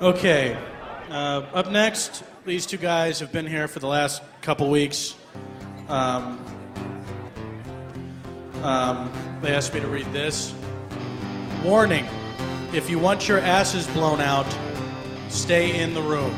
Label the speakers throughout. Speaker 1: Okay. Uh, up next, these two guys have been here for the last couple weeks. Um, um, they asked me to read this. Warning if you want your asses blown out, stay in the room.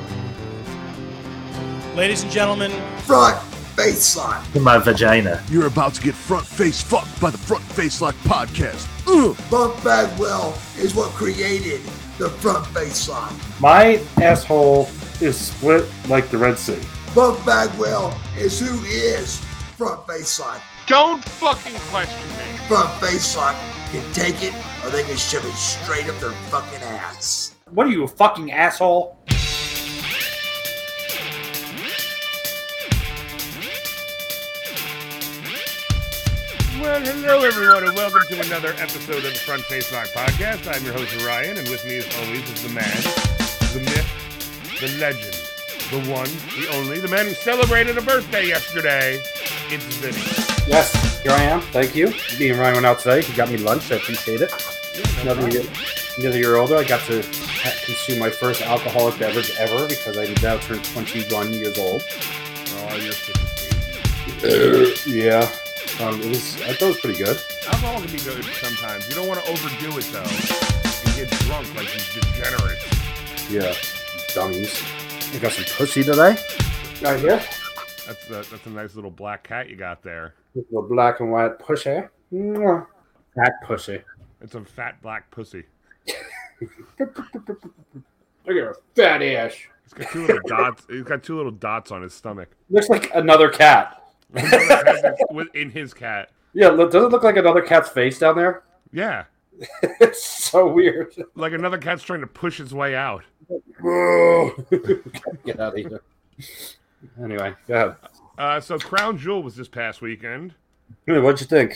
Speaker 1: Ladies and gentlemen,
Speaker 2: front face lock.
Speaker 3: In my vagina.
Speaker 4: You're about to get front face fucked by the Front Face Lock podcast. Ugh.
Speaker 2: Bump Bagwell is what created the front face lock.
Speaker 3: My asshole is split like the Red Sea.
Speaker 2: Bump Bagwell is who is front face lock.
Speaker 5: Don't fucking question me.
Speaker 2: Front face lock can take it or they can shove it straight up their fucking ass.
Speaker 3: What are you, a fucking asshole?
Speaker 6: Well, hello everyone, and welcome to another episode of the Front Face Lock Podcast. I'm your host Ryan, and with me, as always, is the man, the myth, the legend, the one, the only, the man who celebrated a birthday yesterday. It's Vinny.
Speaker 3: Yes, here I am. Thank you. Me and Ryan went out today. He got me lunch. I appreciate it. Another year, another year older, I got to ha- consume my first alcoholic beverage ever because I now turned 21 years old.
Speaker 6: Oh, you're sophisticated.
Speaker 3: Yeah, um, it was. I thought it was pretty good.
Speaker 6: Alcohol can be good sometimes. You don't want to overdo it though, and get drunk like these degenerates.
Speaker 3: Yeah, dummies. I got some pussy today. Right here,
Speaker 6: That's a, that's a nice little black cat you got there.
Speaker 3: little black and white pussy. Mwah. Fat pussy.
Speaker 6: It's a fat black pussy.
Speaker 3: Look at her fat ass.
Speaker 6: He's got two little dots. He's got two little dots on his stomach.
Speaker 3: Looks like another cat.
Speaker 6: in his cat.
Speaker 3: Yeah, look, does it look like another cat's face down there?
Speaker 6: Yeah,
Speaker 3: It's so weird.
Speaker 6: like another cat's trying to push its way out.
Speaker 3: Get out of here. Anyway, go ahead.
Speaker 6: Uh, so Crown Jewel was this past weekend.
Speaker 3: Anyway, what'd you think?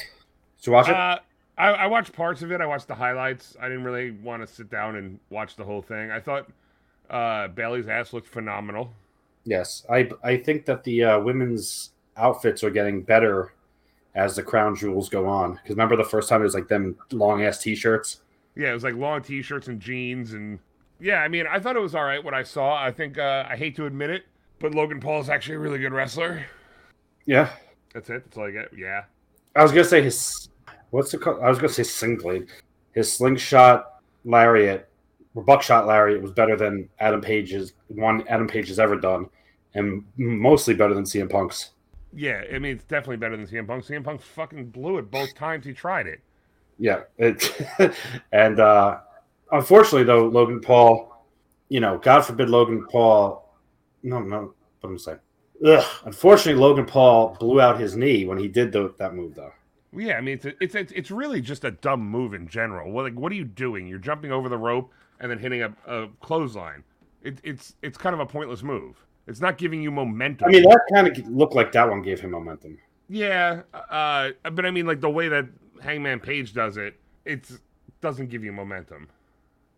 Speaker 3: Did you watch it?
Speaker 6: Uh, I, I watched parts of it. I watched the highlights. I didn't really want to sit down and watch the whole thing. I thought uh, Bailey's ass looked phenomenal.
Speaker 3: yes, I I think that the uh, women's outfits are getting better as the crown jewels go on. Because remember the first time it was like them long ass t-shirts.
Speaker 6: Yeah, it was like long t-shirts and jeans and yeah. I mean, I thought it was all right what I saw. I think uh, I hate to admit it, but Logan Paul is actually a really good wrestler.
Speaker 3: Yeah,
Speaker 6: That's it. That's all I get. Yeah.
Speaker 3: I was gonna say his what's the I was gonna say sling blade. His slingshot lariat or buckshot lariat was better than Adam Page's one Adam Page has ever done, and mostly better than CM Punk's.
Speaker 6: Yeah, I mean it's definitely better than CM Punk. CM Punk fucking blew it both times he tried it.
Speaker 3: Yeah, it, and uh, unfortunately though, Logan Paul, you know, God forbid Logan Paul. No, no, what am I saying? Ugh. Unfortunately, Logan Paul blew out his knee when he did the, that move though.
Speaker 6: Yeah, I mean it's it's it's it's really just a dumb move in general. Well, like what are you doing? You're jumping over the rope and then hitting a, a clothesline. It, it's it's kind of a pointless move. It's not giving you momentum.
Speaker 3: I mean, that kind of looked like that one gave him momentum.
Speaker 6: yeah, uh, but I mean like the way that Hangman Page does it, it doesn't give you momentum.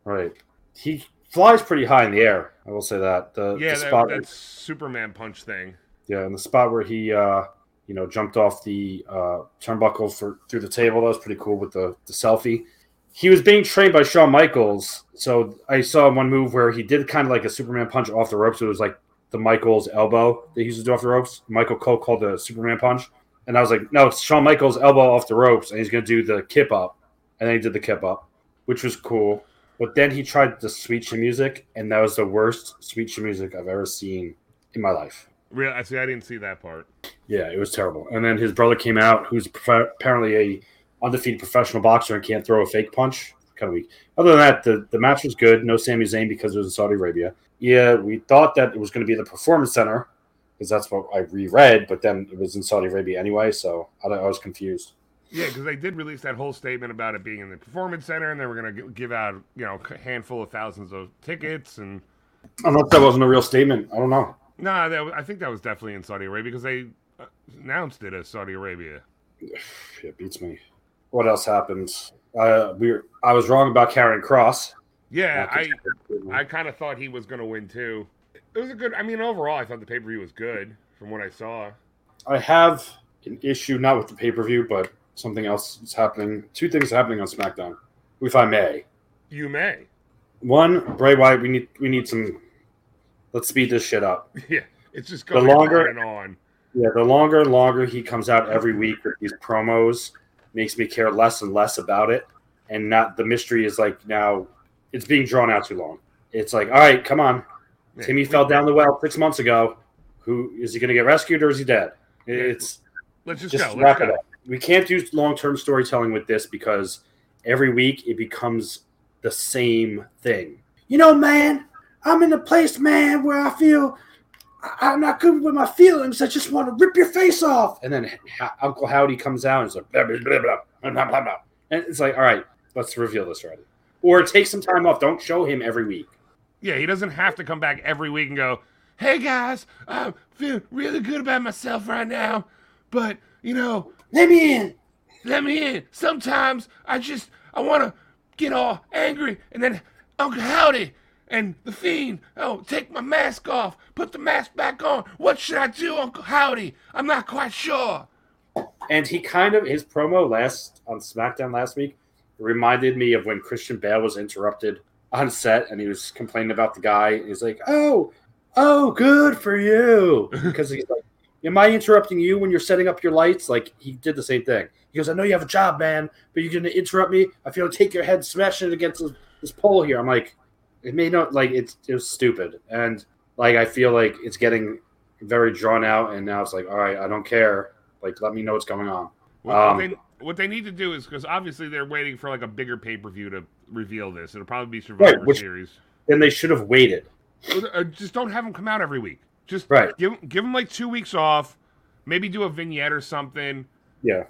Speaker 3: Right. He flies pretty high in the air. I will say that. The, the
Speaker 6: Yeah, that,
Speaker 3: spot,
Speaker 6: that Superman punch thing.
Speaker 3: yeah, and the spot where he, uh, you know, jumped off the uh, turnbuckle for through the table. That was pretty cool with the the selfie. He was being trained by Shawn Michaels, so I saw one move where he did kind of like a Superman punch off the ropes. It was like the Michaels elbow that he used to do off the ropes. Michael Cole called the Superman punch, and I was like, no, it's Shawn Michaels elbow off the ropes, and he's gonna do the kip up, and then he did the kip up, which was cool. But then he tried the sweet chin music, and that was the worst sweet chin music I've ever seen in my life.
Speaker 6: Real, I see. I didn't see that part.
Speaker 3: Yeah, it was terrible. And then his brother came out, who's prof- apparently a undefeated professional boxer and can't throw a fake punch. Kind of weak. Other than that, the, the match was good. No Sami Zayn because it was in Saudi Arabia. Yeah, we thought that it was going to be the Performance Center because that's what I reread, but then it was in Saudi Arabia anyway, so I, don't- I was confused.
Speaker 6: Yeah, because they did release that whole statement about it being in the performance center, and they were going to give out you know a handful of thousands of tickets, and
Speaker 3: Unless that wasn't a real statement. I don't know.
Speaker 6: no, that, wa- I think that was definitely in Saudi Arabia because they uh, announced it as Saudi Arabia.
Speaker 3: It beats me. What else happened? Uh, we were, I was wrong about Karen Cross.
Speaker 6: Yeah, I I kind of thought he was going to win too. It was a good. I mean, overall, I thought the pay per view was good from what I saw.
Speaker 3: I have an issue not with the pay per view, but something else is happening. Two things happening on SmackDown, if I may.
Speaker 6: You may.
Speaker 3: One, Bray Wyatt, we need we need some. Let's speed this shit up.
Speaker 6: Yeah, it's just going
Speaker 3: longer-
Speaker 6: on and on.
Speaker 3: Yeah, the longer and longer he comes out every week with these promos, makes me care less and less about it, and not the mystery is like now it's being drawn out too long. It's like, all right, come on,
Speaker 6: Yeah.
Speaker 3: Timmy fell down the well six months ago. Who is he going to get rescued or is he dead? It's
Speaker 6: Let's just,
Speaker 3: just
Speaker 6: go. Let's
Speaker 3: wrap
Speaker 6: go.
Speaker 3: it up. We can't do long term storytelling with this because every week it becomes the same thing. You know, man, I'm in a place, man, where I feel I- I'm not good with my feelings. I just want to rip your face off. And then H- Uncle Howdy comes out and is like, blah, blah, blah, blah, blah, blah, blah, blah. and it's like, all right, let's reveal this already. Or take some time off. Don't show him every week.
Speaker 6: Yeah, he doesn't have to come back every week and go, "Hey guys, I feel really good about myself right now, but you know,
Speaker 3: Let me in.
Speaker 6: let me in. Sometimes I just I want to get all angry and then Uncle Howdy and the fiend. Oh, take my mask off, put the mask back on. What should I do, Uncle Howdy? I'm not quite sure.
Speaker 3: And he kind of his promo last on SmackDown last week reminded me of when Christian Bale was interrupted on set and he was complaining about the guy. He's like, "Oh, oh, good for you," because he's like, "Am I interrupting you when you're setting up your lights?" Like he did the same thing. He goes, "I know you have a job, man, but you're going to interrupt me. I feel take your head, smashing it against this, this pole here." I'm like, it may not like it's it was stupid, and like I feel like it's getting very drawn out, and now it's like, all right, I don't care. Like, let me know what's going on.
Speaker 6: What,
Speaker 3: Um,
Speaker 6: what, they, what they need to do is because obviously they're waiting for like a bigger pay per view to reveal this. It'll probably be Survivor
Speaker 3: Right, which-
Speaker 6: Series.
Speaker 3: Then they should have waited.
Speaker 6: Uh, just don't have them come out every week. Just
Speaker 3: Right.
Speaker 6: give give them like two weeks off. Maybe do a vignette or something,
Speaker 3: Yeah.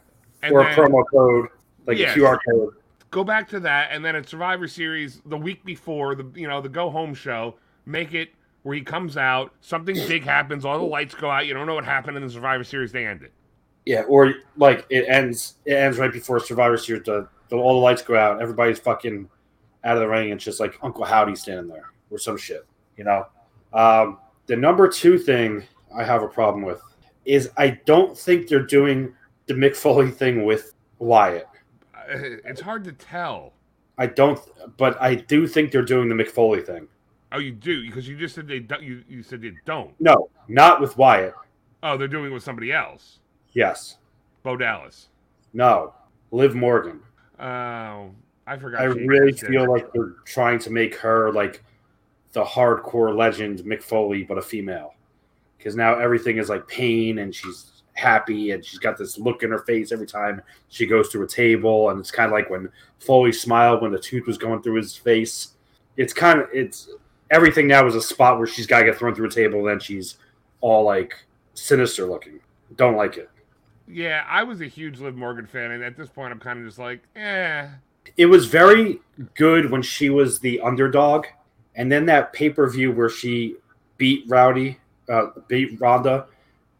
Speaker 6: and
Speaker 3: or a
Speaker 6: then
Speaker 3: promo code, like
Speaker 6: Yes.
Speaker 3: a QR code.
Speaker 6: go back to that. And then at Survivor Series the week before the you know the go home show, make it where he comes out. Something big happens. All the lights go out. You don't know what happened in the Survivor Series. They end it.
Speaker 3: Yeah, or like it ends. It ends right before Survivor Series. The, the all the lights go out. Everybody's fucking out of the ring. and It's just like Uncle Howdy standing there or some shit. You know. Um, the number two thing I have a problem with is I don't think they're doing the Mick Foley thing with Wyatt.
Speaker 6: Uh, It's hard to tell.
Speaker 3: I don't, but I do think they're doing the Mick Foley thing.
Speaker 6: Oh, you do because you just said they don't. You you said they don't.
Speaker 3: No, not with Wyatt.
Speaker 6: Oh, they're doing it with somebody else.
Speaker 3: Yes.
Speaker 6: Bo Dallas.
Speaker 3: No. Liv Morgan.
Speaker 6: Oh, I forgot.
Speaker 3: I
Speaker 6: she
Speaker 3: really
Speaker 6: existed.
Speaker 3: feel like they're trying to make her like the hardcore legend Mick Foley, but a female. Because now everything is like pain, and she's happy, and she's got this look in her face every time she goes through a table, and it's kind of like when Foley smiled when the tooth was going through his face. It's kind of it's everything now is a spot where she's got to get thrown through a table, and then she's all like sinister looking. Don't like it.
Speaker 6: Yeah, I was a huge Liv Morgan fan, and at this point, I'm kind of just like, eh.
Speaker 3: it was very good when she was the underdog, and then that pay per view where she beat Rowdy, uh, beat Ronda,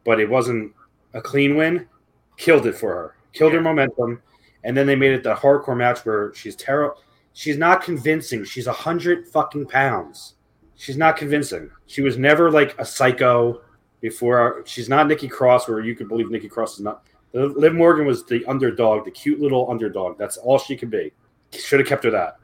Speaker 3: but it wasn't a clean win, killed it for her, killed her momentum, and then they made it the hardcore match where she's terrible. She's not convincing. She's a hundred fucking pounds. She's not convincing. She was never like a psycho before. She's not Nikki Cross, where you could believe Nikki Cross is not. Liv Morgan was the underdog, the cute little underdog. That's all she could be. Should have kept her that.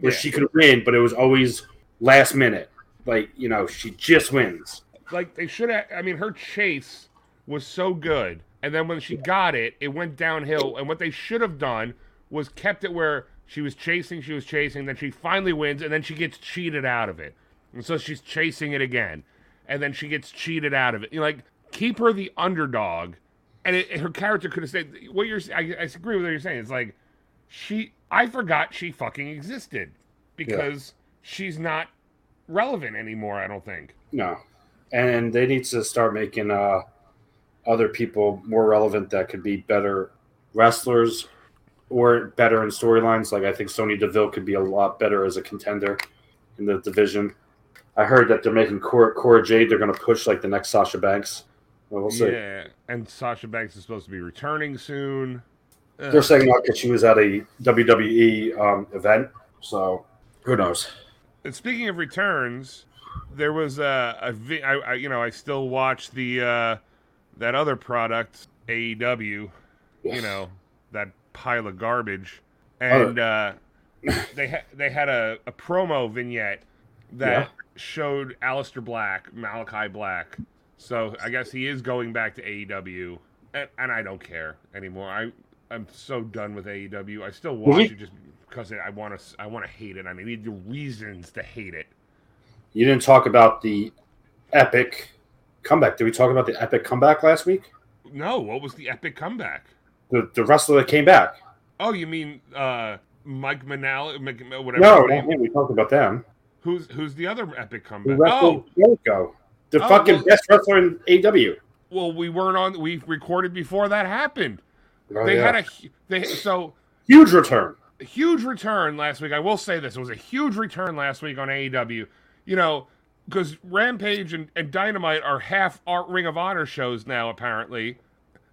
Speaker 3: Where
Speaker 6: Yeah.
Speaker 3: she could win, but it was always last minute. Like, you know, she just wins.
Speaker 6: Like, they should have. I mean, her chase was so good. And then when she got it, it went downhill. And what they should have done was kept it where she was chasing, she was chasing, then she finally wins, and then she gets cheated out of it. And so she's chasing it again. And then she gets cheated out of it. You know, like, keep her the underdog. And it, her character could have stayed. What you're, I, I agree with what you're saying. It's like, she I forgot she fucking existed because she's not relevant anymore, I don't think.
Speaker 3: No. And they need to start making uh, other people more relevant that could be better wrestlers or better in storylines. Like, I think Sonya Deville could be a lot better as a contender in the division. I heard that they're making Cora, Cora Jade, they're going to push like the next Sasha Banks. Well, we'll see.
Speaker 6: Yeah. And Sasha Banks is supposed to be returning soon.
Speaker 3: They're saying that because she was at a WWE um, event, so who knows?
Speaker 6: And speaking of returns, there was a, a vi- I, I, you know, I still watch the uh, that other product E AEW, you know, that pile of garbage, and uh, they ha- they had a, a promo vignette that
Speaker 3: Yeah.
Speaker 6: showed Alistair Black, Malachi Black. So I guess he is going back to E AEW, and, and I don't care anymore. I I'm so done with AEW. I still watch
Speaker 3: we-
Speaker 6: it just because I want to I want to hate it. I need the reasons to hate it.
Speaker 3: You didn't talk about the epic comeback. Did we talk about the epic comeback last week?
Speaker 6: No, what was the epic comeback?
Speaker 3: The the wrestler that came back.
Speaker 6: Oh, you mean uh, Mike Manal, Mc, whatever.
Speaker 3: No,
Speaker 6: his name-
Speaker 3: not him. we talked about them.
Speaker 6: Who's who's the other epic
Speaker 3: The
Speaker 6: comeback?
Speaker 3: wrestler
Speaker 6: Oh,
Speaker 3: Jericho, the
Speaker 6: Oh,
Speaker 3: fucking
Speaker 6: well-
Speaker 3: best wrestler in E AW.
Speaker 6: well, we weren't on. We recorded before that happened. they had a hu- they so
Speaker 3: Oh, huge return.
Speaker 6: huge return last week. I will say this: it was a huge return last week on AEW. You know, because Rampage and, and Dynamite are half art Ring of Honor shows now, apparently.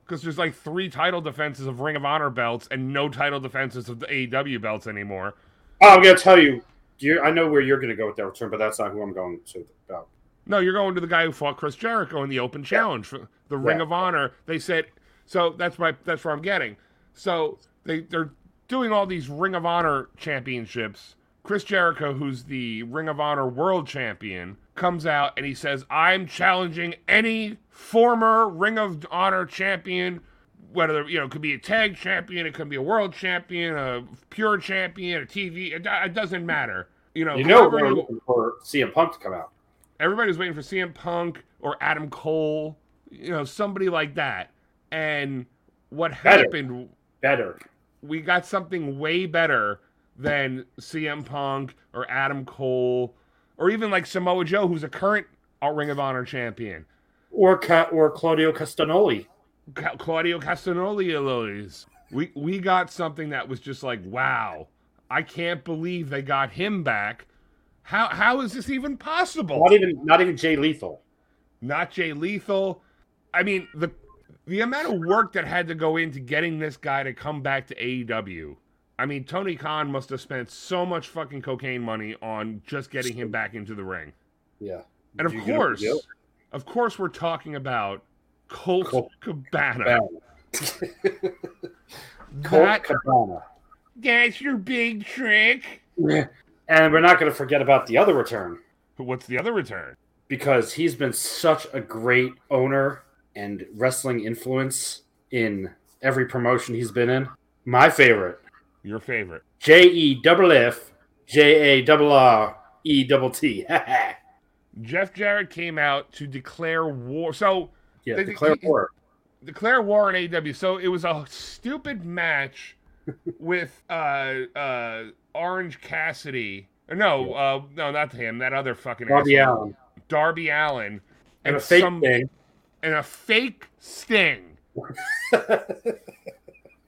Speaker 6: Because there's like three title defenses of Ring of Honor belts and no title defenses of the AEW belts anymore.
Speaker 3: Oh, I'm gonna tell you. you I know where you're gonna go with that return, but that's not who I'm going to about.
Speaker 6: No, you're going to the guy who fought Chris Jericho in the Open Challenge for the Ring
Speaker 3: Yeah.
Speaker 6: of Honor. They said so. That's my that's where I'm getting. So they they're doing all these Ring of Honor championships. Chris Jericho, who's the Ring of Honor World Champion, comes out and he says, "I'm challenging any former Ring of Honor champion." Whether you know, it could be a tag champion, it could be a world champion, a pure champion, a TV. It, it doesn't matter. You know,
Speaker 3: You know,
Speaker 6: whoever
Speaker 3: we're
Speaker 6: you-
Speaker 3: looking for CM Punk to come out.
Speaker 6: everybody was waiting for CM Punk or Adam Cole, you know, somebody like that. And what
Speaker 3: Better.
Speaker 6: happened,
Speaker 3: Better.
Speaker 6: we got something way better than CM Punk or Adam Cole or even like Samoa Joe, who's a current Ring of Honor champion.
Speaker 3: Or Ca- or Claudio Castagnoli.
Speaker 6: Ca- Claudio Castagnoli. We we got something that was just like, wow, I can't believe they got him back. How how is this even possible?
Speaker 3: Not even not even Jay Lethal.
Speaker 6: not Jay Lethal. I mean, the the amount of work that had to go into getting this guy to come back to AEW. I mean, Tony Khan must have spent so much fucking cocaine money on just getting him back into the ring.
Speaker 3: Yeah.
Speaker 6: And of
Speaker 3: You get it?
Speaker 6: course,
Speaker 3: Yep.
Speaker 6: of course, we're talking about Colt,
Speaker 3: Colt
Speaker 6: Cabana.
Speaker 3: Colt
Speaker 6: That,
Speaker 3: Cabana.
Speaker 6: that's your big trick.
Speaker 3: And we're not going to forget about the other return
Speaker 6: What's the other return?
Speaker 3: because he's been such a great owner and wrestling influence in every promotion he's been in. My favorite,
Speaker 6: Your favorite.
Speaker 3: J E double F J A double R E double T. Yeah,
Speaker 6: Jeff Jarrett came out to declare war. So They-
Speaker 3: declare
Speaker 6: they-
Speaker 3: war.
Speaker 6: declare war on AEW. E So it was a stupid match with uh uh Orange Cassidy. Or No, uh no, not him. That other fucking
Speaker 3: Darby
Speaker 6: asshole.
Speaker 3: Allen
Speaker 6: Darby Allen
Speaker 3: and a fake thing.
Speaker 6: and a fake Sting.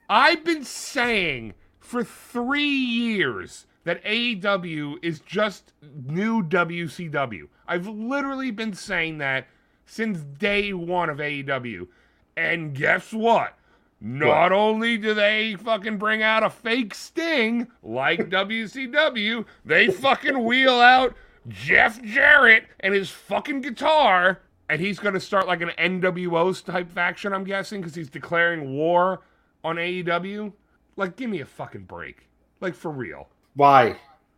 Speaker 6: I've been saying for three years that AEW is just new WCW. I've literally been saying that since day one of AEW. And guess what? Not only do they fucking bring out a fake Sting like WCW, they fucking wheel out Jeff Jarrett and his fucking guitar. And he's going to start like an NWOs type faction, I'm guessing, because he's declaring war on AEW. Like, give me a fucking break. Like, for real.
Speaker 3: Why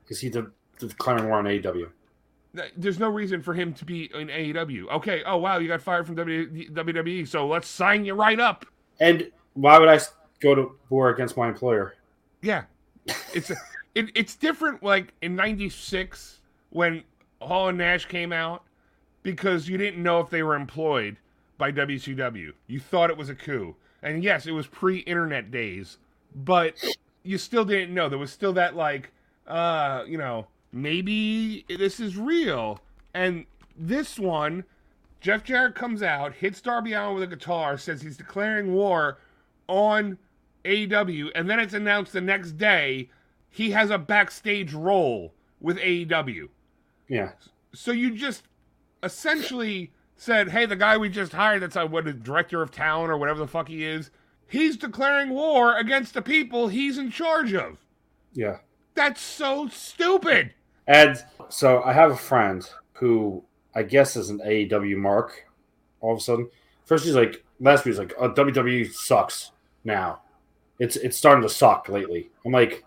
Speaker 3: is he de- declaring war on E AEW?
Speaker 6: Th- There's no reason for him to be in AEW. Okay, oh wow, you got fired from W- WWE, so let's sign you right up.
Speaker 3: And why would I s- go to war against my employer?
Speaker 6: Yeah, it's it, it's different. Like in '96 when Hall and Nash came out, because you didn't know if they were employed by WCW. You thought it was a coup, and yes, it was pre-internet days, but you still didn't know. There was still that like, uh, you know, maybe this is real. And this one, Jeff Jarrett comes out, hits Darby Allen with a guitar, says he's declaring war on AEW, and then it's announced the next day he has a backstage role with AEW.
Speaker 3: Yeah.
Speaker 6: So you just essentially said, hey, the guy we just hired that's uh, what, a director of talent or whatever the fuck he is, he's declaring war against the people he's in charge of.
Speaker 3: Yeah.
Speaker 6: That's so stupid.
Speaker 3: And so I have a friend who I guess is an AEW mark. All of a sudden, first he's like, last week he's like, oh, WWE sucks now. It's it's starting to suck lately. I'm like,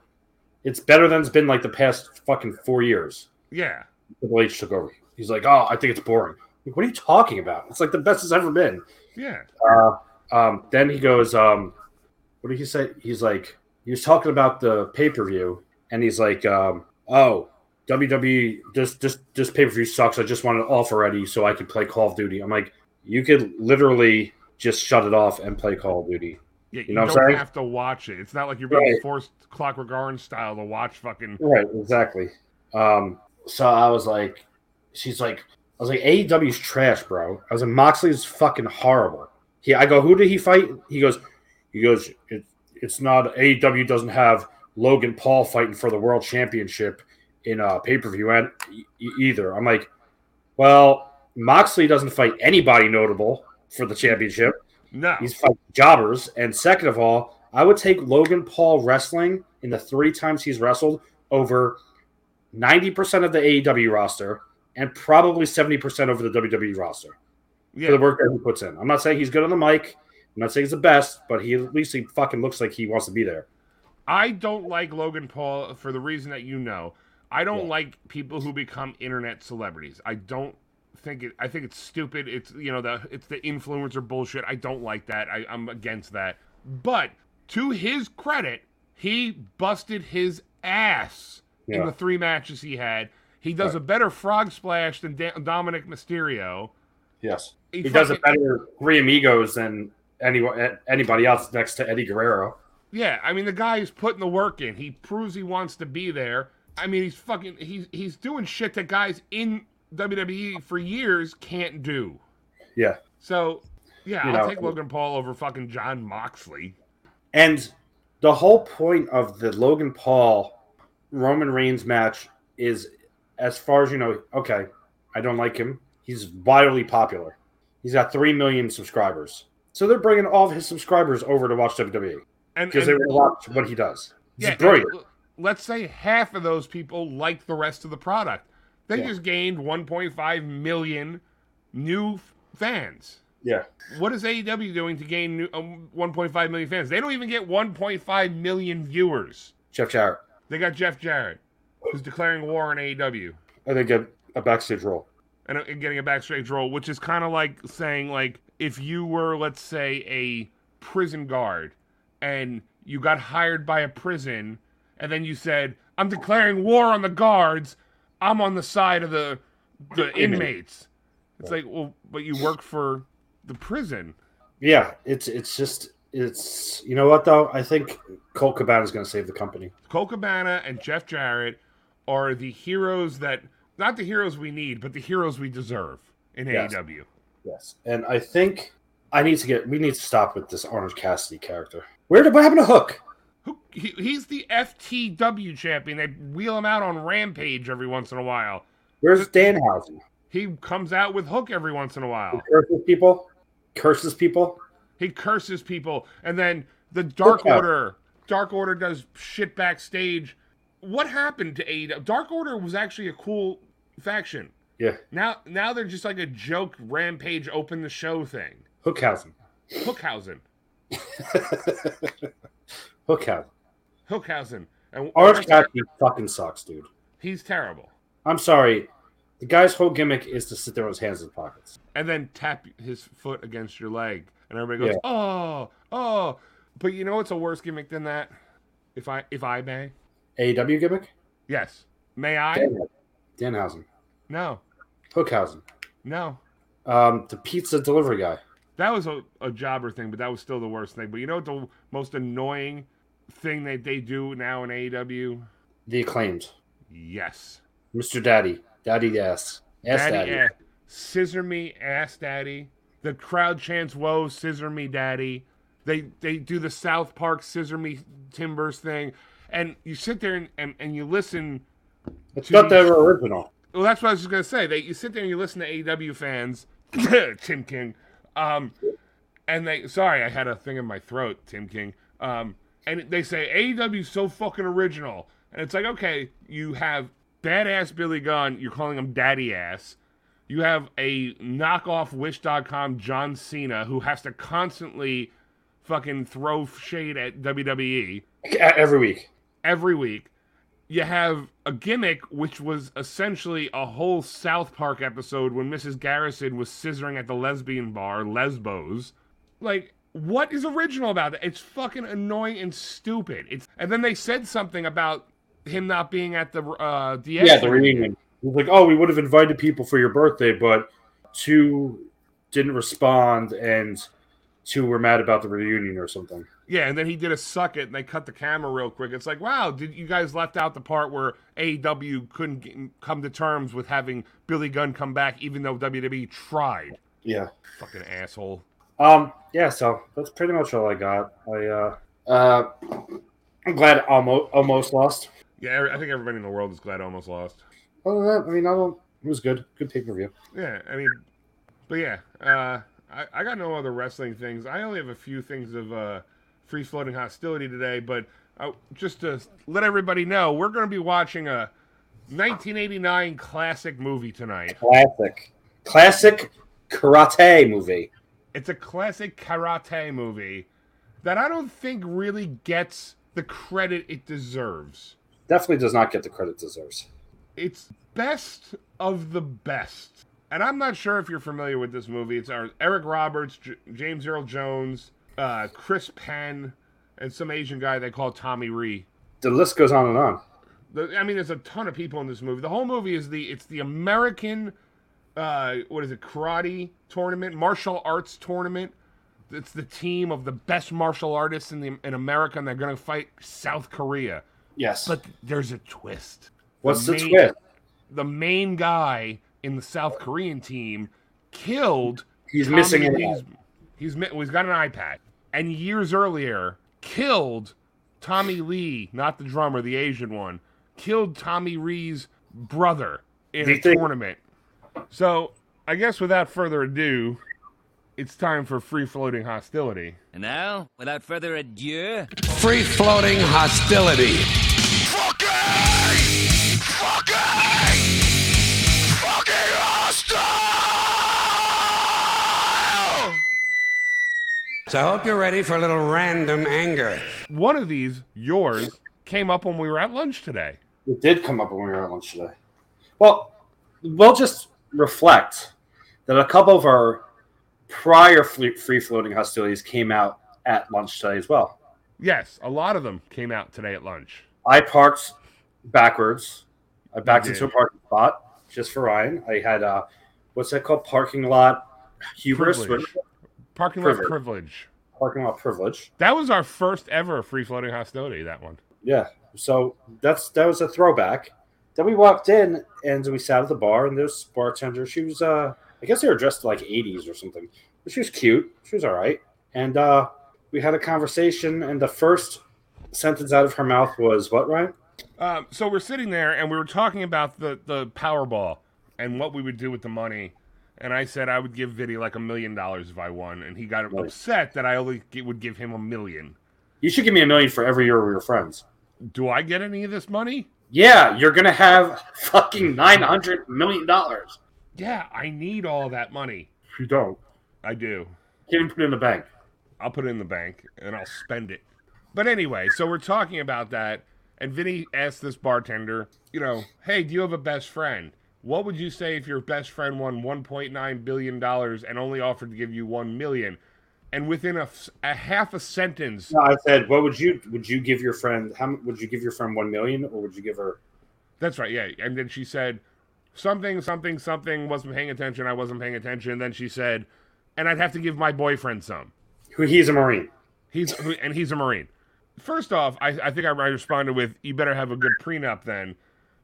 Speaker 3: It's better than it's been like the past fucking four years.
Speaker 6: Yeah.
Speaker 3: Triple H took over. He's like, oh, I think it's boring. Like, what are you talking about? It's like the best it's ever been.
Speaker 6: Yeah.
Speaker 3: Um, then he goes, um, what did he say? He's like, he was talking about the pay per view, and he's like, um, oh, WWE, this this this pay per view sucks. I just want it off already so I could play Call of Duty. I'm like, you could literally just shut it off and play Call of Duty.
Speaker 6: Yeah, you,
Speaker 3: know what I'm
Speaker 6: don't
Speaker 3: saying?
Speaker 6: have to watch it. It's not like you're being
Speaker 3: Right.
Speaker 6: forced Clockwork Orange style to watch fucking.
Speaker 3: Right, exactly. Um, so I was like, she's like, I was like, AEW's trash, bro. I was like, Moxley's fucking horrible. He, I go, who did he fight? He goes, he goes, it, it's not AEW doesn't have Logan Paul fighting for the world championship in uh, pay per view and e- e- either. I'm like, well, Moxley doesn't fight anybody notable for the championship.
Speaker 6: No.
Speaker 3: He's fighting jobbers. And second of all, I would take Logan Paul wrestling in the three times he's wrestled over 90% of the AEW roster and probably 70% over the WWE roster
Speaker 6: yeah.
Speaker 3: for the work that he puts in. I'm not saying he's good on the mic. I'm not saying he's the best, but he at least he fucking looks like he wants to be there.
Speaker 6: I don't like Logan Paul for the reason that you know. I don't
Speaker 3: Yeah.
Speaker 6: like people who become internet celebrities. I don't think it. I think it's stupid. It's you know the it's the influencer bullshit. I don't like that. I, I'm against that. But to his credit, he busted his ass in
Speaker 3: Yeah.
Speaker 6: the three matches he had. He does a better frog splash than da- Dominic Mysterio.
Speaker 3: Yes.
Speaker 6: He
Speaker 3: He, does
Speaker 6: fucking-
Speaker 3: it better three amigos than anyone anybody else next to Eddie Guerrero.
Speaker 6: Yeah, I mean the guy is putting the work in. He proves he wants to be there. I mean he's fucking he's he's doing shit that guys in WWE for years can't do.
Speaker 3: Yeah.
Speaker 6: So yeah,
Speaker 3: You
Speaker 6: I'll
Speaker 3: know,
Speaker 6: take Logan Paul over fucking John Moxley.
Speaker 3: And the whole point of the Logan Paul Roman Reigns match is, as far as you know, okay, I don't like him. He's wildly popular. He's got 3 million subscribers. So they're bringing all of his subscribers over to watch WWE
Speaker 6: And,
Speaker 3: because they
Speaker 6: and-
Speaker 3: want to watch what he does. It's
Speaker 6: yeah,
Speaker 3: brilliant.
Speaker 6: and let's say half of those people like the rest of the product. They
Speaker 3: Yeah.
Speaker 6: just gained 1.5 million new f- fans.
Speaker 3: Yeah.
Speaker 6: What is AEW doing to gain new, um, 1.5 million fans? They don't even get 1.5 million viewers.
Speaker 3: Jeff Jarrett.
Speaker 6: They got Jeff Jarrett, who's declaring war on AEW
Speaker 3: I think a, a backstage role.
Speaker 6: and, uh, and getting a backstage role, which is kind of like saying, like, if you were, let's say, a prison guard and you got hired by a prison, and then you said, I'm declaring war on the guards, I'm on the side of the, the inmates. It's like, well, but you work for the prison.
Speaker 3: Yeah. It's it's just, it's, you know what, though? I think Colt Cabana is going to save the company.
Speaker 6: Cole Cabana and Jeff Jarrett are the heroes that, not the heroes we need, but the heroes we deserve in E
Speaker 3: Yes.
Speaker 6: AEW.
Speaker 3: Yes, and I think I need to get. We need to stop with this Orange Cassidy character. Where did what happened to Hook?
Speaker 6: Who, he, he's the FTW champion. They wheel him out on Rampage every once in a while.
Speaker 3: Where's Danhausen?
Speaker 6: He comes out with Hook every once in a
Speaker 3: He
Speaker 6: while.
Speaker 3: curses people. Curses people.
Speaker 6: He curses people, and then the Dark
Speaker 3: Hook out.
Speaker 6: Order. Dark Order does shit backstage. What happened to AEW? Dark Order was actually a cool faction.
Speaker 3: Yeah,
Speaker 6: Now, now they're just like a joke Rampage open the show thing.
Speaker 3: Hookhausen.
Speaker 6: Hookhausen,
Speaker 3: Hookhausen.
Speaker 6: Hookhausen, and
Speaker 3: Orange Cassidy fucking sucks, dude.
Speaker 6: he's terrible.
Speaker 3: I'm sorry. The guy's whole gimmick is to sit there with his hands in his pockets.
Speaker 6: and then tap his foot against your leg, and everybody goes,
Speaker 3: Yeah.
Speaker 6: "Oh, oh!" But you know what's a worse gimmick than that? If I, if I may,
Speaker 3: AEW E gimmick.
Speaker 6: yes, may I?
Speaker 3: Dan- Danhausen.
Speaker 6: No,
Speaker 3: Hookhausen.
Speaker 6: no,
Speaker 3: Um, the pizza delivery guy.
Speaker 6: that was a, a jobber thing, but that was still the worst thing. But you know what the most annoying thing that they do now in AEW?
Speaker 3: The acclaimed.
Speaker 6: Yes,
Speaker 3: Mr. Daddy. Daddy ass. Ass daddy.
Speaker 6: ass- scissor me, ass daddy. The crowd chants, "Whoa, scissor me, daddy!" They they do the South Park scissor me timbers thing, and you sit there and, and, and you listen.
Speaker 3: It's not that original.
Speaker 6: Well, that's what I was just gonna say. They you sit there and you listen to AEW fans, Tim King, um, and they sorry I had a thing in my throat, Tim King, um, and they say AEW's so fucking original, and it's like okay, you have badass Billy Gunn, you're calling him daddy ass, you have a knockoff Wish.com John Cena who has to constantly fucking throw shade at E. WWE
Speaker 3: Every week.
Speaker 6: every week. you have a gimmick which was essentially a whole South Park episode when Mrs. Garrison was scissoring at the lesbian bar, Lesbos. Like, what is original about that? It's fucking annoying and stupid. It's and then they said something about him not being at the uh DX
Speaker 3: yeah, the reunion. He's like, oh, we would have invited people for your birthday, but two didn't respond, and two were mad about the reunion or something.
Speaker 6: Yeah, and then he did a suck it, and they cut the camera real quick. It's like, wow, did you guys left out the part where AEW couldn't get, come to terms with having Billy Gunn come back, even though WWE tried?
Speaker 3: Yeah.
Speaker 6: Fucking asshole.
Speaker 3: Um. Yeah. So that's pretty much all I got. I uh. Uh. I'm glad almost almost lost.
Speaker 6: Yeah, I think everybody in the world is glad I almost lost.
Speaker 3: Other than that, I mean, I don't. It was good. Good pay per view.
Speaker 6: Yeah, I mean, but yeah, uh, I, I got no other wrestling things. I only have a few things of uh, free floating hostility today, but uh, just to let everybody know, we're going to be watching a 1989 classic movie tonight.
Speaker 3: Classic. Classic karate movie.
Speaker 6: It's a classic karate movie that I don't think really gets the credit it deserves.
Speaker 3: Definitely does not get the credit it deserves.
Speaker 6: It's best of the best. And I'm not sure if you're familiar with this movie. It's our Eric Roberts, J- James Earl Jones, uh, Chris Penn, and some Asian guy they call Tommy Ree.
Speaker 3: The list goes on and on.
Speaker 6: The, I mean, there's a ton of people in this movie. The whole movie is the it's the American, uh, what is it, karate tournament, martial arts tournament. It's the team of the best martial artists in the in America, and they're going to fight South Korea.
Speaker 3: Yes.
Speaker 6: But there's a twist.
Speaker 3: What's the
Speaker 6: main-
Speaker 3: twist?
Speaker 6: The main guy in the South Korean team killed
Speaker 3: He's
Speaker 6: Tommy
Speaker 3: missing an
Speaker 6: Lee's- He's mi- well, he's got an iPad, and years earlier killed Tommy Lee, not the drummer, the Asian one, killed Tommy Lee's brother in
Speaker 3: Do
Speaker 6: a
Speaker 3: you think-
Speaker 6: tournament. So I guess without further ado, it's time for free floating hostility.
Speaker 7: And now, without further ado,
Speaker 8: Free floating hostility. So I hope you're ready for a little random anger.
Speaker 6: One of these, yours, came up when we were at lunch today.
Speaker 3: It did come up when we were at lunch today. Well, we'll just reflect that a couple of our prior free floating hostilities came out at lunch today as well.
Speaker 6: Yes, a lot of them came out today at lunch.
Speaker 3: I parked backwards. I backed
Speaker 6: You
Speaker 3: into a
Speaker 6: did.
Speaker 3: parking spot just for Ryan. I had uh, what's that called? Parking lot hubris,
Speaker 6: Privilege.
Speaker 3: what-
Speaker 6: Parking lot
Speaker 3: Privilege.
Speaker 6: privilege.
Speaker 3: parking lot privilege.
Speaker 6: That was our first ever free floating hostility. That one.
Speaker 3: Yeah. So that's that was a throwback. Then we walked in and we sat at the bar and this bartender, she was uh I guess they were dressed like eighties or something. But she was cute. She was alright. And uh we had a conversation and the first sentence out of her mouth was what, Ryan?
Speaker 6: Um, so we're sitting there and we were talking about the the Powerball and what we would do with the money. And I said I would give Vinny like a million dollars if I won, and he got
Speaker 3: Right.
Speaker 6: upset that I only g- would give him a million.
Speaker 3: You should give me a million for every year we were friends.
Speaker 6: Do I get any of this money?
Speaker 3: Yeah, you're gonna have fucking nine hundred million dollars.
Speaker 6: Yeah, I need all that money.
Speaker 3: If you don't,
Speaker 6: I do.
Speaker 3: can't even put it in the bank.
Speaker 6: I'll put it in the bank and I'll spend it. But anyway, so we're talking about that, and Vinny asked this bartender, you know, hey, do you have a best friend? What would you say if your best friend won 1.9 billion dollars and only offered to give you 1 million? And within a, f- a half a sentence,
Speaker 3: No, I said, what would you would you give your friend? How mu- would you give your friend one million, or would you give her?
Speaker 6: that's right, yeah. And then she said something, something, something. Wasn't paying attention. I wasn't paying attention. then she said, and I'd have to give my boyfriend some.
Speaker 3: Who he's a marine.
Speaker 6: He's who- and he's a marine. First off, I, I think I responded with, "You better have a good prenup then,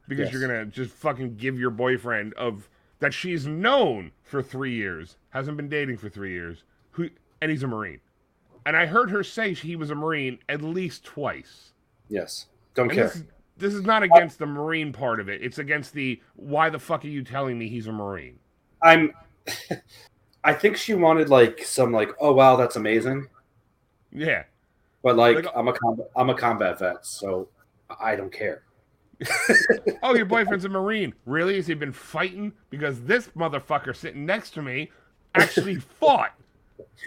Speaker 6: because
Speaker 3: Yes.
Speaker 6: you're gonna just fucking give your boyfriend of that she's known for three years, hasn't been dating for three years, who and he's a marine." And I heard her say he was a marine at least twice.
Speaker 3: Yes, don't
Speaker 6: And
Speaker 3: care.
Speaker 6: this, this is not against the marine part of it. It's against the why the fuck are you telling me he's a marine?
Speaker 3: I'm. I think she wanted like some like, oh wow, that's amazing.
Speaker 6: Yeah.
Speaker 3: But like,
Speaker 6: Like-
Speaker 3: I'm a combat, I'm a combat vet, so I don't care.
Speaker 6: Oh, your boyfriend's a Marine. Really? Has he been fighting? Because this motherfucker sitting next to me actually fought.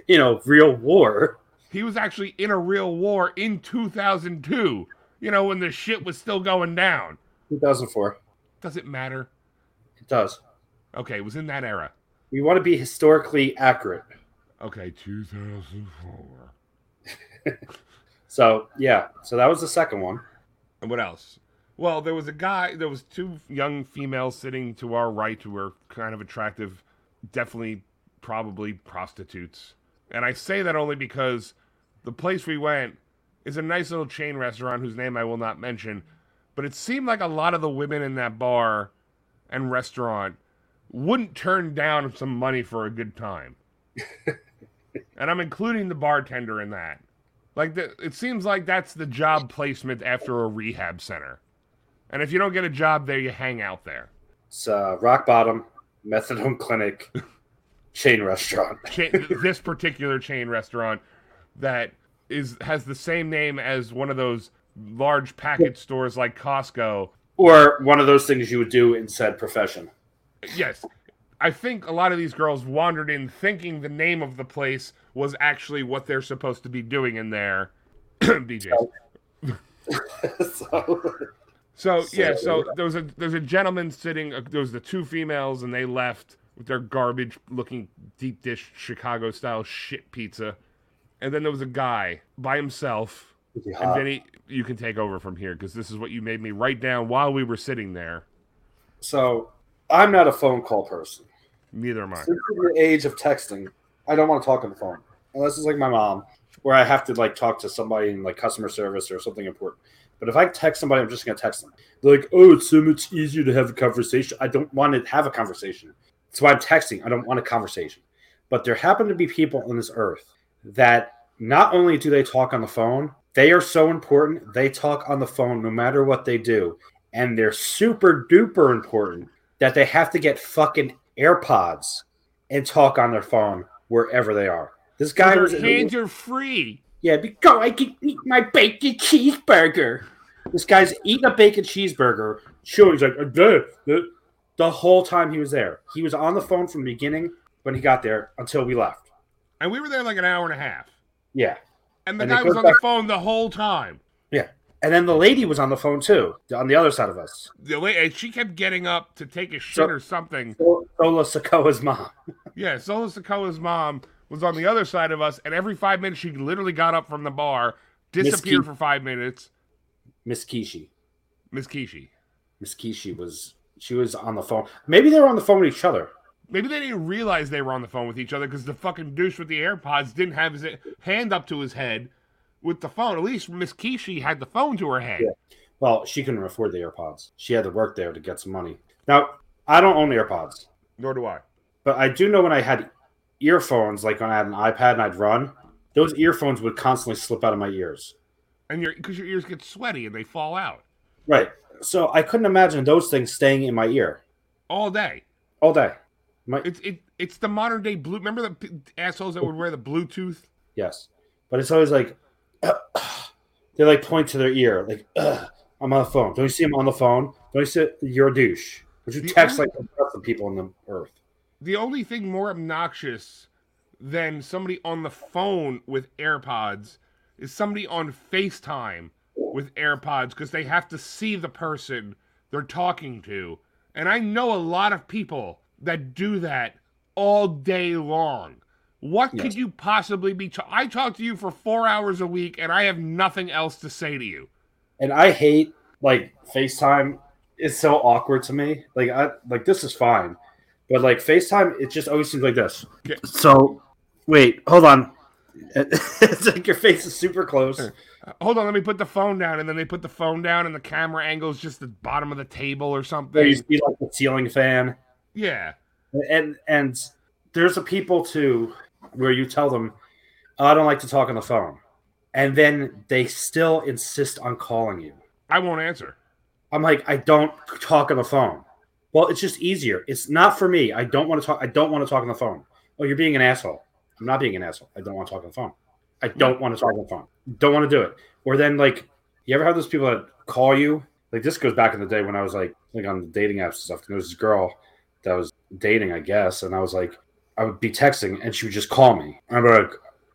Speaker 3: You know, real war.
Speaker 6: He was actually in a real war in 2002. You know, when the shit was still going down.
Speaker 3: 2004.
Speaker 6: Does it matter?
Speaker 3: It does.
Speaker 6: Okay, it was in that era.
Speaker 3: We want to be historically accurate.
Speaker 6: Okay, 2004.
Speaker 3: So yeah, so that was the second one.
Speaker 6: And what else? Well, there was a guy. There was two young females sitting to our right who were kind of attractive, definitely, probably prostitutes. And I say that only because the place we went is a nice little chain restaurant whose name I will not mention. But it seemed like a lot of the women in that bar and restaurant wouldn't turn down some money for a good time. and I'm including the bartender in that. Like the, it seems like that's the job placement after a rehab center. And if you don't get a job there, you hang out there.
Speaker 3: It's uh, Rock Bottom Methadone Clinic chain restaurant.
Speaker 6: Cha- this particular chain restaurant that is has the same name as one of those large package stores like Costco.
Speaker 3: or one of those things you would do in said profession.
Speaker 6: Yes. I think a lot of these girls wandered in thinking the name of the place was actually what they're supposed to be doing in there. BJ's.
Speaker 3: so,
Speaker 6: So yeah, so there was a there's a gentleman sitting. Uh, there was the two females, and they left with their garbage-looking deep dish Chicago-style shit pizza. And then there was a guy by himself.
Speaker 3: Uh.
Speaker 6: And Vinny, you can take over from here because this is what you made me write down while we were sitting there.
Speaker 3: so I'm not a phone call person.
Speaker 6: Neither am I.
Speaker 3: Since the age of texting, I don't want to talk on the phone unless it's like my mom, where I have to like talk to somebody in like customer service or something important. But if I text somebody, I'm just gonna text them. They're like, oh, it's so much easier to have a conversation. I don't want to have a conversation. That's why I'm texting. I don't want a conversation. But there happen to be people on this earth that not only do they talk on the phone, they are so important. They talk on the phone no matter what they do. And they're super duper important that they have to get fucking AirPods and talk on their phone wherever they are. This guy
Speaker 6: Your
Speaker 3: was
Speaker 6: hands are free.
Speaker 3: yeah, because I can eat my bacon cheeseburger. This guy's eating a bacon cheeseburger, chewing. He's like, "Uh, duh, duh," the whole time he was there. He was on the phone from the beginning when he got there until we left.
Speaker 6: And we were there like an hour and a half,
Speaker 3: Yeah.
Speaker 6: and the
Speaker 3: And it
Speaker 6: guy was
Speaker 3: goes
Speaker 6: on the
Speaker 3: back-
Speaker 6: phone the whole time.
Speaker 3: Yeah. And then the lady was on the phone too, on the other side of us.
Speaker 6: The la- and she kept getting up to take a shit
Speaker 3: So-
Speaker 6: or something.
Speaker 3: Sola Sokoa's mom.
Speaker 6: Yeah, Sola Sokoa's mom was on the other side of us, and every five minutes she literally got up from the bar, disappeared
Speaker 3: Keith.
Speaker 6: for five minutes.
Speaker 3: Miss Kishi.
Speaker 6: Miss Kishi.
Speaker 3: Miss Kishi was she was on the phone. Maybe they were on the phone with each other.
Speaker 6: Maybe they didn't realize they were on the phone with each other because the fucking douche with the AirPods didn't have his hand up to his head with the phone. At least Miss Kishi had the phone to her head.
Speaker 3: Well, she couldn't afford the AirPods. She had to work there to get some money. Now, I don't own AirPods.
Speaker 6: Nor do I.
Speaker 3: But I do know when I had earphones, like when I had an iPad and I'd run, those earphones would constantly slip out of my ears.
Speaker 6: And your because your ears get sweaty and they fall out
Speaker 3: Right. So I couldn't imagine those things staying in my ear
Speaker 6: all day.
Speaker 3: all day. My
Speaker 6: It's it it's the modern day blue. Remember the p- assholes that would wear the Bluetooth
Speaker 3: yes, but it's always like they like point to their ear, like "Ugh, I'm on the phone. Don't you see I'm on the phone? Don't you see you're a douche? Don't you
Speaker 6: The
Speaker 3: text
Speaker 6: only-
Speaker 3: like the rest of the people on the earth?
Speaker 6: the only thing more obnoxious than somebody on the phone with AirPods is somebody on FaceTime with AirPods because they have to see the person they're talking to. And I know a lot of people that do that all day long. What could you possibly be? ta- I talk to you for four hours a week and I have nothing else to say to you.
Speaker 3: and I hate like FaceTime. It's so awkward to me. Like I like this is fine, but like FaceTime, it just always seems like this.
Speaker 6: Okay.
Speaker 3: So wait, hold on. it's like your face is super close.
Speaker 6: Uh, Hold on, let me put the phone down. And then they put the phone down and the camera angle is just the bottom of the table or
Speaker 3: There
Speaker 6: something.
Speaker 3: you see like the ceiling fan,
Speaker 6: Yeah.
Speaker 3: and and there's a people too where you tell them, "Oh, I don't like to talk on the phone, and then they still insist on calling you.
Speaker 6: I won't answer.
Speaker 3: I'm like, I don't talk on the phone. Well, it's just easier. It's not for me. I don't want to talk. I don't want to talk on the phone. Oh, you're being an asshole. I'm not being an asshole. I don't want to talk on the phone. I don't want to talk on the phone. Don't want to do it. Or then like, you ever have those people that call you? Like this goes back in the day when I was like, like on the dating apps and stuff. And there was this girl that was dating, I guess, and I was like, I would be texting, and she would just call me. I'm like,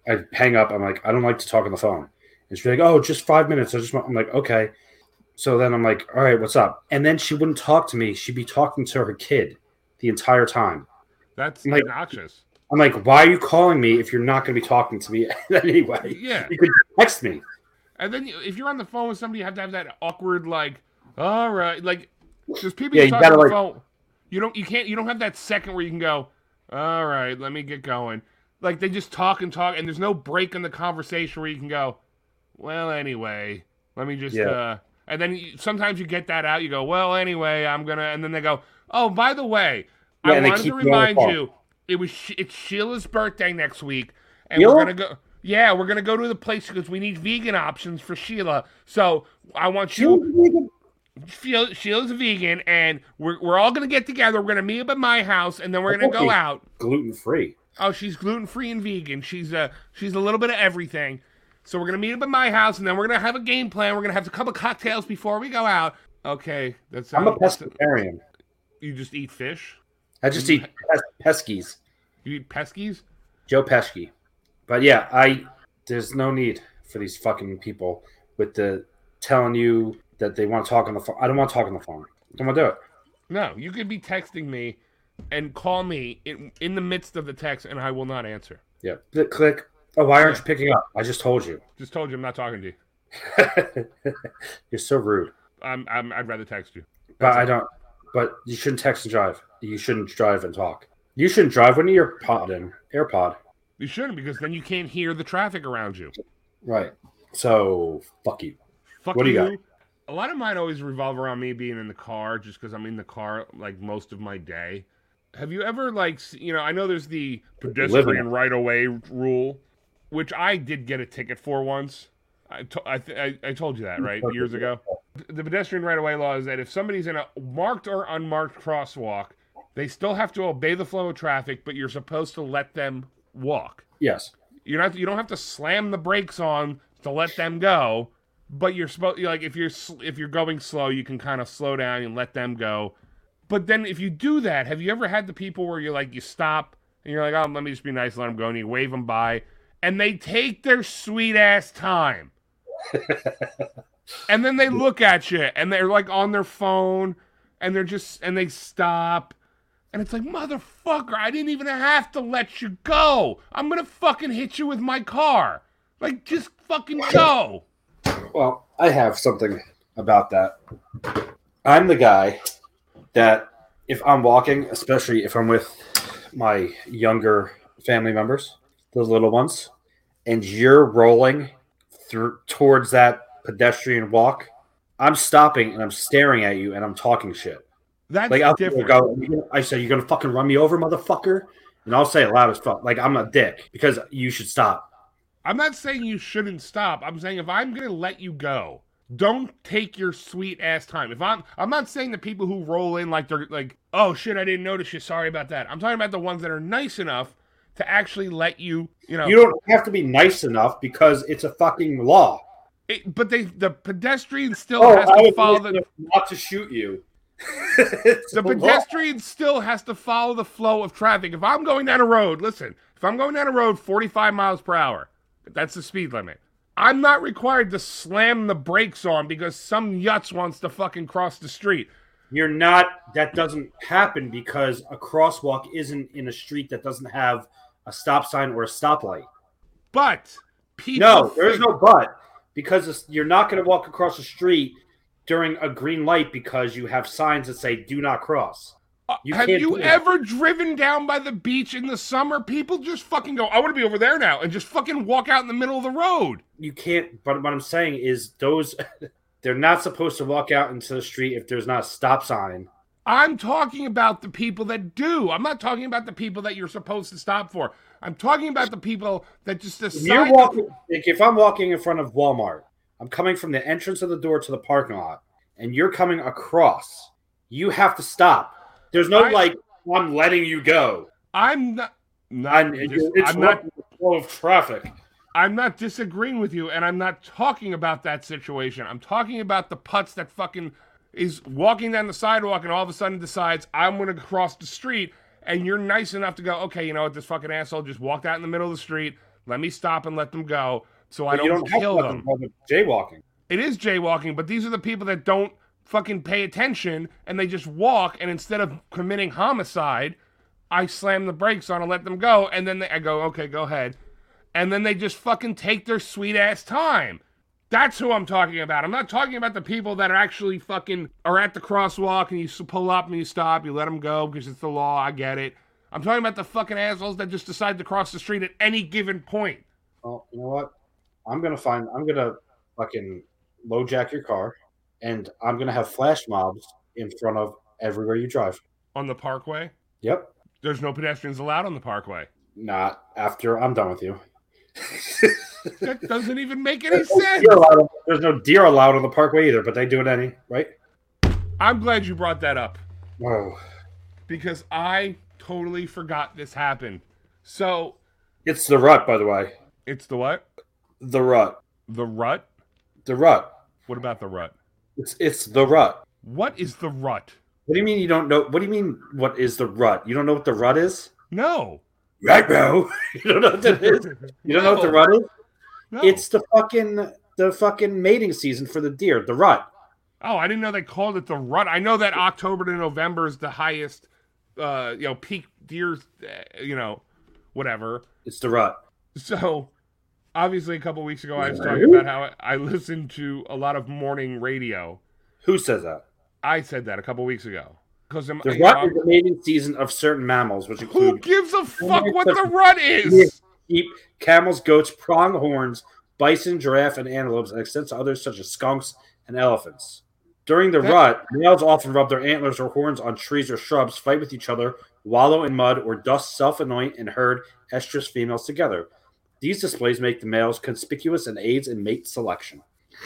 Speaker 3: I would hang up. I'm like, I don't like to talk on the phone. And she'd be like, "Oh, just five minutes." I just want. I'm like, "Okay." So then I'm like, "All right, what's up?" And then she wouldn't talk to me. She'd be talking to her kid the entire time.
Speaker 6: That's
Speaker 3: Like-
Speaker 6: obnoxious.
Speaker 3: I'm like, "Why are you calling me if you're not going to be talking to me anyway?
Speaker 6: Yeah.
Speaker 3: You could text me."
Speaker 6: And then you- if you're on the phone with somebody, you have to have that awkward like, all right, like just people
Speaker 3: Yeah,
Speaker 6: you
Speaker 3: you
Speaker 6: talk
Speaker 3: gotta,
Speaker 6: on the
Speaker 3: like-
Speaker 6: phone. You don't, you can't, you don't have that second where you can go, all right, let me get going. Like they just talk and talk, and there's no break in the conversation where you can go, well, anyway, let me just.
Speaker 3: Yeah.
Speaker 6: uh And then you, sometimes you get that out. You go, well, anyway, I'm gonna, and then they go, oh, by the way,
Speaker 3: Yeah,
Speaker 6: I
Speaker 3: and they
Speaker 6: wanted
Speaker 3: keep
Speaker 6: to
Speaker 3: you on the
Speaker 6: remind
Speaker 3: phone.
Speaker 6: you, it was Sh- it's Sheila's birthday next week, and
Speaker 3: Sheila?
Speaker 6: we're gonna go. Yeah, we're gonna go to the place because we need vegan options for Sheila. So I want you. Sheila, Sheila's a vegan, and we're we're all gonna get together. We're gonna meet up at my house, and then we're gonna go
Speaker 3: Okay.
Speaker 6: out.
Speaker 3: Gluten free.
Speaker 6: Oh, she's gluten free and vegan. She's a she's a little bit of everything. So we're gonna meet up at my house, and then we're gonna have a game plan. We're gonna have a couple cocktails before we go out. Okay, that's
Speaker 3: I'm a pescatarian.
Speaker 6: You just eat fish.
Speaker 3: I just eat pes- peskies.
Speaker 6: You eat peskies.
Speaker 3: Joe Pesky. But yeah, I there's no need for these fucking people with the telling you that they want to talk on the phone. I don't want to talk on the phone. Don't want to do it.
Speaker 6: No, you could be texting me and call me in, in the midst of the text, and I will not answer.
Speaker 3: Yeah. Click. click. Oh, why aren't you picking up? I just told you.
Speaker 6: Just told you I'm not talking to you.
Speaker 3: You're so rude.
Speaker 6: I'm, I'm, I'd rather text you.
Speaker 3: But I don't. But you shouldn't text and drive. You shouldn't drive and talk. You shouldn't drive when you're podding AirPod.
Speaker 6: You shouldn't because then you can't hear the traffic around you.
Speaker 3: Right. So fuck you.
Speaker 6: Fuck
Speaker 3: What do you got?
Speaker 6: A lot of mine always revolve around me being in the car, just because I'm in the car like most of my day. Have you ever like s- you know? I know there's the pedestrian
Speaker 3: it.
Speaker 6: right of way rule, which I did get a ticket for once. I to- I, th- I I told you that right years ago. The pedestrian right of way law is that if somebody's in a marked or unmarked crosswalk, they still have to obey the flow of traffic, but you're supposed to let them walk.
Speaker 3: Yes.
Speaker 6: You're not. You don't have to slam the brakes on to let them go. But you're supposed like if you're sl- if you're going slow, you can kind of slow down and let them go. But then if you do that, have you ever had the people where you're like you stop and you're like, oh, let me just be nice, let them go, and you wave them by, and they take their sweet ass time. and then they look at you and they're like on their phone and they're just and they stop and it's like, motherfucker, I didn't even have to let you go. I'm gonna fucking hit you with my car. Like, just fucking go.
Speaker 3: Well, I have something about that. I'm the guy that if I'm walking, especially if I'm with my younger family members, the little ones, and you're rolling through towards that pedestrian walk, I'm stopping and I'm staring at you and I'm talking shit.
Speaker 6: That's
Speaker 3: Like I'll
Speaker 6: different.
Speaker 3: go, I say, you're gonna fucking run me over, motherfucker, and I'll say it loud as fuck. Like I'm a dick because you should stop.
Speaker 6: I'm not saying you shouldn't stop. I'm saying if I'm gonna let you go, don't take your sweet ass time. If I'm, I'm not saying the people who roll in like they're like, oh shit, I didn't notice you. Sorry about that. I'm talking about the ones that are nice enough to actually let you, you know.
Speaker 3: You don't have to be nice enough because it's a fucking law.
Speaker 6: it- but they, the pedestrian still
Speaker 3: Oh,
Speaker 6: has
Speaker 3: I
Speaker 6: to
Speaker 3: was
Speaker 6: follow
Speaker 3: nice
Speaker 6: the.
Speaker 3: enough not to shoot you. It's
Speaker 6: the
Speaker 3: a law.
Speaker 6: pedestrian still has to follow the flow of traffic. If I'm going down a road, listen, if I'm going down a road 45 miles per hour, that's the speed limit. I'm not required to slam the brakes on because some yutz wants to fucking cross the street.
Speaker 3: You're not. That doesn't happen because a crosswalk isn't in a street that doesn't have a stop sign or a stoplight.
Speaker 6: But people,
Speaker 3: No, there is no but because it's, you're not going to walk across the street during a green light because you have signs that say "Do not cross." Uh, you
Speaker 6: have
Speaker 3: can't
Speaker 6: you
Speaker 3: do that.
Speaker 6: ever driven down by the beach in the summer? People just fucking go, I want to be over there now, and just fucking walk out in the middle of the road.
Speaker 3: You can't. But what I'm saying is those. They're not supposed to walk out into the street if there's not a stop sign.
Speaker 6: I'm talking about the people that do. I'm not talking about the people that you're supposed to stop for. I'm talking about the people that just
Speaker 3: If you're
Speaker 6: decide.
Speaker 3: walking, like if I'm walking in front of Walmart, I'm coming from the entrance of the door to the parking lot, and you're coming across. You have to stop. There's no
Speaker 6: I-
Speaker 3: like I'm letting you go.
Speaker 6: I'm not.
Speaker 3: I'm,
Speaker 6: Not, dis-
Speaker 3: it's
Speaker 6: I'm not.
Speaker 3: the flow of traffic.
Speaker 6: I'm not disagreeing with you, and I'm not talking about that situation. I'm talking about the putz that fucking is walking down the sidewalk and all of a sudden decides I'm gonna cross the street, and you're nice enough to go, okay, you know what, this fucking asshole just walked out in the middle of the street. Let me stop and let them go. so I
Speaker 3: you
Speaker 6: don't,
Speaker 3: don't have
Speaker 6: kill
Speaker 3: nothing
Speaker 6: them.
Speaker 3: called a jaywalking.
Speaker 6: It is jaywalking, but these are the people that don't fucking pay attention and they just walk. And instead of committing homicide, I slam the brakes on and let them go. And then they, I go, okay, go ahead. And then they just fucking take their sweet ass time. That's who I'm talking about. I'm not talking about the people that are actually fucking are at the crosswalk and you s- pull up and you stop, you let them go because it's the law. I get it. I'm talking about the fucking assholes that just decide to cross the street at any given point.
Speaker 3: Well, you know what? I'm gonna find. I'm gonna fucking lowjack your car, and I'm gonna have flash mobs in front of everywhere you drive.
Speaker 6: on the parkway.
Speaker 3: Yep.
Speaker 6: There's no pedestrians allowed on the parkway.
Speaker 3: Not after I'm done with you.
Speaker 6: That doesn't even make any
Speaker 3: No
Speaker 6: sense.
Speaker 3: deer allowed- There's no deer allowed on the parkway either, but they do it any right.
Speaker 6: I'm glad you brought that up
Speaker 3: Whoa.
Speaker 6: because I totally forgot this happened. So
Speaker 3: It's the rut, by the way.
Speaker 6: it's the what?
Speaker 3: The rut.
Speaker 6: The rut?
Speaker 3: The rut.
Speaker 6: What about the rut?
Speaker 3: It's it's the rut.
Speaker 6: What is the rut?
Speaker 3: What do you mean you don't know? What do you mean? What is the rut? You don't know what the rut is?
Speaker 6: No.
Speaker 3: Right, bro. you don't know what that is. You don't know what the
Speaker 6: No.
Speaker 3: rut is?
Speaker 6: No.
Speaker 3: It's the fucking the fucking mating season for the deer. The rut.
Speaker 6: Oh, I didn't know they called it the rut. I know that October to November is the highest uh you know peak deer uh, you know whatever.
Speaker 3: It's the rut.
Speaker 6: So, obviously, a couple weeks ago, I was talking about how I listened to a lot of morning radio.
Speaker 3: Who says that?
Speaker 6: I said that a couple weeks ago because I'm.
Speaker 3: The
Speaker 6: you know,
Speaker 3: rut
Speaker 6: I'm-
Speaker 3: is the mating season of certain mammals, which
Speaker 6: who
Speaker 3: include
Speaker 6: gives a fuck
Speaker 3: it's
Speaker 6: what
Speaker 3: a-
Speaker 6: the rut is?
Speaker 3: sheep, camels, goats, pronghorns, bison, giraffe, and antelopes, and extends to others such as skunks and elephants. During the
Speaker 6: That-
Speaker 3: rut, males often rub their antlers or horns on trees or shrubs, fight with each other, wallow in mud, or dust self anoint and herd estrous females together. These displays make the males conspicuous and aids in mate selection.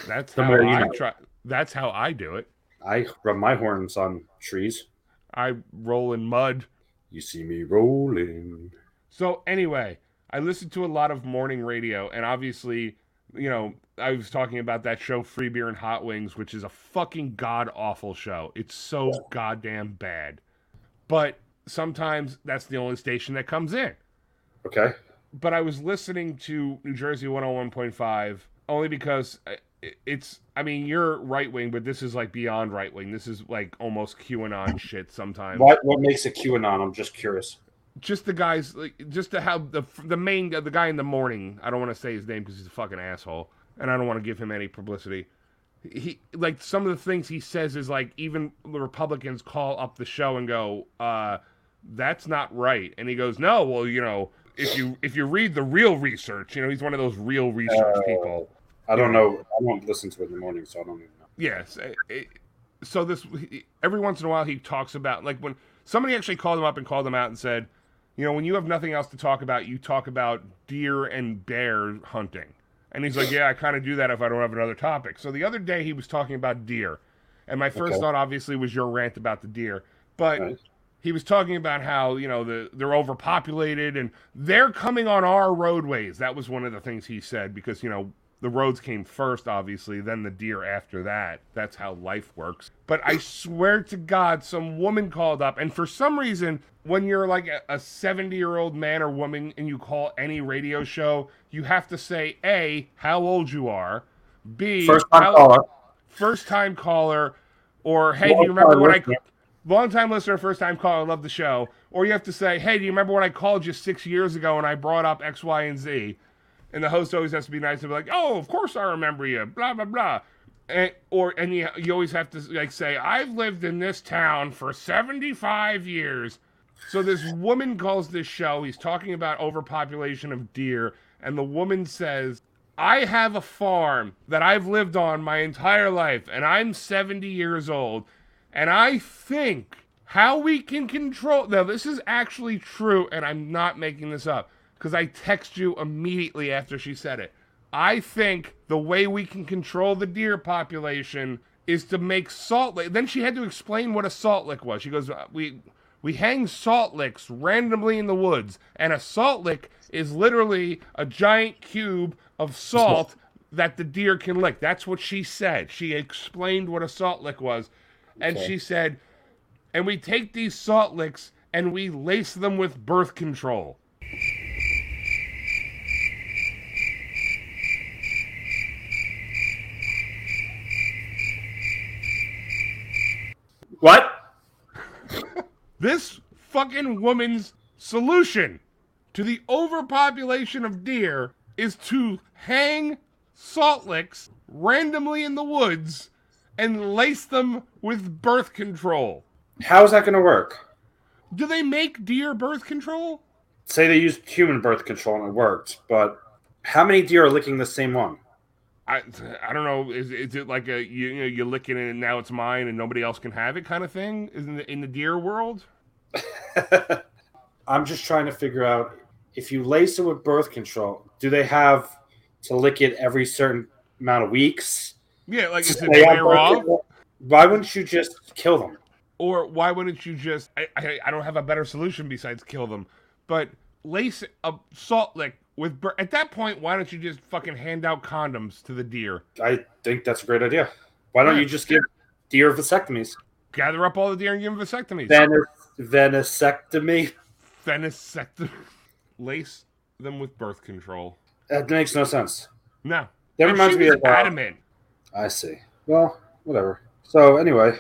Speaker 6: That's
Speaker 3: The
Speaker 6: how
Speaker 3: more you
Speaker 6: I
Speaker 3: know.
Speaker 6: try. That's how I do it.
Speaker 3: I rub my horns on trees.
Speaker 6: I roll in mud.
Speaker 3: You see me rolling.
Speaker 6: So anyway, I listened to a lot of morning radio, and obviously, you know, I was talking about that show Free Beer and Hot Wings, which is a fucking god awful show. It's so goddamn bad. But sometimes that's the only station that comes in.
Speaker 3: Okay.
Speaker 6: But I was listening to New Jersey 101.5 only because uh, I- it- it's I mean, you're right wing, but this is like beyond right wing. This is like almost QAnon shit sometimes
Speaker 3: What what makes a QAnon? I'm just curious.
Speaker 6: just the guys, like, just to have the the main the guy in the morning. I don't want to say his name because he's a fucking asshole, and I don't want to give him any publicity. He like some of the things he says is like even the Republicans call up the show and go, uh, "That's not right," and he goes, "No, well, you know, if you if you read the real research, you know, he's one of those real research
Speaker 3: Uh,
Speaker 6: people."
Speaker 3: I don't know. I don't listen to it in the morning, so I don't even know.
Speaker 6: Yes. eh, eh, So this he- every once in a while he talks about like when somebody actually called him up and called him out and said, you know, when you have nothing else to talk about, you talk about deer and bear hunting. And he's like, yeah, I kind of do that if I don't have another topic. So the other day he was talking about deer, and my first
Speaker 3: Okay.
Speaker 6: thought obviously was your rant about the deer, but
Speaker 3: Right.
Speaker 6: he was talking about how you know the, they're overpopulated and they're coming on our roadways that was one of the things he said because you know the roads came first obviously then the deer after that that's how life works but i swear to god some woman called up and for some reason when you're like a- a 70 year old man or woman and you call any radio show you have to say a how old you are b
Speaker 3: First time
Speaker 6: how-
Speaker 3: caller.
Speaker 6: first time caller, or hey, do you
Speaker 3: Long-time
Speaker 6: remember when I
Speaker 3: listener.
Speaker 6: long time listener, first time caller, love the show, or you have to say, hey, do you remember when I called you six years ago and I brought up X, Y, and Z, and the host always has to be nice and be like, oh, of course I remember you, blah blah blah. And, or and you, you always have to like say I've lived in this town for 75 years so this woman calls this show. He's talking about overpopulation of deer, and the woman says, "I have a farm that I've lived on my entire life, and I'm 70 years old, and I think how we can control." Now this is actually true, and I'm not making this up because I text you immediately after she said it. I think the way we can control the deer population is to make salt lick. Then she had to explain what a salt lick was. She goes, "Uh, "We we hang salt licks randomly in the woods, and a salt lick is literally a giant cube of salt that the deer can lick." That's what she said. She explained what a salt lick was, and she said, "And we take these salt licks and we lace them with birth control."
Speaker 3: What?
Speaker 6: This fucking woman's solution to the overpopulation of deer is to hang salt licks randomly in the woods and lace them with birth control.
Speaker 3: How is that going to work?
Speaker 6: Do they make deer birth control?
Speaker 3: Say they used human birth control and it worked, but how many deer are licking the same one?
Speaker 6: I, I don't know. Is, is it like a you, you know you're licking it and now it's mine and nobody else can have it kind of thing? Is in the, in the deer world?
Speaker 3: I'm just trying to figure out if you lace it with birth control, do they have to lick it every certain amount of weeks?
Speaker 6: Yeah, like is it
Speaker 3: They have
Speaker 6: wear
Speaker 3: birth
Speaker 6: off?
Speaker 3: control? Why wouldn't you just kill them?
Speaker 6: Or why wouldn't you just? I, I I don't have a better solution besides kill them. But lace a salt lick with bir- at that point, why don't you just fucking hand out condoms to the deer?
Speaker 3: I think that's a great idea. Why don't you just give deer vasectomies?
Speaker 6: Gather up all the deer and give them vasectomies.
Speaker 3: Ven- venisectomy?
Speaker 6: Venisectomy. Lace them with birth control.
Speaker 3: That makes no sense.
Speaker 6: No,
Speaker 3: That
Speaker 6: And
Speaker 3: reminds
Speaker 6: she
Speaker 3: me
Speaker 6: was
Speaker 3: of uh,
Speaker 6: adamant.
Speaker 3: I see. Well, whatever. So anyway,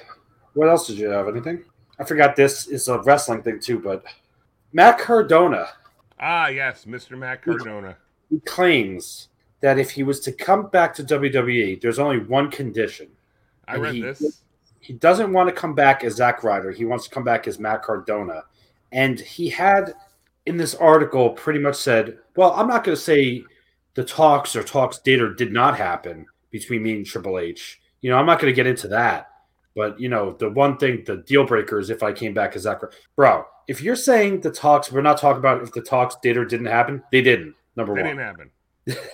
Speaker 3: what else did you have? Anything? I forgot this is a wrestling thing too, but Matt Cardona
Speaker 6: Ah, yes, Mr. Matt Cardona.
Speaker 3: he claims that if he was to come back to WWE, there's only one condition.
Speaker 6: I
Speaker 3: And
Speaker 6: read
Speaker 3: he-
Speaker 6: this.
Speaker 3: He doesn't want to come back as Zack Ryder. He wants to come back as Matt Cardona. And he had in this article pretty much said, well, I'm not going to say the talks or talks did or did not happen between me and Triple H. You know, I'm not going to get into that. But, you know, the one thing, the deal breaker is if I came back as Zack Ryder. Bro, if you're saying the talks, we're not talking about if the talks did or didn't happen, they didn't. Number
Speaker 6: That
Speaker 3: one.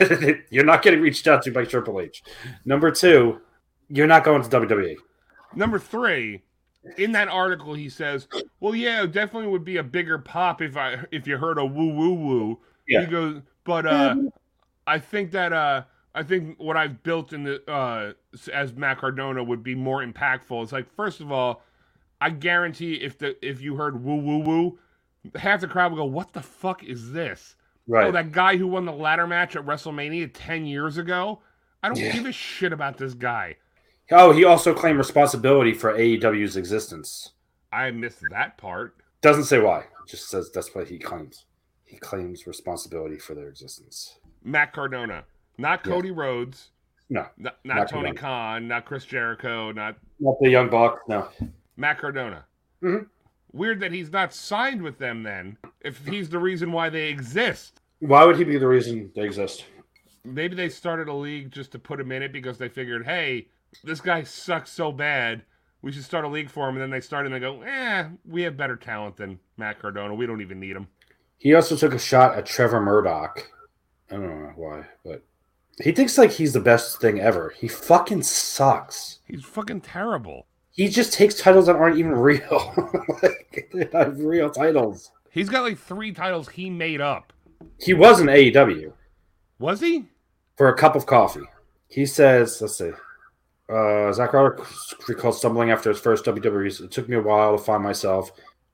Speaker 6: didn't happen.
Speaker 3: you're not getting reached out to by Triple H. Number two, you're not going to E. WWE.
Speaker 6: Number three, in that article, he says, "Well, yeah, it definitely would be a bigger pop if I if you heard a woo woo woo."
Speaker 3: Yeah.
Speaker 6: He goes, "But uh, I think that uh, I think what I've built in the uh s- as Matt Cardona would be more impactful." It's like, first of all, I guarantee if the if you heard woo woo woo, half the crowd would go, "What the fuck is this?"
Speaker 3: Right.
Speaker 6: Oh, that guy who won the ladder match at WrestleMania ten years ago. I don't give a shit about this guy.
Speaker 3: Oh, he also claimed responsibility for AEW's existence.
Speaker 6: I missed that part.
Speaker 3: Doesn't say why. Just says that's what he claims. He claims responsibility for their existence.
Speaker 6: Matt Cardona, not Cody Rhodes,
Speaker 3: No,
Speaker 6: not, not
Speaker 3: Matt
Speaker 6: Tony
Speaker 3: Cardona.
Speaker 6: Khan, not Chris Jericho, not
Speaker 3: not the Young Buck. No,
Speaker 6: Matt Cardona.
Speaker 3: Mhm.
Speaker 6: Weird that he's not signed with them then. If he's the reason why they exist,
Speaker 3: why would he be the reason they exist?
Speaker 6: maybe they started a league just to put him in it because they figured, hey, this guy sucks so bad. We should start a league for him. And then they start and they go, eh, we have better talent than Matt Cardona. We don't even need him.
Speaker 3: He also took a shot at Trevor Murdoch. I don't know why, but he thinks like he's the best thing ever. He fucking sucks.
Speaker 6: He's fucking terrible.
Speaker 3: He just takes titles that aren't even real. like, they're not real titles.
Speaker 6: He's got like three titles he made up.
Speaker 3: He was E in AEW
Speaker 6: Was he?
Speaker 3: for a cup of coffee. He says, let's see. Uh, Zach Ryder recalled stumbling after his first WWE. It took me a while to find myself.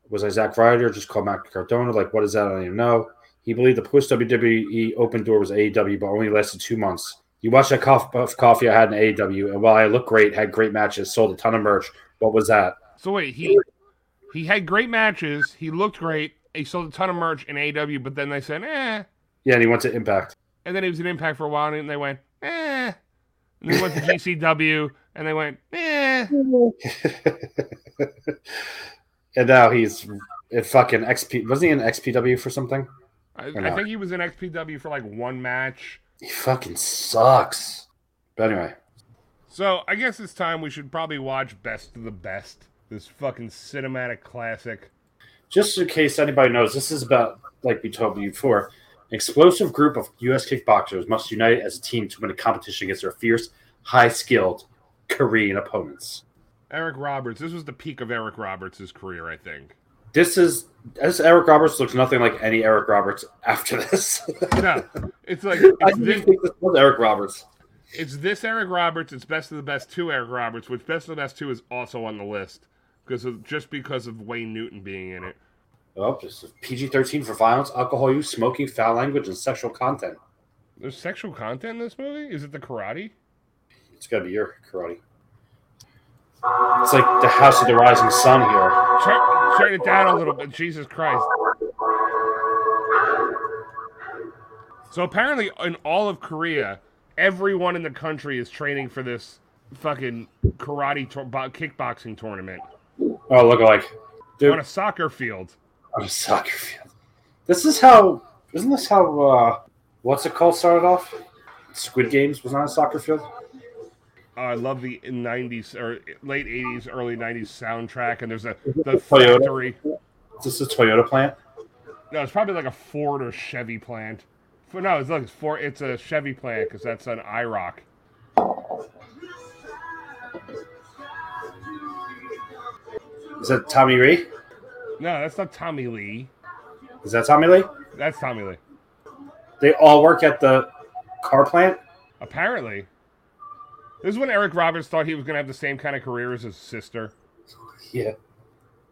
Speaker 3: Was I Zach Ryder? Just called Matt Cardona? Like, what is that? I don't even know. He believed the post WWE open door was AEW, but only lasted two months. You watched that cup of coffee I had in AEW, and while I looked great, had great matches, sold a ton of merch. What was that?
Speaker 6: So wait, he he had great matches. He looked great. He sold a ton of merch in AW, but then they said, eh.
Speaker 3: Yeah, and he went to Impact.
Speaker 6: And then he was in Impact for a while, and they went, eh. And then he went to GCW, and they went, eh.
Speaker 3: and now he's at fucking XP. Wasn't he in XPW for something?
Speaker 6: I,
Speaker 3: not.
Speaker 6: I think he was in XPW for like one match.
Speaker 3: He fucking sucks. But anyway,
Speaker 6: So I guess it's time we should probably watch Best of the Best, this fucking cinematic classic.
Speaker 3: just in case anybody knows, this is about like we told you before. An explosive group of U.S. kickboxers must unite as a team to win a competition against their fierce, high-skilled Korean opponents.
Speaker 6: Eric Roberts. This was the peak of Eric Roberts' career, I think.
Speaker 3: This is this Eric Roberts looks nothing like any Eric Roberts after this.
Speaker 6: No, it's like
Speaker 3: I
Speaker 6: it's
Speaker 3: didn't
Speaker 6: this,
Speaker 3: think this was Eric Roberts.
Speaker 6: It's this Eric Roberts. It's Best of the Best Two Eric Roberts, which Best of the Best Two is also on the list because of, just because of Wayne Newton being in it.
Speaker 3: Oh, this is PG-13 for violence, alcohol use, smoking, foul language, and sexual content.
Speaker 6: There's sexual content in this movie. Is it the karate?
Speaker 3: It's got to be your karate. It's like the House of the Rising Sun here.
Speaker 6: Turn, turn it down a little bit. Jesus Christ. So apparently, in all of Korea, everyone in the country is training for this fucking karate tor- bo- kickboxing tournament
Speaker 3: Oh, look like
Speaker 6: on
Speaker 3: dude
Speaker 6: a soccer field.
Speaker 3: on a soccer field. This is how. Isn't this how? uh What's it called? Started off. Squid Games was on a soccer field.
Speaker 6: Oh, I love the '90s or late '80s, early '90s soundtrack, and there's a the
Speaker 3: Toyota?
Speaker 6: factory.
Speaker 3: This is a Toyota plant.
Speaker 6: No, it's probably like a Ford or Chevy plant. For, no, it's look, it's Ford. It's a Chevy plant because that's an IROC.
Speaker 3: Is that Tommy Lee?
Speaker 6: No, that's not Tommy Lee.
Speaker 3: Is that Tommy Lee?
Speaker 6: That's Tommy Lee.
Speaker 3: They all work at the car plant.
Speaker 6: Apparently, this is when Eric Roberts thought he was going to have the same kind of career as his sister.
Speaker 3: Yeah.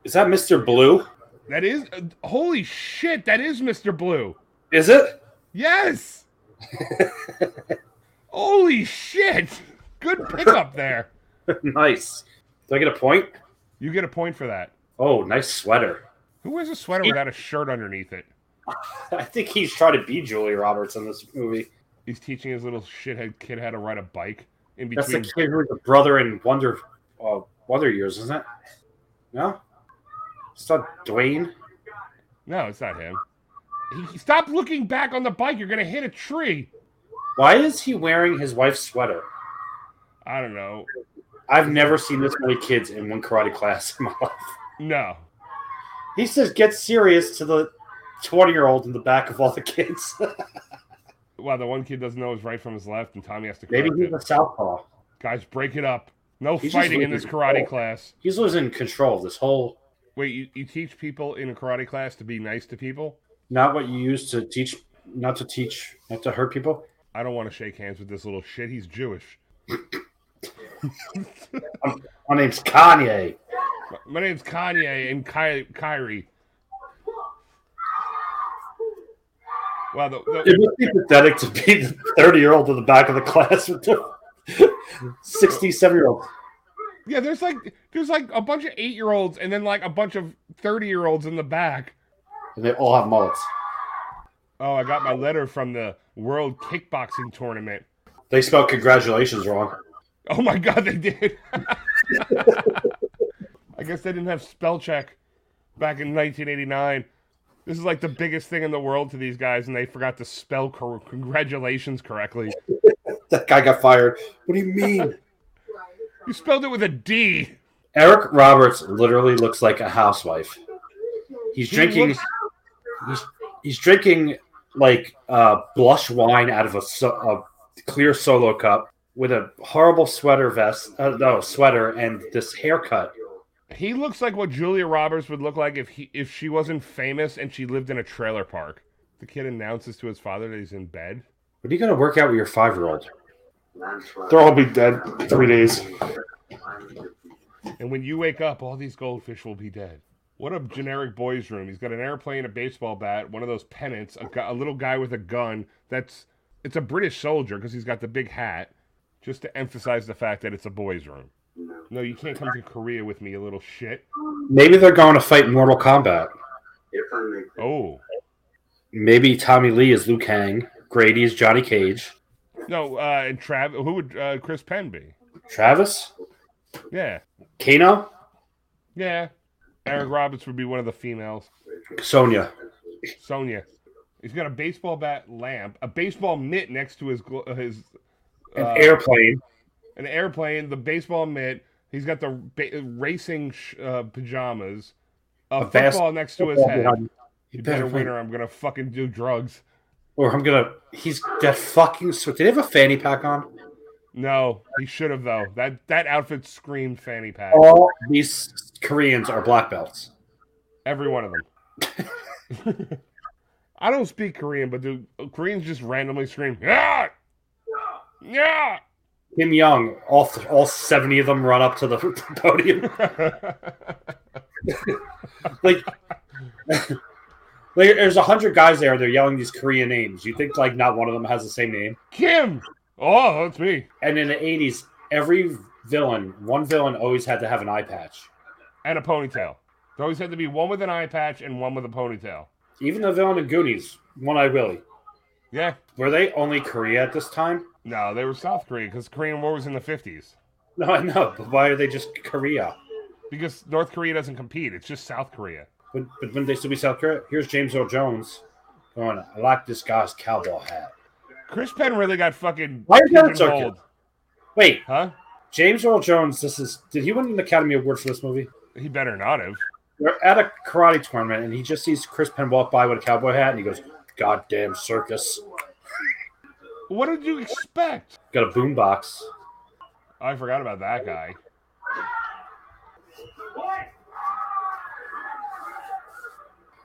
Speaker 3: Is that Mr. Blue?
Speaker 6: That is, uh, holy shit, that is Mr. Blue.
Speaker 3: Is it?
Speaker 6: Yes. holy shit. Good pickup there.
Speaker 3: nice. Do I get a point?
Speaker 6: You get a point for that.
Speaker 3: Oh, nice sweater.
Speaker 6: Who wears a sweater without a shirt underneath it?
Speaker 3: I think he's trying to be Julie Roberts in this movie.
Speaker 6: He's teaching his little shithead kid how to ride a bike in
Speaker 3: That's the
Speaker 6: between.
Speaker 3: kid who was the brother in Wonder uh, Wonder Years, isn't it? No? It's not Dwayne.
Speaker 6: No, it's not him. He, stop looking back on the bike. You're going to hit a tree.
Speaker 3: Why is he wearing his wife's sweater?
Speaker 6: I don't know.
Speaker 3: I've never seen this many kids in one karate class in my life.
Speaker 6: No.
Speaker 3: He says, "Get serious" to the twenty-year-old in the back of all the kids.
Speaker 6: Wow, the one kid doesn't know his right from his left, and Tommy has to
Speaker 3: Maybe
Speaker 6: correct
Speaker 3: he's
Speaker 6: it.
Speaker 3: a southpaw.
Speaker 6: Guys, break it up. No
Speaker 3: He's just
Speaker 6: fighting in this
Speaker 3: losing
Speaker 6: karate
Speaker 3: control.
Speaker 6: class.
Speaker 3: He's losing control. of This whole
Speaker 6: Wait, you, you teach people in a karate class to be nice to people?
Speaker 3: not what you use to teach, not to teach, not to hurt people.
Speaker 6: I don't want to shake hands with this little shit. He's Jewish.
Speaker 3: My name's Kanye.
Speaker 6: My- My name's Kanye and Ky- Kyrie. Wow, the, the,
Speaker 3: It would be pathetic to be the thirty-year-old in the back of the class with the sixty-seven-year-old.
Speaker 6: yeah, there's like there's like a bunch of eight year olds and then like a bunch of thirty year olds in the back.
Speaker 3: And they all have mullets.
Speaker 6: Oh, I got my letter from the World Kickboxing Tournament.
Speaker 3: They spell congratulations wrong.
Speaker 6: Oh my god, they did. I guess they didn't have spell check back in 1989. This is like the biggest thing in the world to these guys, and they forgot to spell cor- congratulations correctly.
Speaker 3: That guy got fired. What do you mean?
Speaker 6: You spelled it with a D.
Speaker 3: Eric Roberts literally looks like a housewife. He's
Speaker 6: He
Speaker 3: drinking.
Speaker 6: looks-
Speaker 3: he's, he's drinking like uh, blush wine out of a, so- a clear solo cup with a horrible sweater vest. Uh, no sweater and this haircut.
Speaker 6: He looks like what Julia Roberts would look like if he if she wasn't famous and she lived in a trailer park. The kid announces to his father that he's in bed.
Speaker 3: What are you gonna work out with your five year old? They'll all be dead in three days.
Speaker 6: And when you wake up, all these goldfish will be dead. What a generic boys' room. He's got an airplane, a baseball bat, one of those pennants, a, gu- a little guy with a gun. That's it's a British soldier because he's got the big hat, just to emphasize the fact that it's a boys' room. No, you can't come to Korea with me, you little shit.
Speaker 3: Maybe they're going to fight in Mortal Kombat.
Speaker 6: Oh
Speaker 3: Maybe Tommy Lee is Liu Kang. Grady is Johnny Cage.
Speaker 6: no, uh, and Trav, who would uh, Chris Penn be?
Speaker 3: Travis,
Speaker 6: Yeah,
Speaker 3: Kano,
Speaker 6: yeah. Eric Roberts would be one of the females.
Speaker 3: Sonya.
Speaker 6: Sonia. He's got a baseball bat lamp, a baseball mitt next to his gl- uh, his
Speaker 3: An
Speaker 6: uh,
Speaker 3: airplane.
Speaker 6: an airplane, the baseball mitt. He's got the ba- racing sh- uh, pajamas, a,
Speaker 3: A bas-
Speaker 6: football next to his head.
Speaker 3: You
Speaker 6: You better win, or I'm gonna fucking do drugs.
Speaker 3: Or I'm gonna. He's that fucking. So did he have a fanny pack on?
Speaker 6: No, he should have though. That that outfit screamed fanny pack.
Speaker 3: All these Koreans are black belts.
Speaker 6: Every one of them. I don't speak Korean, but do Koreans just randomly scream? Yeah, yeah.
Speaker 3: Kim Young. All all seventy of them run up to the podium. Like, like there's a hundred guys there. They're yelling these Korean names. You think like not one of them has the same name?
Speaker 6: Kim. Oh, that's me.
Speaker 3: And in the '80s, every villain, one villain always had to have an eye patch.
Speaker 6: and a ponytail. There always had to be one with an eye patch and one with a ponytail.
Speaker 3: Even the villain in Goonies, One Eye Willie.
Speaker 6: Yeah.
Speaker 3: Were they only Korea at this time?
Speaker 6: No, they were South Korea because Korean War was in the 50s.
Speaker 3: No, I know, but why are they just Korea?
Speaker 6: Because North Korea doesn't compete. It's just South Korea.
Speaker 3: But, but wouldn't they still be South Korea? Here's James Earl Jones going, I like this guy's cowboy hat.
Speaker 6: Chris Penn really got fucking
Speaker 3: Why is that
Speaker 6: pigeonholed,
Speaker 3: circular? Wait,
Speaker 6: Huh?
Speaker 3: James Earl Jones, this is did he win an Academy Award for this movie?
Speaker 6: He better not have.
Speaker 3: They're at a karate tournament and he just sees Chris Penn walk by with a cowboy hat and he goes, Goddamn circus.
Speaker 6: What did you expect?
Speaker 3: Got a boombox.
Speaker 6: I forgot about that guy.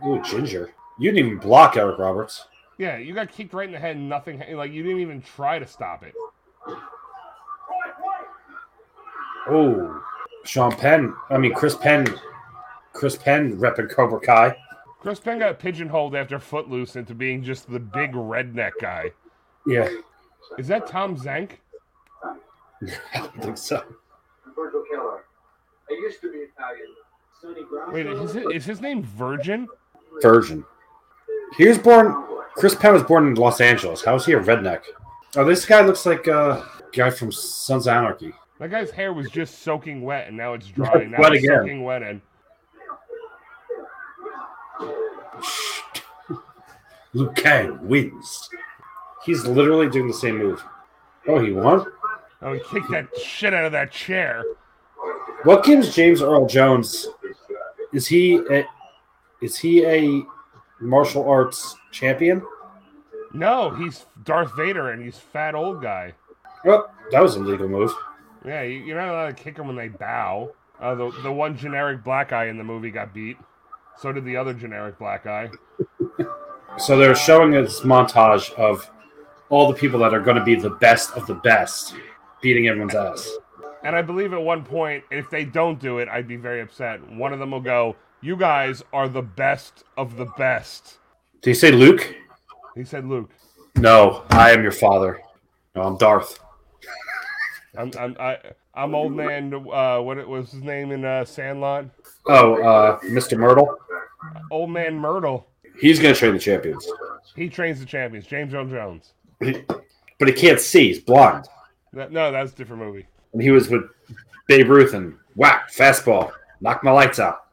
Speaker 3: Ooh, Ginger. You didn't even block Eric Roberts.
Speaker 6: Yeah, you got kicked right in the head and nothing. Like, you didn't even try to stop it.
Speaker 3: Oh, Sean Penn. I mean, Chris Penn. Chris Penn repping Cobra Kai.
Speaker 6: Chris Penn got pigeonholed after Footloose into being just the big redneck guy.
Speaker 3: Yeah,
Speaker 6: Is that Tom Zank?
Speaker 3: I don't think so.
Speaker 9: Virgil Keller. I used to be Italian. Sonny Groucho.
Speaker 6: Wait, is his, is his name Virgin?
Speaker 3: Version. He was born. Chris Penn was born in Los Angeles. How is he a redneck? Oh, this guy looks like a guy from Sons of Anarchy.
Speaker 6: That guy's hair was just soaking wet, and now it's dry. Now
Speaker 3: Wet
Speaker 6: it's
Speaker 3: again.
Speaker 6: soaking wet, and
Speaker 3: Liu Kang wins. He's literally doing the same move. Oh, he won.
Speaker 6: oh, he kicked that shit out of that chair.
Speaker 3: What gives James Earl Jones? Is he a, is he a martial arts champion?
Speaker 6: No, he's Darth Vader, and he's fat old guy.
Speaker 3: Oh, that was a legal move.
Speaker 6: Yeah, you, you're not allowed to kick them when they bow. Uh, the the one generic black guy in the movie got beat. So did the other generic black guy.
Speaker 3: So they're showing this montage of all the people that are going to be the best of the best beating everyone's ass.
Speaker 6: And I believe at one point, if they don't do it, I'd be very upset. One of them will go, "You guys are the best of the best."
Speaker 3: Did he say Luke?
Speaker 6: He said, "Luke,
Speaker 3: No, I am your father. No, I'm Darth.
Speaker 6: I'm I'm I, I'm old man. Uh, what it was his name in uh, Sandlot?
Speaker 3: Oh, uh, Mr. Myrtle.
Speaker 6: Old man Myrtle.
Speaker 3: He's going to train the champions,
Speaker 6: He trains the champions. James Earl Jones.
Speaker 3: but he can't see. He's blind.
Speaker 6: That, no, that's a different movie.
Speaker 3: And he was with Babe Ruth and whack fastball, knock my lights out.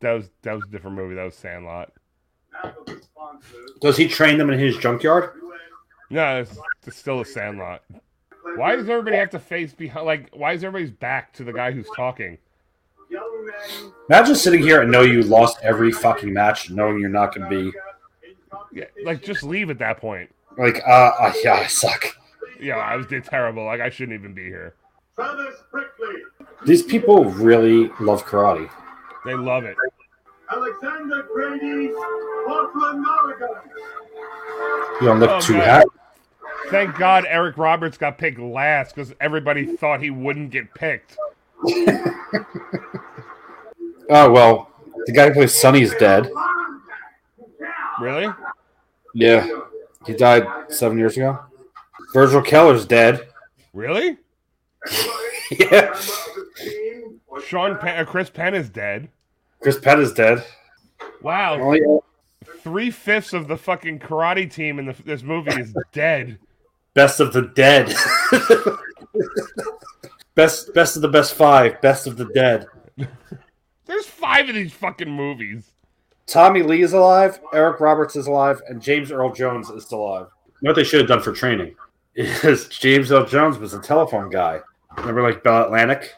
Speaker 6: That was that was a different movie. That was Sandlot.
Speaker 3: Does he train them in his junkyard?
Speaker 6: No, it's, it's still a Sandlot. Why does everybody have to face behind? Like, why is everybody's back to the guy who's talking?
Speaker 3: Imagine sitting here and know you lost every fucking match, knowing you're not going to be
Speaker 6: Yeah, like just leave at that point.
Speaker 3: like, uh, uh yeah, I suck.
Speaker 6: Yeah, I was did terrible. Like I shouldn't even be here.
Speaker 9: Travis Brickley.
Speaker 3: These people really love karate.
Speaker 6: They love it.
Speaker 9: Alexander Grady. Portland, Oregon.
Speaker 3: You don't look
Speaker 6: Oh,
Speaker 3: too
Speaker 6: God.
Speaker 3: happy.
Speaker 6: Thank God Eric Roberts got picked last because everybody thought he wouldn't get picked.
Speaker 3: Oh well, the guy who plays Sonny is dead.
Speaker 6: Really?
Speaker 3: Yeah, he died seven years ago. Virgil Keller's dead.
Speaker 6: Really?
Speaker 3: yeah,
Speaker 6: Sean Penn, uh, Chris Penn is dead.
Speaker 3: Chris Pett is dead.
Speaker 6: Wow,
Speaker 3: Only
Speaker 6: three fifths of the fucking karate team in the, this movie is dead.
Speaker 3: best of the dead. best, best of the best five. Best of the dead.
Speaker 6: There's five of these fucking movies.
Speaker 3: Tommy Lee is alive. Eric Roberts is alive, and James Earl Jones is still alive. You know what they should have done for training is James Earl Jones was a telephone guy. Remember, like Bell Atlantic.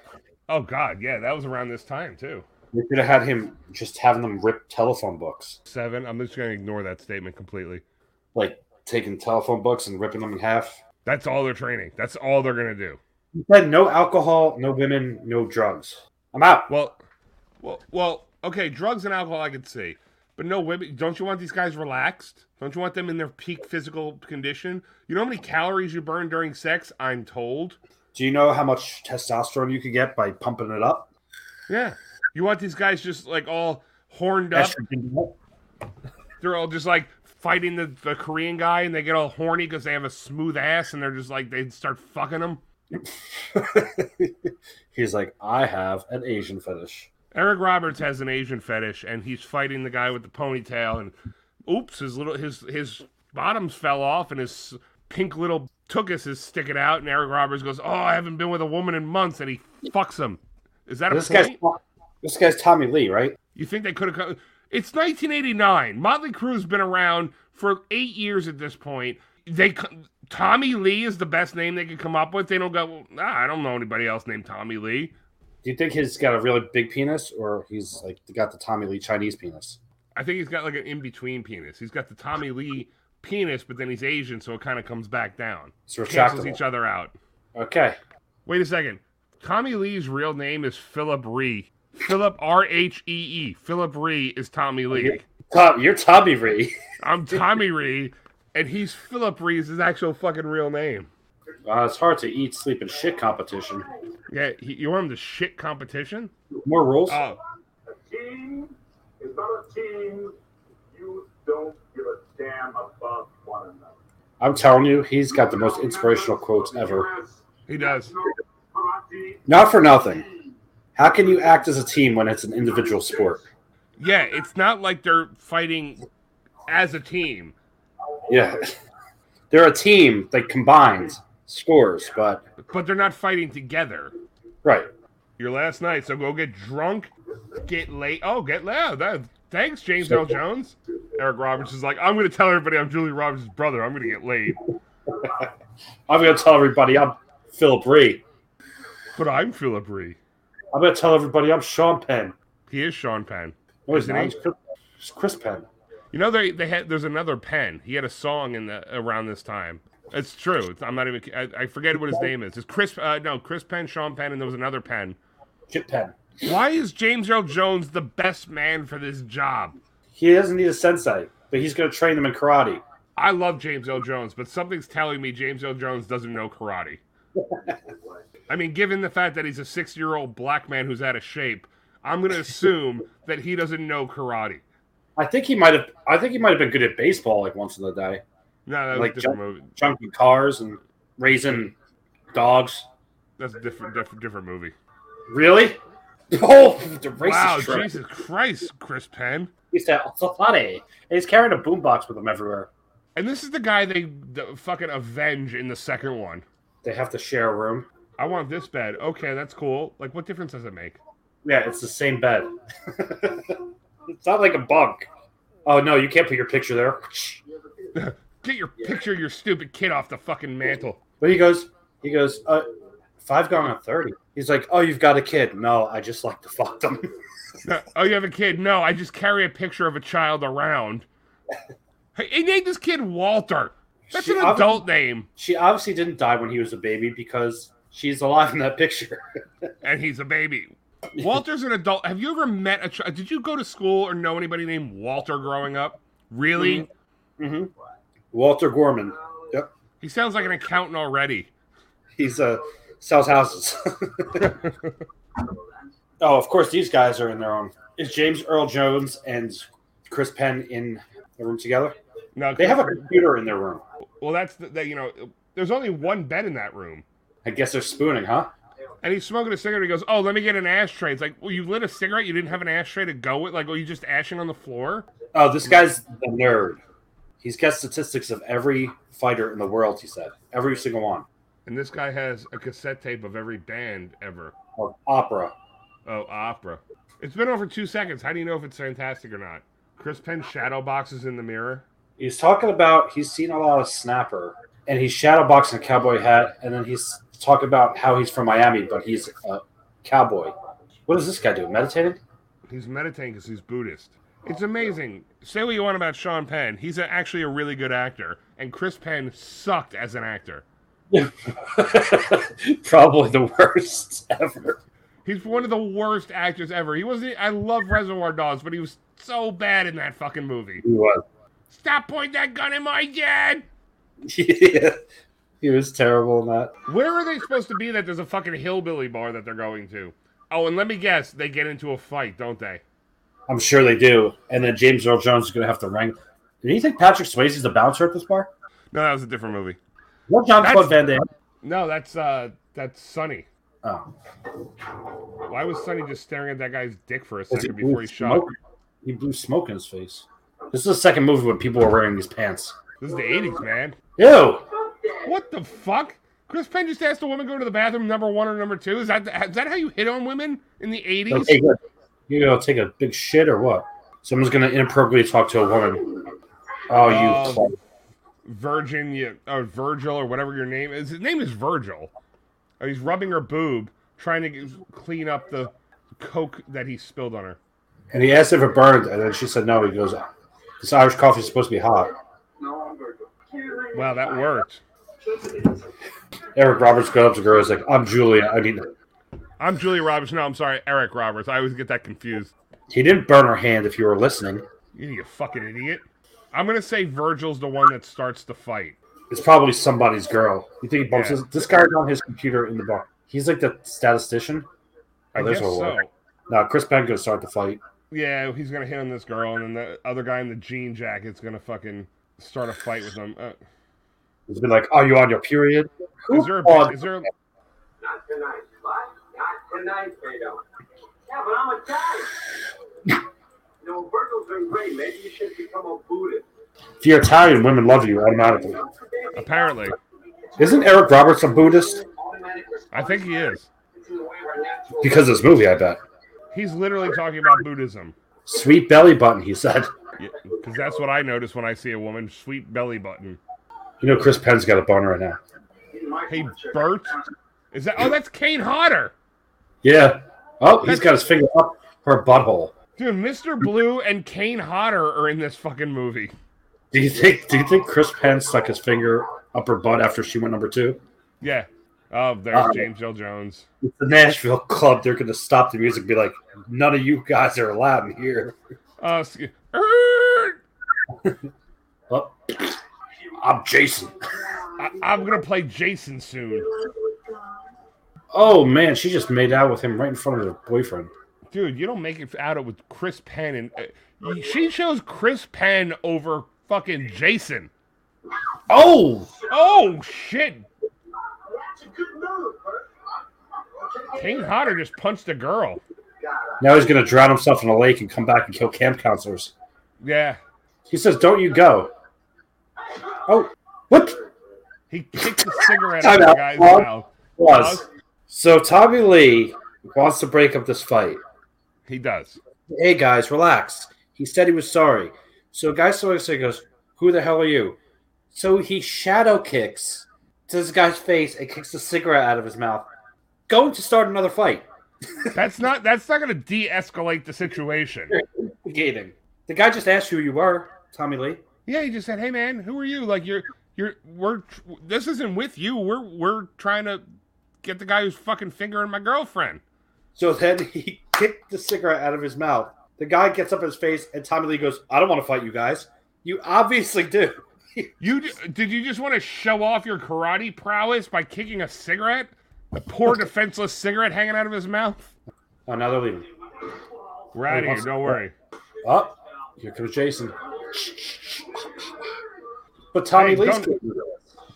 Speaker 6: Oh God, yeah, that was around this time too.
Speaker 3: They could have had him just having them rip telephone books,
Speaker 6: Seven. I'm just gonna ignore that statement completely.
Speaker 3: like taking telephone books and ripping them in half.
Speaker 6: That's all they're training. That's all they're gonna do.
Speaker 3: He said no alcohol, no women, no drugs. I'm out.
Speaker 6: Well, well, well. Okay, drugs and alcohol I could see, but no women. Don't you want these guys relaxed? Don't you want them in their peak physical condition? You know how many calories you burn during sex? I'm told.
Speaker 3: Do you know how much testosterone you could get by pumping it up?
Speaker 6: Yeah. You want these guys just like all horned up?
Speaker 3: Estrogen.
Speaker 6: They're all just like fighting the, the Korean guy, and they get all horny because they have a smooth ass, and they're just like they start fucking them.
Speaker 3: He's like, I have an Asian fetish.
Speaker 6: Eric Roberts has an Asian fetish, and he's fighting the guy with the ponytail. And oops, his little his his bottoms fell off, and his pink little tuchus is sticking out. And Eric Roberts goes, "Oh, I haven't been with a woman in months," and he fucks him. Is that a
Speaker 3: This guy's
Speaker 6: point?
Speaker 3: this guy's Tommy Lee, right?
Speaker 6: You think they could have come? It's 1989. Motley Crue's been around for eight years at this point. They c- Tommy Lee is the best name they could come up with. They don't go. "Well, Nah, I don't know anybody else named Tommy Lee.
Speaker 3: Do you think he's got a really big penis, or he's like got the Tommy Lee Chinese penis?
Speaker 6: I think he's got like an in between penis. He's got the Tommy Lee penis, but then he's Asian, so it kind of comes back down.
Speaker 3: It's retractable.
Speaker 6: Cancels each other out.
Speaker 3: Okay,
Speaker 6: Wait a second. Tommy Lee's real name is Philip Ree. Philip R H E E. Philip Ree is Tommy Lee.
Speaker 3: Tom, you're Tommy Lee.
Speaker 6: I'm Tommy Ree, and he's Philip Ree is his actual fucking real name.
Speaker 3: Uh, it's hard to eat, sleep, and shit competition.
Speaker 6: Yeah, he, you want him to shit competition?
Speaker 3: More rules.
Speaker 6: Oh,
Speaker 9: Team is not a team. You don't give a damn about one another.
Speaker 3: I'm telling you, he's got the most inspirational quotes ever.
Speaker 6: he does.
Speaker 3: Not for nothing. How can you act as a team when it's an individual sport?
Speaker 6: Yeah, it's not like they're fighting as a team.
Speaker 3: Yeah, they're a team. They combined scores, but
Speaker 6: but they're not fighting together.
Speaker 3: right.
Speaker 6: Your last night, so go get drunk, get late. Oh, get loud. That, thanks, James L. Jones. Eric Roberts is like, I'm going to tell everybody I'm Julie Roberts' brother. I'm going to get late,
Speaker 3: I'm gonna tell everybody I'm Phil Bree.
Speaker 6: but I'm Philip Ree.
Speaker 3: I'm gonna tell everybody I'm Sean Penn.
Speaker 6: He is Sean Penn.
Speaker 3: No, he's
Speaker 6: Isn't
Speaker 3: not.
Speaker 6: he?
Speaker 3: He's Chris, he's Chris Penn.
Speaker 6: You know, they they had there's another Penn. He had a song in the around this time. It's true. It's, I'm not even. I, I forget what his name is. It's Chris. Uh, no, Chris Penn, Sean Penn, and there was another Penn.
Speaker 3: Chip Penn.
Speaker 6: Why is James Earl Jones the best man for this job?
Speaker 3: He doesn't need a sensei, but he's gonna train them in karate.
Speaker 6: I love James L. Jones, but something's telling me James L. Jones doesn't know karate. I mean, given the fact that he's a six year old black man who's out of shape, I'm going to assume that he doesn't know karate.
Speaker 3: I think he might have. I think he might have been good at baseball, like once in a day,
Speaker 6: No, that was
Speaker 3: Like
Speaker 6: a different movie.
Speaker 3: junking cars and raising dogs.
Speaker 6: That's a different, different, different movie.
Speaker 3: Really? Oh, the racist
Speaker 6: Wow,
Speaker 3: shit.
Speaker 6: Jesus Christ, Chris Penn.
Speaker 3: He's that Safari. And he's carrying a boombox with him everywhere.
Speaker 6: And this is the guy they the fucking avenge in the second one.
Speaker 3: They have to share a room.
Speaker 6: I want this bed. Okay, that's cool. Like, what difference does it make?
Speaker 3: Yeah, it's the same bed. it's not like a bunk. Oh no, you can't put your picture there.
Speaker 6: Get your picture of your stupid kid off the fucking mantle.
Speaker 3: But he goes, he goes, uh, five gone on thirty. He's like, oh, you've got a kid. No, I just like to fuck them.
Speaker 6: No, oh, you have a kid? No, I just carry a picture of a child around. Hey, he named this kid Walter. That's
Speaker 3: She
Speaker 6: an
Speaker 3: obvi-
Speaker 6: adult name,
Speaker 3: she obviously didn't die when he was a baby because she's alive in that picture.
Speaker 6: and he's a baby. Walter's an adult. Have you ever met a child? Did you go to school or know anybody named Walter growing up? Really?
Speaker 3: Mm-hmm. Walter Gorman. Yep,
Speaker 6: He sounds like an accountant already.
Speaker 3: he's uh sells houses. oh, of course, these guys are in their own. Is James Earl Jones and Chris Penn in the room together?
Speaker 6: No,
Speaker 3: They have a computer in their room.
Speaker 6: well. That's the, that. You know, there's only one bed in that room,
Speaker 3: I guess they're spooning, huh?
Speaker 6: and he's smoking a cigarette. He goes, "Oh, let me get an ashtray." It's like, well, you lit a cigarette. You didn't have an ashtray to go with. Like, oh, you just ashing on the floor.
Speaker 3: Oh, this guy's the nerd. He's got statistics of every fighter in the world. He said every single one
Speaker 6: And this guy has a cassette tape of every band ever.
Speaker 3: of opera.
Speaker 6: Oh, opera. It's been over two seconds. How do you know if it's fantastic or not? Chris Penn's shadow boxes in the mirror.
Speaker 3: He's talking about he's seen a lot of snapper, and he's shadowboxing a cowboy hat, and then he's talking about how he's from Miami, but he's a cowboy. What does this guy do? Meditating?
Speaker 6: He's meditating because he's Buddhist. It's amazing. Say what you want about Sean Penn. He's a, actually a really good actor. And Chris Penn sucked as an actor.
Speaker 3: Probably the worst ever.
Speaker 6: He's one of the worst actors ever. He wasn't. I love Reservoir Dogs, but he was so bad in that fucking movie.
Speaker 3: He was.
Speaker 6: Stop pointing that gun at my dad!
Speaker 3: yeah, he was terrible in that.
Speaker 6: Where are they supposed to be that there's a fucking hillbilly bar that they're going to? Oh, and let me guess, they get into a fight, don't they?
Speaker 3: I'm sure they do. And then James Earl Jones is going to have to rank. Do you think Patrick Swayze is the bouncer at this bar?
Speaker 6: No, that was a different movie.
Speaker 3: What John
Speaker 6: That's-
Speaker 3: Claude Van Damme?
Speaker 6: No, that's uh That's Sonny.
Speaker 3: Oh.
Speaker 6: Why was Sonny just staring at that guy's dick for a second before he shot? him?
Speaker 3: smoke- He blew smoke in his face. This is the second movie when people are wearing these pants.
Speaker 6: This is the 80s, man.
Speaker 3: Ew!
Speaker 6: What the fuck? Chris Penn just asked a woman to go to the bathroom, number one or number two. Is that is that how you hit on women in the 80s?
Speaker 3: Okay, good. You gonna take a big shit or what? Someone's gonna inappropriately talk to a woman. Oh, you.
Speaker 6: Um,
Speaker 3: clown.
Speaker 6: Virgin, you, or Virgil, or whatever your name is. His name is Virgil. Uh, He's rubbing her boob, trying to g- clean up the coke that he spilled on her.
Speaker 3: and he asked if it burned, and then she said no. He goes, "This Irish coffee is supposed to be hot."
Speaker 6: Wow, that worked.
Speaker 3: Eric Roberts got up to girl. He's like, "I'm Julia." I mean,
Speaker 6: I'm Julia Roberts. No, I'm sorry, Eric Roberts. I always get that confused.
Speaker 3: he didn't burn her hand. If you were listening,
Speaker 6: You, you fucking idiot. I'm gonna say Virgil's the one that starts the fight.
Speaker 3: it's probably somebody's girl. You think he bumps
Speaker 6: Yeah.
Speaker 3: this, this guy on his computer in the bar? He's like the statistician.
Speaker 6: I
Speaker 3: Oh, there's
Speaker 6: guess
Speaker 3: a
Speaker 6: so.
Speaker 3: war. Now Chris Penn gonna start the fight.
Speaker 6: Yeah, he's gonna hit on this girl, and then the other guy in the jean jacket's gonna fucking start a fight with him. Uh,
Speaker 3: He's been like, "Are you on your period?"
Speaker 6: is there a
Speaker 3: Who on-
Speaker 6: is there?
Speaker 9: Not tonight, but not tonight, they don't. Yeah, but I'm a guy. you know, Virgil's been great. Maybe you should become a Buddhist.
Speaker 3: If you're Italian, women love you automatically.
Speaker 6: Apparently,
Speaker 3: Isn't Eric Roberts a Buddhist?
Speaker 9: Automatic response
Speaker 6: I think he is.
Speaker 9: in the way of our natural.
Speaker 3: Because of this movie, I bet.
Speaker 6: He's literally talking about Buddhism.
Speaker 3: Sweet belly button, he said.
Speaker 6: Because that's what I notice when I see a woman. Sweet belly button.
Speaker 3: You know, Chris Penn's got a bun right now.
Speaker 6: Hey, Bert. Is that? Oh, that's Kane Hodder.
Speaker 3: Yeah. Oh, he's got his finger up her butthole.
Speaker 6: Dude, Mr. Blue and Kane Hodder are in this fucking movie.
Speaker 3: Do you think? Do you think Chris Penn stuck his finger up her butt after she went number two?
Speaker 6: Yeah. Oh, there's
Speaker 3: Uh-oh.
Speaker 6: James L. Jones.
Speaker 3: It's the Nashville club. They're going to stop the music and be like, "None of you guys are allowed in here."
Speaker 6: Uh, sc- I-
Speaker 3: Oh, I'm Jason.
Speaker 6: I'm gonna play Jason soon.
Speaker 3: Oh man, she just made out with him right in front of her boyfriend.
Speaker 6: Dude, you don't make it out of with Chris Penn and uh, she chose Chris Penn over fucking Jason.
Speaker 3: Oh,
Speaker 6: Oh shit!
Speaker 9: That's a good move, Bert.
Speaker 6: Kane Hodder just punched a girl.
Speaker 3: now he's going to drown himself in a lake and come back and kill camp counselors.
Speaker 6: Yeah,
Speaker 3: He says, "Don't you go." Oh, what?
Speaker 6: he kicked a cigarette out of the
Speaker 3: Timeout.
Speaker 6: guy's
Speaker 3: Pause.
Speaker 6: mouth.
Speaker 3: was. So Tommy Lee wants to break up this fight.
Speaker 6: He does.
Speaker 3: Hey guys, relax. He said he was sorry. So guy looks at him and goes, "Who the hell are you?" So he shadow kicks to this guy's face and kicks the cigarette out of his mouth, going to start another fight.
Speaker 6: That's not. That's not gonna de-escalate the situation.
Speaker 3: Gating. The guy just asked who you were, Tommy Lee.
Speaker 6: Yeah, he just said, "Hey, man, who are you? Like, you're, you're, we're. tr- This isn't with you. We're, we're trying to get the guy who's fucking fingering my girlfriend."
Speaker 3: So then he kicked the cigarette out of his mouth. The guy gets up in his face, and Tommy Lee goes, "I don't want to fight you guys. You obviously do."
Speaker 6: You ju- did you just want to show off your karate prowess by kicking a cigarette? A poor defenseless cigarette hanging out of his mouth.
Speaker 3: Oh, now they're leaving.
Speaker 6: We're out of here. Don't worry.
Speaker 3: Up. Here comes Jason. But Tommy
Speaker 6: Hey,
Speaker 3: Lee's
Speaker 6: don't-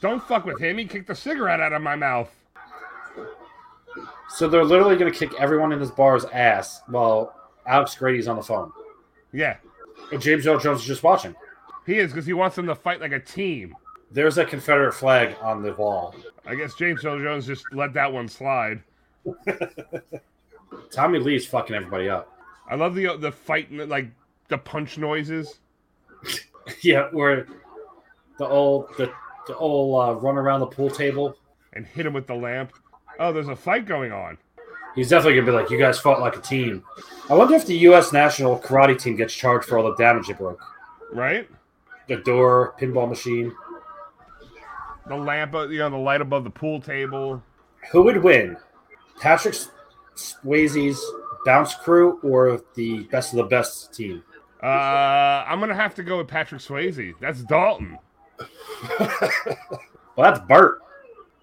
Speaker 6: Don't fuck with him. He kicked a cigarette out of my mouth.
Speaker 3: so they're literally going to kick everyone in this bar's ass while Alex Grady's on the phone.
Speaker 6: Yeah,
Speaker 3: And James Earl Jones is just watching.
Speaker 6: he is because he wants them to fight like a team.
Speaker 3: There's a Confederate flag on the wall.
Speaker 6: I guess James Earl Jones just let that one slide.
Speaker 3: Tommy Lee's fucking everybody up.
Speaker 6: I love the the fight like the punch noises.
Speaker 3: yeah, where the old the the old uh, run around the pool table.
Speaker 6: and hit him with the lamp. Oh, there's a fight going on.
Speaker 3: He's definitely gonna be like, "You guys fought like a team." I wonder if the U.S. national karate team gets charged for all the damage it broke.
Speaker 6: Right?
Speaker 3: The door, pinball machine.
Speaker 6: The lamp, uh, you know, the light above the pool table.
Speaker 3: Who would win, Patrick Swayze's bounce crew or the best of the best team?
Speaker 6: Uh, I'm gonna have to go with Patrick Swayze. That's Dalton.
Speaker 3: Well, that's Bert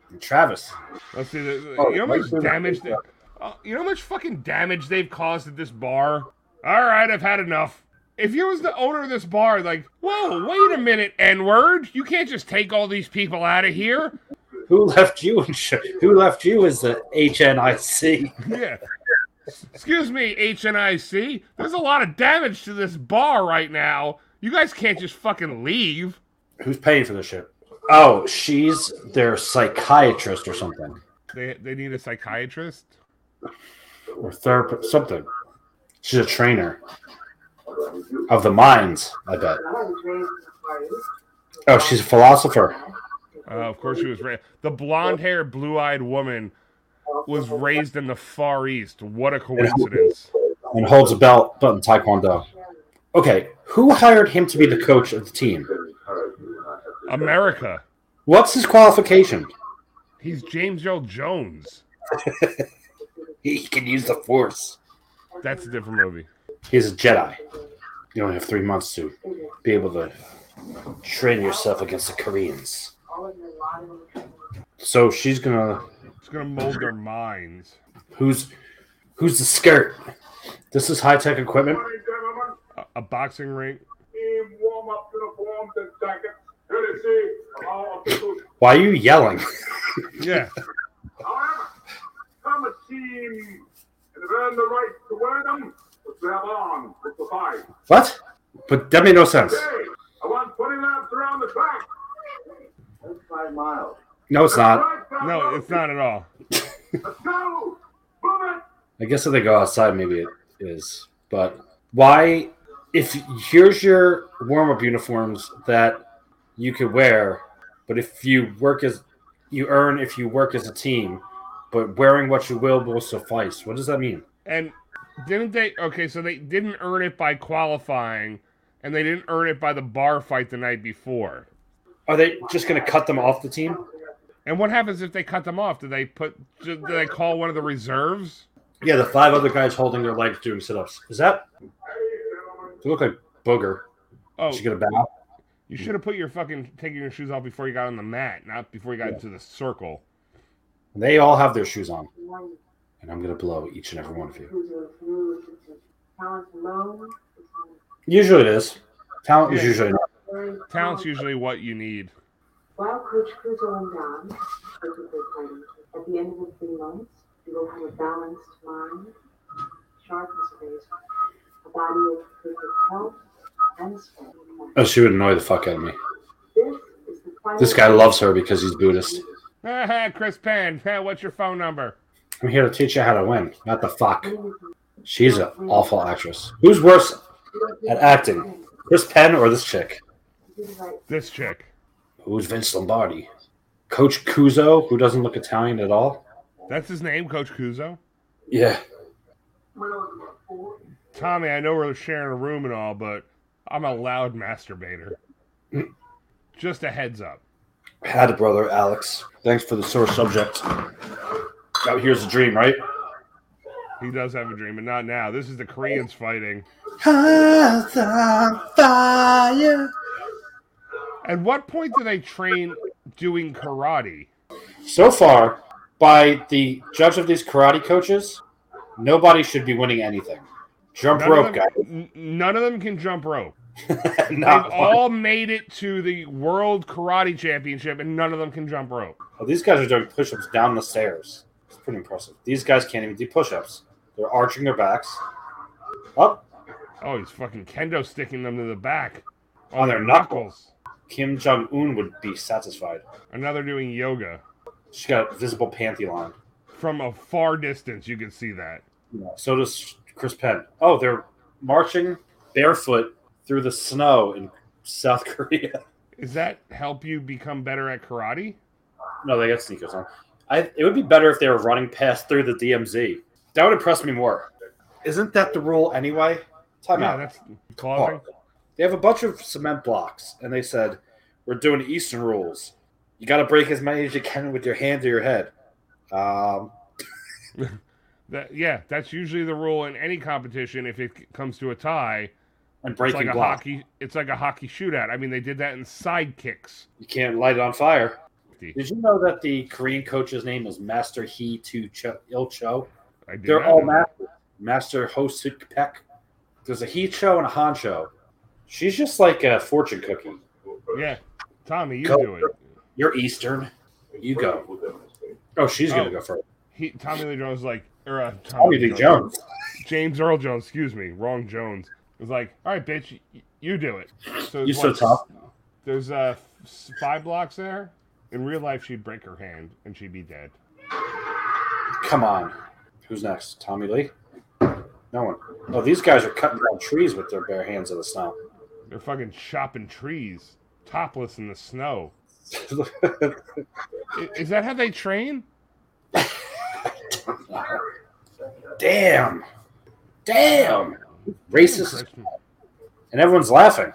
Speaker 3: and Travis.
Speaker 6: Let's see. The,
Speaker 3: Oh,
Speaker 6: you know how
Speaker 3: right
Speaker 6: much
Speaker 3: through the-
Speaker 6: damage. They, uh, you know how much fucking damage they've caused at this bar. All right, I've had enough. If you was the owner of this bar, like, whoa, wait a minute, N word, you can't just take all these people out of here.
Speaker 3: who left you in charge? Who left you as the HNIC?
Speaker 6: Yeah. Excuse me, HNIC. There's a lot of damage to this bar right now. You guys can't just fucking leave.
Speaker 3: Who's paying for this shit? Oh, she's their psychiatrist or something,
Speaker 6: They they need a psychiatrist.
Speaker 3: or therapist, something. She's a trainer of the minds, I bet. Oh, she's a philosopher.
Speaker 6: Uh, of course, she was ra- the blonde-haired, blue-eyed woman was raised in the Far East. What a coincidence!
Speaker 3: and holds a belt but in taekwondo. Okay, who hired him to be the coach of the team?
Speaker 6: America.
Speaker 3: What's his qualification?
Speaker 6: He's James Earl Jones.
Speaker 3: He can use the force.
Speaker 6: That's a different movie.
Speaker 3: He's a Jedi. You only have three months to be able to train yourself against the Koreans. So she's gonna
Speaker 6: It's gonna mold their minds.
Speaker 3: who's who's the skirt? This is high tech equipment.
Speaker 9: gentlemen,
Speaker 6: A, a boxing ring.
Speaker 9: team warm up uniforms and jackets. Here to see all officials.
Speaker 3: Why are you yelling?
Speaker 6: Yeah.
Speaker 9: However, some esteem and have earned the right to wear them, which they have on with the fight.
Speaker 3: what? But that made no sense.
Speaker 9: Hey, I want 20 laps around the track. That's five miles.
Speaker 3: No, it's not.
Speaker 9: Right, five
Speaker 6: No,
Speaker 9: miles.
Speaker 6: it's not at all.
Speaker 9: Let's go. Move it.
Speaker 3: I guess if they go outside, maybe it is. But why, if here's your warm up uniforms that you could wear, but if you work as you earn if you work as a team, but wearing what you will will suffice. What does that mean?
Speaker 6: And didn't they? Okay, so they didn't earn it by qualifying, and they didn't earn it by the bar fight the night before.
Speaker 3: Are they just going to cut them off the team?
Speaker 6: And what happens if they cut them off? Do they put? Do do they call one of the reserves?
Speaker 3: Yeah, the five other guys holding their legs doing sit ups. Is that? They look like booger.
Speaker 6: Oh,
Speaker 3: She's going to bow.
Speaker 6: you should have put your fucking taking your shoes off before you got on the mat, not before you got into the circle.
Speaker 3: They all have their shoes on. And I'm going to blow each and every one of you. Usually it is. Talent is
Speaker 6: Yeah.
Speaker 3: usually not.
Speaker 6: Talent's usually what you need.
Speaker 10: While Coach Kuzo and Don work with their plan, at the end of the three months, you will have a balanced mind, sharp as a razor, a body of perfect health and strength.
Speaker 3: Oh, she would annoy the fuck out of me.
Speaker 10: This is the final.
Speaker 3: This guy loves her because he's Buddhist.
Speaker 6: Chris Penn, what's your phone number?
Speaker 3: I'm here to teach you how to win, not the fuck. She's an awful actress. Who's worse at acting, Chris Penn or this chick?
Speaker 6: This chick.
Speaker 3: Who's Vince Lombardi? Coach Kuzo, who doesn't look Italian at all?
Speaker 6: That's his name, Coach Kuzo.
Speaker 3: Yeah.
Speaker 6: Tommy, I know we're sharing a room and all, but I'm a loud masturbator. Just a heads up.
Speaker 3: Had a brother, Alex. Thanks for the sore subject. Now here's a dream, right?
Speaker 6: He does have a dream, but not now. This is the Koreans fighting.
Speaker 3: Hearts on fire.
Speaker 6: At what point do they train doing karate?
Speaker 3: So far, by the judge of these karate coaches, nobody should be winning anything. Jump rope
Speaker 6: of
Speaker 3: guy.
Speaker 6: them, n- none of them can jump rope.
Speaker 3: Not
Speaker 6: They've
Speaker 3: one.
Speaker 6: all made it to the World Karate Championship, and none of them can jump rope.
Speaker 3: Oh, these guys are doing push-ups down the stairs. It's pretty impressive. These guys can't even do push-ups. They're arching their backs up.
Speaker 6: Oh, he's fucking kendo sticking them to the back.
Speaker 3: On their knuckles. Kim Jong Un would be satisfied.
Speaker 6: Another doing yoga.
Speaker 3: She's got a visible panty line.
Speaker 6: From a far distance, you can see that.
Speaker 3: So does Chris Penn. Oh, they're marching barefoot through the snow in South Korea.
Speaker 6: Does that help you become better at karate?
Speaker 3: No, they got sneakers on. I, it would be better if they were running past through the DMZ. That would impress me more. Isn't that the rule anyway? Time
Speaker 6: yeah,
Speaker 3: out.
Speaker 6: that's clothing.
Speaker 3: They have a bunch of cement blocks, and they said, "We're doing Eastern rules. You got to break as many as you can with your hands or your head." Um,
Speaker 6: That, yeah, that's usually the rule in any competition. If it c- comes to a tie,
Speaker 3: and
Speaker 6: it's
Speaker 3: breaking
Speaker 6: like a
Speaker 3: block,
Speaker 6: hockey. It's like a hockey shootout. I mean, they did that in sidekicks.
Speaker 3: you can't light it on fire. Did you know that the Korean coach's name is Master He Tu Cho, Il Cho?
Speaker 6: I did
Speaker 3: They're
Speaker 6: not
Speaker 3: all
Speaker 6: know.
Speaker 3: masters. Master Ho Suk Peck. There's a He Cho and a Han Cho. She's just like a fortune cookie.
Speaker 6: Yeah, Tommy, you
Speaker 3: Go.
Speaker 6: do it.
Speaker 3: You're Eastern. You go. Oh, she's gonna go first.
Speaker 6: He, Tommy Lee Jones was like, or uh, Tommy,
Speaker 3: Tommy
Speaker 6: Lee
Speaker 3: Lee Jones.
Speaker 6: James Earl Jones, excuse me, wrong Jones. Was like, all right, bitch, y- you do it. So
Speaker 3: You so
Speaker 6: like,
Speaker 3: tough.
Speaker 6: There's uh, s- five blocks there. In real life, she'd break her hand and she'd be dead.
Speaker 3: Come on. Who's next? Tommy Lee? No one. Oh, these guys are cutting down trees with their bare hands in the snow.
Speaker 6: They're fucking chopping trees, topless in the snow. I- Is that how they train?
Speaker 3: Damn. Damn. Racist.
Speaker 6: Christian.
Speaker 3: And everyone's laughing.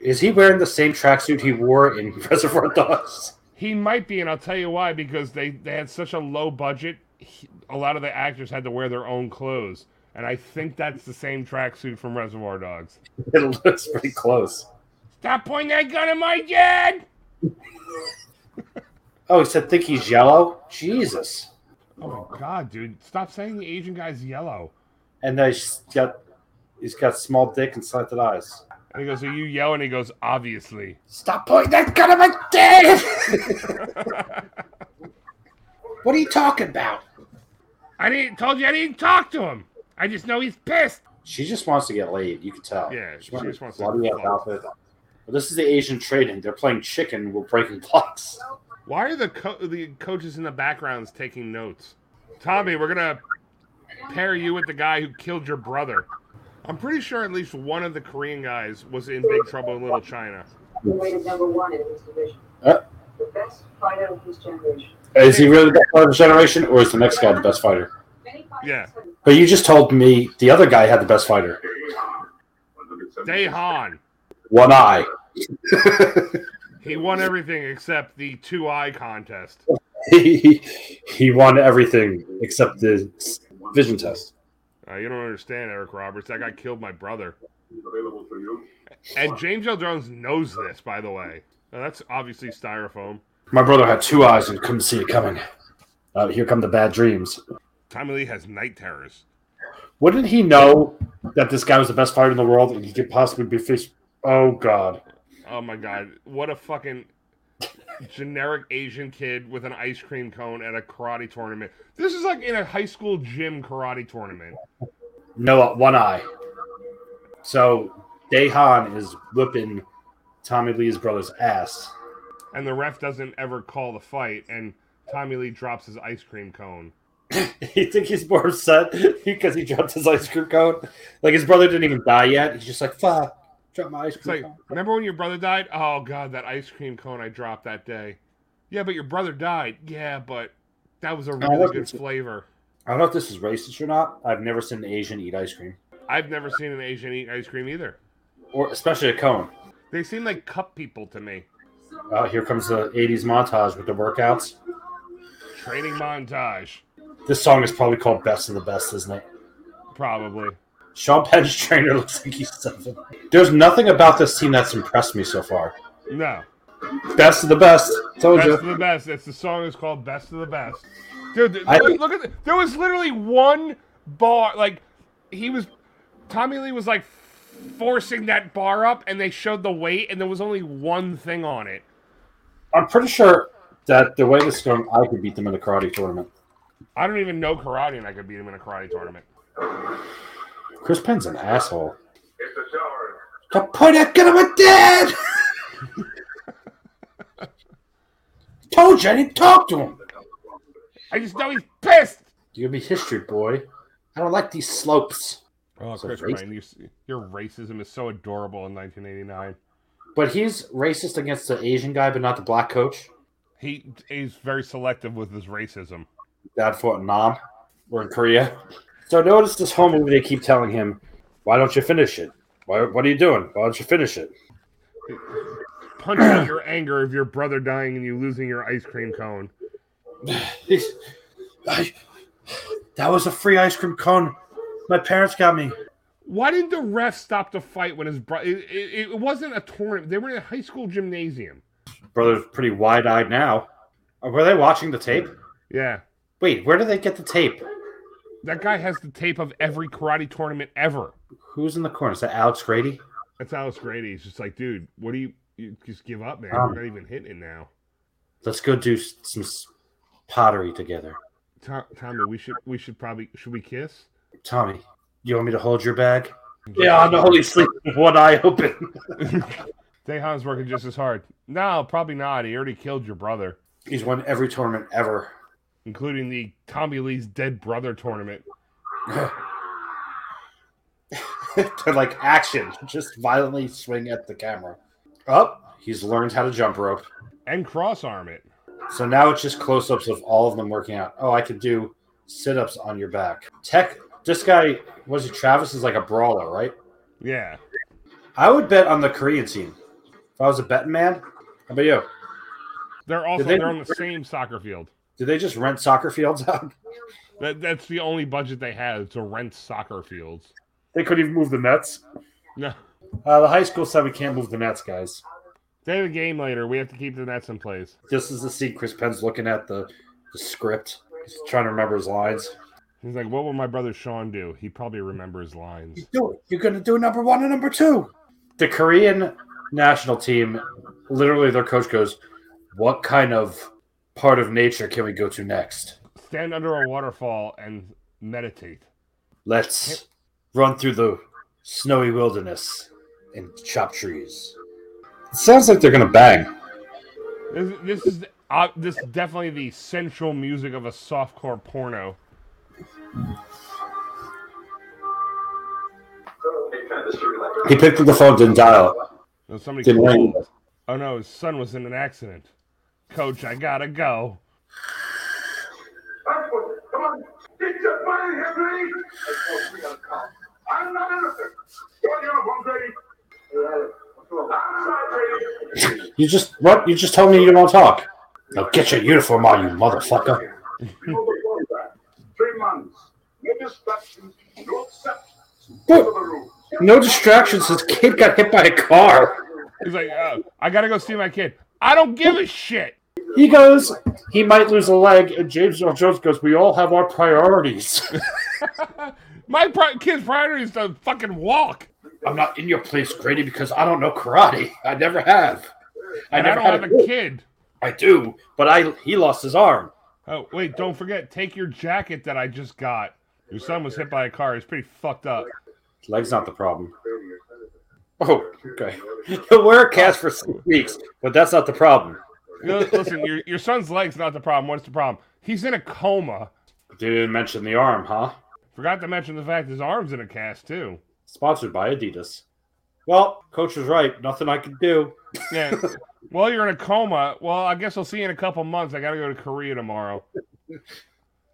Speaker 3: Is he wearing the same tracksuit he wore in Reservoir Dogs?
Speaker 6: He might be, and I'll tell you why. Because they they had such a low budget, he, a lot of the actors had to wear their own clothes, and I think that's the same tracksuit from Reservoir Dogs.
Speaker 3: It looks pretty close.
Speaker 6: Stop pointing that gun at my dad!
Speaker 3: Oh, he said think he's yellow? Jesus.
Speaker 6: Oh my god, dude! Stop saying the Asian guy's yellow.
Speaker 3: And then he's got he's got small dick and slanted eyes.
Speaker 6: And he goes, "Are you yelling?" He goes, "Obviously."
Speaker 3: Stop pointing that gun at my dad! what are you talking about?
Speaker 6: I didn't told you I didn't talk to him. I just know he's pissed.
Speaker 3: She just wants to get laid. You can tell.
Speaker 6: Yeah, she just wants to
Speaker 3: to
Speaker 6: get
Speaker 3: get
Speaker 6: fucked.
Speaker 3: Well, this is the Asian trading. They're playing chicken while breaking blocks.
Speaker 6: Why are the co- the coaches in the backgrounds taking notes? Tommy, we're gonna pair you with the guy who killed your brother. I'm pretty sure at least one of the Korean guys was in Big Trouble in Little China.
Speaker 10: He rated number one in his division.
Speaker 3: Uh.
Speaker 10: The best fighter of his generation.
Speaker 3: Is he really the best fighter of his generation, or is the next guy the best fighter?
Speaker 10: Many fighters
Speaker 6: Yeah.
Speaker 10: have
Speaker 3: But you just told me the other guy had the best fighter.
Speaker 6: Daehan,
Speaker 3: One eye.
Speaker 6: he won everything except the two eye contest.
Speaker 3: he, he won everything except the vision test.
Speaker 6: Uh, you don't understand, Eric Roberts. That guy killed my brother. And James L. Jones knows this, by the way. Now, that's obviously styrofoam.
Speaker 3: My brother had two eyes and couldn't see it coming. Uh, here come the bad dreams.
Speaker 6: Tommy Lee has night terrors.
Speaker 3: Wouldn't he know that this guy was the best fighter in the world and he could possibly be fish? Oh, God.
Speaker 6: Oh my god, what a fucking generic Asian kid with an ice cream cone at a karate tournament. This is like in a high school gym karate tournament.
Speaker 3: No, one eye. So Dehan is whipping Tommy Lee's brother's ass.
Speaker 6: And the ref doesn't ever call the fight, and Tommy Lee drops his ice cream cone.
Speaker 3: you think he's more upset because he dropped his ice cream cone? Like his brother didn't even die yet. He's just like, fuck, drop my ice
Speaker 6: It's like,
Speaker 3: cream cone.
Speaker 6: remember when your brother died? Oh god, that ice cream cone I dropped that day. Yeah, but your brother died. Yeah, but that was a really
Speaker 3: wasn't
Speaker 6: good
Speaker 3: too-
Speaker 6: flavor.
Speaker 3: I don't know if this is racist or not. I've never seen an Asian eat ice cream,
Speaker 6: I've never seen an Asian eat ice cream either.
Speaker 3: or especially a cone.
Speaker 6: They seem like cup people to me.
Speaker 3: Uh, here comes the 80s montage with the workouts.
Speaker 6: Training montage,
Speaker 3: This song is probably called Best of the Best, isn't it?
Speaker 6: probably.
Speaker 3: Sean Penn's trainer looks like he's seven. There's nothing about this team that's impressed me so far.
Speaker 6: No.
Speaker 3: Best of the best. Told
Speaker 6: Best
Speaker 3: you.
Speaker 6: of the best. That's the song is called Best of the Best. Dude, th-
Speaker 3: I-
Speaker 6: look, look at the, there was literally one bar like he was Tommy Lee was like forcing that bar up and they showed the weight and there was only one thing on it.
Speaker 3: I'm pretty sure that the way this is going, I could beat them in a karate tournament.
Speaker 6: I don't even know karate and I could beat him in a karate tournament.
Speaker 3: Chris Penn's an asshole.
Speaker 9: It's a shower.
Speaker 3: The point at gun my dad. Told you I didn't talk to him.
Speaker 6: I just know he's pissed.
Speaker 3: You're gonna be history, boy. I don't like these slopes.
Speaker 6: Oh,
Speaker 3: So
Speaker 6: Chris
Speaker 3: racist.
Speaker 6: Pine, you, s- your racism is so adorable in 1989.
Speaker 3: But he's racist against the Asian guy, but not the black coach.
Speaker 6: He he's very selective with his racism.
Speaker 3: Dad fought in Nam. We're in Korea. So notice this whole movie. They keep telling him, "Why don't you finish it? Why, what are you doing? Why don't you finish it?"
Speaker 6: Punch out your anger of your brother dying and you losing your ice cream cone.
Speaker 3: This- I, that was a free ice cream cone. My parents got me.
Speaker 6: Why didn't the ref stop the fight when his brother? It, it, it wasn't a tournament. They were in a high school gymnasium.
Speaker 3: Brother's pretty wide eyed now. Uh, Were they watching the tape?
Speaker 6: Yeah,
Speaker 3: Wait, where did they get the tape?
Speaker 6: that guy has the tape of every karate tournament ever.
Speaker 3: Who's in the corner? Is that Alex Grady?
Speaker 6: That's Alice Grady. He's just like, dude, what do you? you just give up, man.
Speaker 3: Um.
Speaker 6: We're not even hitting it now.
Speaker 3: Let's go do s- some s- pottery together.
Speaker 6: Tom, Tommy, we should we should probably should we kiss?
Speaker 3: Tommy, you want me to hold your bag? Yeah, I'm only sleeping with one eye open.
Speaker 6: Dejan's working just as hard. No, probably not. He already killed your brother,
Speaker 3: He's won every tournament ever.
Speaker 6: including the Tommy Lee's dead brother tournament.
Speaker 3: to like action, just violently swing at the camera. Up, he's learned how to jump rope.
Speaker 6: And cross arm it.
Speaker 3: So now it's just close ups of all of them working out. Oh, I could do sit ups on your back. Tech, this guy, was it Travis? Is like a brawler, right?
Speaker 6: Yeah.
Speaker 3: I would bet on the Korean team. If I was a betting man, how about you?
Speaker 6: They're also
Speaker 3: they-
Speaker 6: they... are on the same soccer field.
Speaker 3: Do they just rent soccer fields out?
Speaker 6: That, that's the only budget they have to rent soccer fields.
Speaker 3: They couldn't even move the nets.
Speaker 6: No.
Speaker 3: Uh, the high school said we can't move the nets, guys.
Speaker 6: They have a game later. We have to keep the nets in place.
Speaker 3: This is the scene Chris Penn's looking at the, the script. He's trying to remember his lines.
Speaker 6: He's like, what will my brother Sean do? He probably remembers lines.
Speaker 3: do it. You're going to do number one and number two. The Korean national team, literally, their coach goes, What kind of part of nature can we go to next?
Speaker 6: Stand under a waterfall and meditate.
Speaker 3: Let's run through the snowy wilderness and chop trees. sounds like they're going to bang.
Speaker 6: This, this is uh, this is definitely the central music of a softcore porno.
Speaker 9: Hey, Travis, you're like,
Speaker 3: He picked up the phone, didn't dial it.
Speaker 6: And somebody
Speaker 3: Didn't ring.
Speaker 6: Oh no, his son was in an accident. Coach, I gotta go.
Speaker 9: "Come on, get your money, Henry!" I told you, I'm calm. I'm not innocent. Your uniform's ready. Outside, lady.
Speaker 3: You just, what? You just told me you don't want to talk. Now get your uniform on, you motherfucker.
Speaker 9: Three months. No distractions. No exceptions.
Speaker 3: What?
Speaker 9: Follow the rules.
Speaker 3: No distractions. This kid got hit by a car.
Speaker 6: He's like, oh, I gotta go see my kid. I don't give a shit.
Speaker 3: He goes, he might lose a leg, and James Earl Jones goes, We all have our priorities.
Speaker 6: My pri- kid's priority is to fucking walk.
Speaker 3: I'm not in your place, Grady, because I don't know karate. I never have. I
Speaker 6: And I,
Speaker 3: never
Speaker 6: don't
Speaker 3: had
Speaker 6: have
Speaker 3: a
Speaker 6: a
Speaker 3: kid.
Speaker 6: kid.
Speaker 3: I do, but I he lost his arm.
Speaker 6: Oh wait, don't forget, take your jacket that I just got. Your son was hit by a car. He's pretty fucked up.
Speaker 3: His leg's not the problem. Oh, okay. He'll wear a cast for six weeks, but that's not the problem.
Speaker 6: You know, listen, your your son's leg's not the problem. What's the problem? He's in a coma.
Speaker 3: Didn't mention the arm, huh?
Speaker 6: Forgot to mention the fact his arm's in a cast too.
Speaker 3: Sponsored by Adidas. Well, coach was right. Nothing I can do.
Speaker 6: Yeah. well, you're in a coma. Well, I guess I'll see you in a couple months. I gotta go to Korea tomorrow.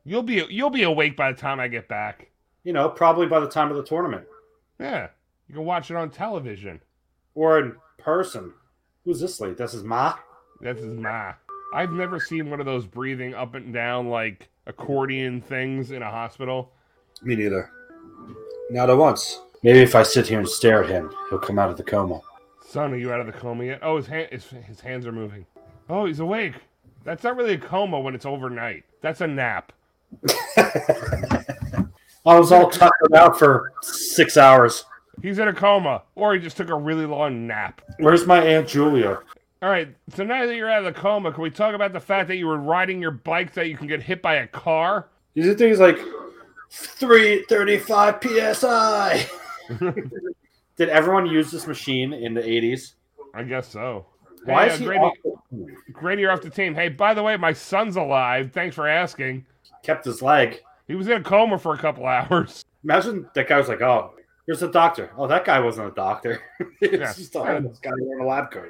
Speaker 6: You'll be you'll be awake by the time I get back.
Speaker 3: You know, probably by the time of the tournament
Speaker 6: Yeah. You can watch it on television.
Speaker 3: or in person. Who's this lady? This is Ma.
Speaker 6: This is my. I've never seen one of those breathing up and down like accordion things in a hospital.
Speaker 3: Me neither. Not at once. Maybe if I sit here and stare at him, he'll come out of the coma.
Speaker 6: Son, are you out of the coma yet? Oh, his hand his, his hands are moving. Oh, he's awake. That's not really a coma when it's overnight. That's a nap.
Speaker 3: I was all tucked out for six hours.
Speaker 6: He's in a coma, or he just took a really long nap.
Speaker 3: Where's my Aunt Julia?
Speaker 6: All right, so now that you're out of the coma, can we talk about the fact that you were riding your bike that you can get hit by a car?
Speaker 3: These are things like 335 psi. Did everyone use this machine in the 80s?
Speaker 6: I guess so.
Speaker 3: Why
Speaker 6: hey,
Speaker 3: is
Speaker 6: uh,
Speaker 3: he
Speaker 6: Grady,
Speaker 3: off-
Speaker 6: Grady, you're off the team. Hey, by the way, my son's alive. Thanks for asking.
Speaker 3: kept his leg?
Speaker 6: He was in a coma for a couple hours.
Speaker 3: Imagine that guy was like, "Oh, here's a doctor." Oh, that guy wasn't a doctor. it's
Speaker 6: Yeah.
Speaker 3: just a homeless guy wearing a lab coat.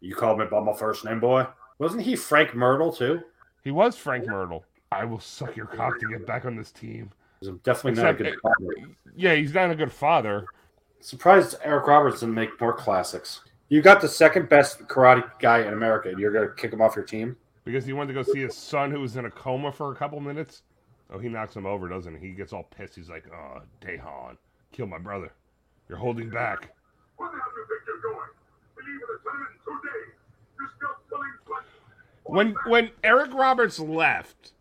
Speaker 3: You called me by my first name, boy. Wasn't he Frank Myrtle too?
Speaker 6: He was Frank Myrtle. I will suck your cock to get back on this team.
Speaker 3: He's definitely not a good
Speaker 6: Except-
Speaker 3: father.
Speaker 6: Yeah, he's not a good father.
Speaker 3: Surprised Eric Roberts didn't make more classics. You got the second best karate guy in America, and you're gonna kick him off your team.
Speaker 6: Because he wanted to go see his son who was in a coma for a couple minutes. Oh, he knocks him over, doesn't he? He gets all pissed. He's like, oh, Dehan, kill my brother. You're holding back.
Speaker 9: Where the hell do you think you're going? We leave in a tournament in two days. You're still pulling blood.
Speaker 6: When when Eric Roberts left,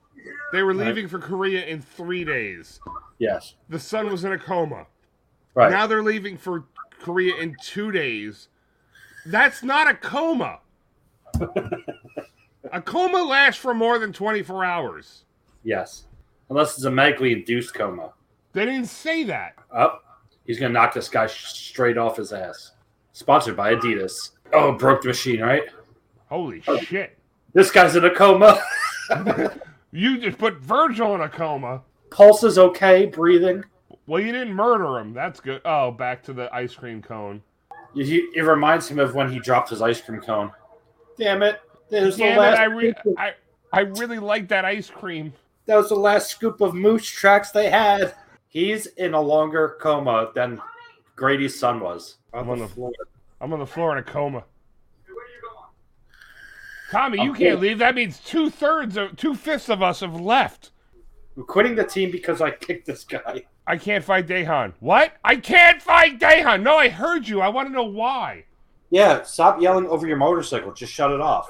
Speaker 6: they were leaving for Korea in three days.
Speaker 3: Yes,
Speaker 6: The son was in a coma.
Speaker 3: right.
Speaker 6: Now they're leaving for Korea in two days. That's not a coma. A coma lasts for more than 24 hours.
Speaker 3: Yes. Unless it's a medically induced coma.
Speaker 6: They didn't say that.
Speaker 3: Up. He's going to knock this guy sh- straight off his ass. Sponsored by Adidas. Oh, broke the machine, right?
Speaker 6: Holy shit.
Speaker 3: This guy's in a coma.
Speaker 6: You just put Virgil in a coma.
Speaker 3: Pulse is okay, breathing.
Speaker 6: Well, you didn't murder him. That's good. Oh, back to the ice cream cone.
Speaker 3: It, it reminds him of when he dropped his ice cream cone. Damn it. That was,
Speaker 6: Damn
Speaker 3: the
Speaker 6: it,
Speaker 3: last,
Speaker 6: I, re- I, I really like that ice cream.
Speaker 3: that was the last scoop of moose tracks they had. He's in a longer coma than Grady's son was.
Speaker 6: I'm
Speaker 3: on
Speaker 6: on
Speaker 3: the
Speaker 6: the-
Speaker 3: floor.
Speaker 6: I'm on the floor in a coma.
Speaker 9: Where you going?
Speaker 6: Tommy, you
Speaker 3: I'm
Speaker 6: can't
Speaker 3: cool.
Speaker 6: leave. That means two thirds of two fifths of us have left.
Speaker 3: I'm quitting the team because I kicked this guy.
Speaker 6: I can't fight Dehan. What? I can't fight Dehan. No, I heard you. I want to know why.
Speaker 3: Yeah, stop yelling over your motorcycle. Just shut it off.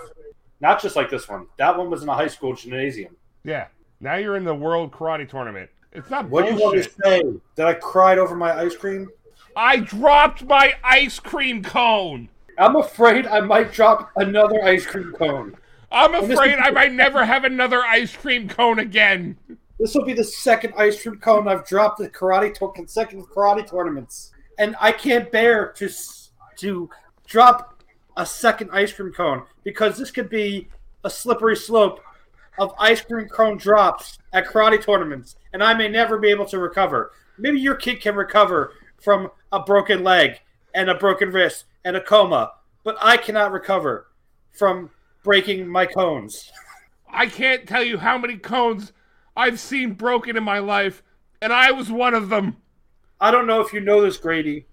Speaker 3: Not just like this one. That one was in a high school gymnasium.
Speaker 6: Yeah. Now you're in the world karate tournament. It's not
Speaker 3: What do you
Speaker 6: bullshit.
Speaker 3: want to say? That I cried over my ice cream?
Speaker 6: I dropped my ice cream cone.
Speaker 3: I'm afraid I might drop another ice cream cone.
Speaker 6: I'm
Speaker 3: this
Speaker 6: afraid
Speaker 3: is-
Speaker 6: I might never have another ice cream cone again.
Speaker 3: This will be the second ice cream cone I've dropped in karate to- consecutive karate tournaments, and I can't bear to s- to drop a second ice cream cone because this could be a slippery slope of ice cream cone drops at karate tournaments, and I may never be able to recover. Maybe your kid can recover from a broken leg and a broken wrist and a coma, but I cannot recover from breaking my cones.
Speaker 6: I can't tell you how many cones I've seen broken in my life, and I was one of them.
Speaker 3: I don't know if you know this, Grady,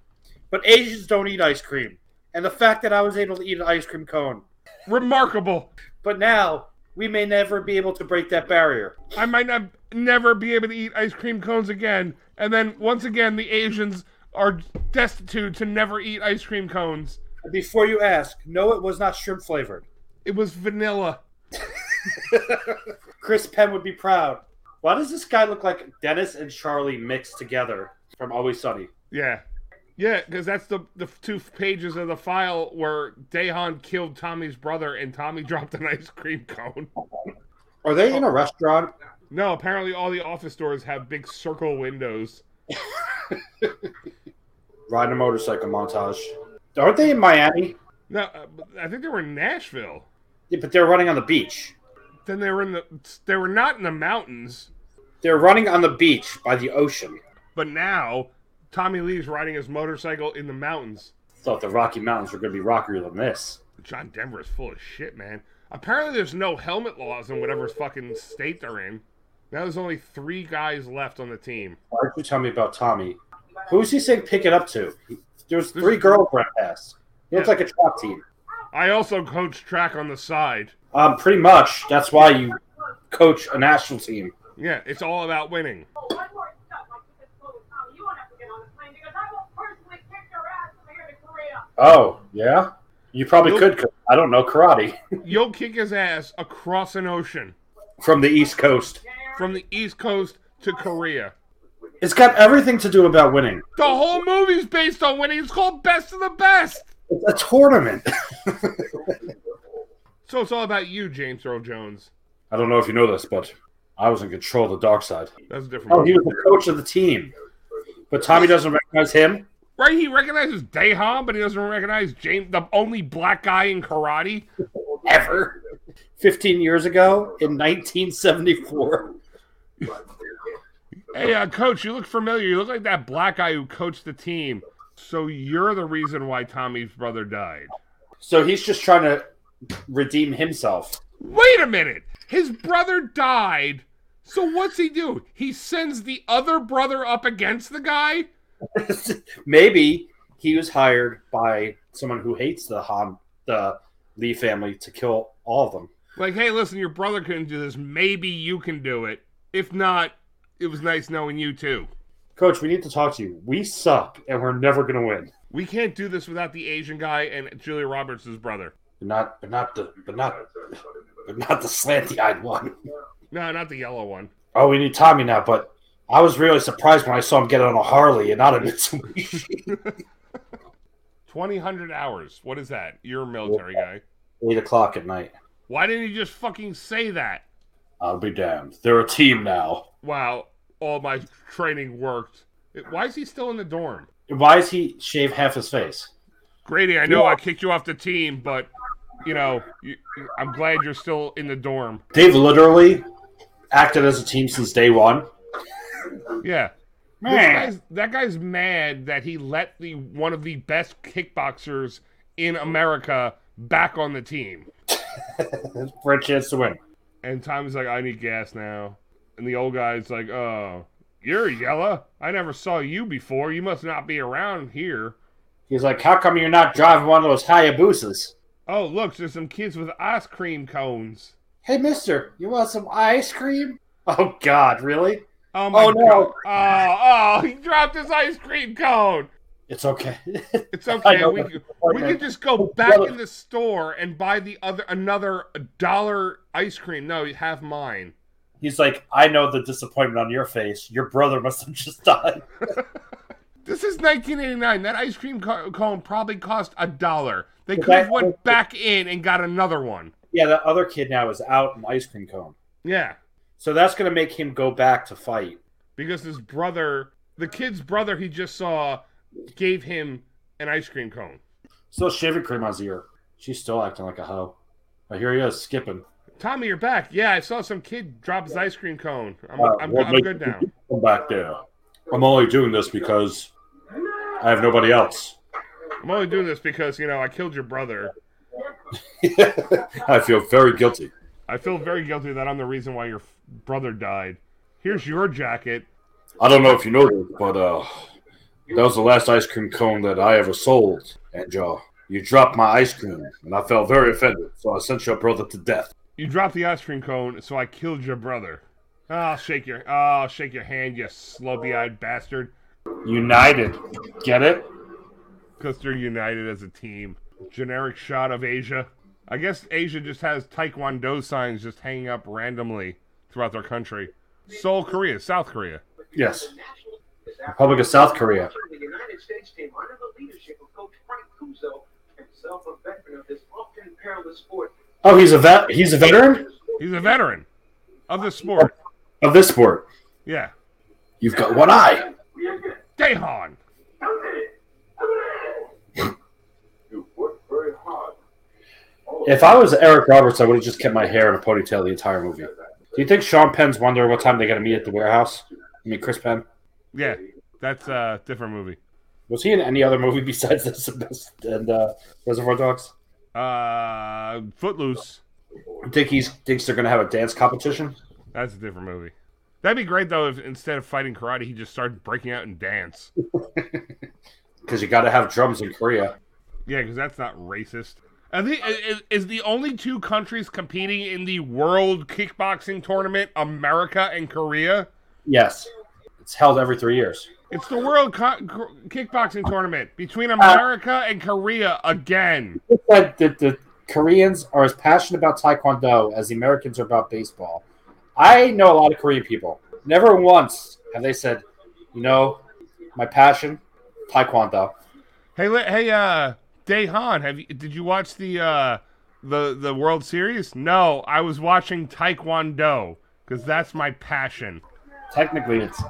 Speaker 3: but Asians don't eat ice cream. And the fact that I was able to eat an ice cream cone.
Speaker 6: Remarkable.
Speaker 3: But now, we may never be able to break that barrier.
Speaker 6: I might not never be able to eat ice cream cones again. And then once again, the Asians are destitute to never eat ice cream cones.
Speaker 3: Before you ask, no, it was not shrimp flavored.
Speaker 6: It was vanilla.
Speaker 3: Chris Penn would be proud. Why does this guy look like Dennis and Charlie mixed together from Always Sunny?
Speaker 6: Yeah. Yeah, because that's the, the two pages of the file where Dehan killed Tommy's brother and Tommy dropped an ice cream cone.
Speaker 3: Are they in a restaurant?
Speaker 6: No, apparently all the office doors have big circle windows.
Speaker 3: Riding a motorcycle montage. Aren't they in Miami?
Speaker 6: No, uh, but I think they were in Nashville.
Speaker 3: Yeah, but they're running on the beach.
Speaker 6: Then they were in the they were not in the mountains.
Speaker 3: They're running on the beach by the ocean.
Speaker 6: But now Tommy Lee's riding his motorcycle in the mountains.
Speaker 3: Thought the Rocky Mountains were going to be rockier than this.
Speaker 6: John Denver is full of shit, man. Apparently, there's no helmet laws in whatever fucking state they're in. Now there's only three guys left on the team.
Speaker 3: Why don't you tell me about Tommy? Who's he saying pick it up to? There's
Speaker 6: This-
Speaker 3: three girls right past. He looks
Speaker 6: Yeah.
Speaker 3: like a track team.
Speaker 6: I also coach track on the side.
Speaker 3: Um, pretty much. That's why you coach a national team.
Speaker 6: Yeah, it's all about winning.
Speaker 9: Oh, one more stuff like you just told us, Tommy. You won't have to get on the plane because I will personally kick your ass from here to Korea.
Speaker 3: Oh yeah, you probably
Speaker 6: Nope.
Speaker 3: could. 'cause I don't know karate
Speaker 6: You'll kick his ass across an ocean
Speaker 3: from the East Coast.
Speaker 6: from the East Coast to Korea.
Speaker 3: It's got everything to do about winning.
Speaker 6: The whole movie's based on winning. It's called Best of the Best.
Speaker 3: It's a tournament.
Speaker 6: So it's all about you, James Earl Jones.
Speaker 3: I don't know if you know this, but I was in control of the dark side.
Speaker 6: That's a different.
Speaker 3: Oh,
Speaker 6: movie.
Speaker 3: he was the coach of the team, but Tommy doesn't recognize him.
Speaker 6: Right, he recognizes Dehan, but he doesn't recognize James, the only black guy in karate.
Speaker 3: ever. 15 years ago in 1974.
Speaker 6: Hey, uh, coach, you look familiar. You look like that black guy who coached the team. So you're the reason why Tommy's brother died.
Speaker 3: So he's just trying to redeem himself.
Speaker 6: Wait a minute. His brother died. So what's he do? He sends the other brother up against the guy?
Speaker 3: Maybe he was hired by someone who hates the Han, the Lee family to kill all of them.
Speaker 6: Like, hey, listen, your brother couldn't do this. Maybe you can do it. If not, it was nice knowing you too.
Speaker 3: Coach, we need to talk to you. We suck and we're never going to win.
Speaker 6: We can't do this without the Asian guy and Julia Roberts' brother.
Speaker 3: But not, but not the, but not, but not the slanty-eyed one.
Speaker 6: No, not the yellow one.
Speaker 3: Oh, we need Tommy now. But I was really surprised when I saw him get on a Harley and not a Mitsubishi.
Speaker 6: Twenty hundred hours. What is that? You're a military guy.
Speaker 3: Eight o'clock at night.
Speaker 6: Why didn't he just fucking say that?
Speaker 3: I'll be damned. They're a team now.
Speaker 6: Wow, all my training worked. It- Why is he still in the dorm?
Speaker 3: Why is he shave half his face?
Speaker 6: Grady, I know I kicked you off the team, but you know, you, you- I'm glad you're still in the dorm.
Speaker 3: They've literally acted as a team since day one.
Speaker 6: Yeah. This guy's, that guy's mad that he let the one of the best kickboxers in America back on the team.
Speaker 3: For a chance to win.
Speaker 6: And Tommy's like, I need gas now. And the old guy's like, Oh, you're yellow. I never saw you before. You must not be around here.
Speaker 3: He's like, How come you're not driving one of those Hayabusas?
Speaker 6: Oh, look, there's some kids with ice cream cones.
Speaker 3: Hey, mister, you want some ice cream? Oh, God, really?
Speaker 6: Oh my
Speaker 3: Oh, no.
Speaker 6: God. Oh, oh, he dropped his ice cream cone.
Speaker 3: It's okay.
Speaker 6: It's okay.
Speaker 3: know
Speaker 6: We
Speaker 3: that.
Speaker 6: can, we
Speaker 3: Okay.
Speaker 6: can just go back in the store and buy the other another dollar ice cream. No, you have mine.
Speaker 3: He's like, I know the disappointment on your face. Your brother must have just died.
Speaker 6: This is 1989. That ice cream co- cone probably cost a dollar. They
Speaker 3: But
Speaker 6: could have
Speaker 3: that-
Speaker 6: went back in and got another one.
Speaker 3: Yeah, that other kid now is out an ice cream cone.
Speaker 6: Yeah,
Speaker 3: So that's going to make him go back to fight.
Speaker 6: because his brother, the kid's brother he just saw, gave him an ice cream cone.
Speaker 3: Still shaving cream on his ear. She's still acting like a hoe. But here he is, skipping.
Speaker 6: Tommy, you're back. Yeah, I saw some kid drop his ice cream cone. I'm,
Speaker 3: Uh,
Speaker 6: I'm,
Speaker 3: what
Speaker 6: I'm
Speaker 3: makes
Speaker 6: good
Speaker 3: you
Speaker 6: now.
Speaker 3: Come back there. I'm only doing this because I have nobody else.
Speaker 6: I'm only doing this because, you know, I killed your brother.
Speaker 3: I feel very guilty.
Speaker 6: I feel very guilty that I'm the reason why your f- brother died. Here's your jacket.
Speaker 3: I don't know if you know this, but uh, that was the last ice cream cone that I ever sold, and uh, you dropped my ice cream, and I felt very offended, so I sent your brother to death.
Speaker 6: You dropped the ice cream cone, so I killed your brother. Ah, I'll shake your, ah, I'll shake your hand, you slopey-eyed bastard.
Speaker 3: United, get it?
Speaker 6: Because they're united as a team. Generic shot of Asia. I guess Asia just has Taekwondo signs just hanging up randomly throughout their country. Seoul, Korea, South Korea.
Speaker 3: Yes.
Speaker 9: National is
Speaker 3: Republic of South Korea.
Speaker 9: the United States team under the leadership of Coach Frank Kuzo, himself a veteran of this often perilous sport.
Speaker 3: Oh, he's a vet. He's a veteran
Speaker 6: He's a veteran of the sport.
Speaker 3: of this sport.
Speaker 6: Yeah.
Speaker 3: You've got one eye.
Speaker 9: We are good.
Speaker 6: Daehan.
Speaker 9: Come in. Come in. You worked very hard.
Speaker 3: If I was Eric Roberts, I would have just kept my hair in a ponytail the entire movie. Do you think Sean Penn's wondering what time they got to meet at the warehouse? I mean, Chris Penn.
Speaker 6: Yeah, that's a different movie.
Speaker 3: Was he in any other movie besides this and this- and uh, Reservoir Dogs?
Speaker 6: Uh, Footloose.
Speaker 3: You think he thinks they're going to have a dance competition?
Speaker 6: That's a different movie. That'd be great though if instead of fighting karate, he just started breaking out in dance.
Speaker 3: Because you got to have drums in Korea.
Speaker 6: Yeah, because that's not racist. I think is, is the only two countries competing in the World Kickboxing Tournament America and Korea.
Speaker 3: Yes, it's held every three years.
Speaker 6: It's the World Co- Co- Kickboxing Tournament between America and Korea again.
Speaker 3: It said that the Koreans are as passionate about Taekwondo as the Americans are about baseball. I know a lot of Korean people. Never once have they said, you know, my passion, Taekwondo.
Speaker 6: Hey, li- hey, uh, Dehan, have you did you watch the uh the the World Series? No, I was watching Taekwondo because that's my passion.
Speaker 3: Technically, it's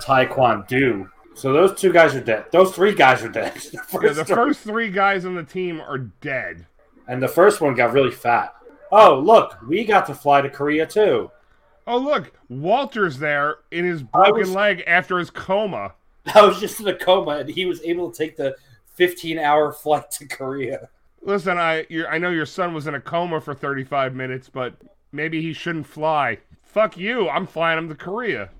Speaker 3: Taekwondo. So those two guys are dead. Those three guys are dead. The
Speaker 6: Yeah, the
Speaker 3: first one-
Speaker 6: first three guys on the team are dead.
Speaker 3: And the first one got really fat. Oh, look, we got to fly to Korea too.
Speaker 6: Oh look, Walter's there in his
Speaker 3: I
Speaker 6: broken
Speaker 3: was-
Speaker 6: leg after his coma.
Speaker 3: I was just in a coma and he was able to take the 15 hour flight to Korea.
Speaker 6: Listen, I you I know your son was in a coma for 35 minutes, but maybe he shouldn't fly. Fuck you, I'm flying him to Korea.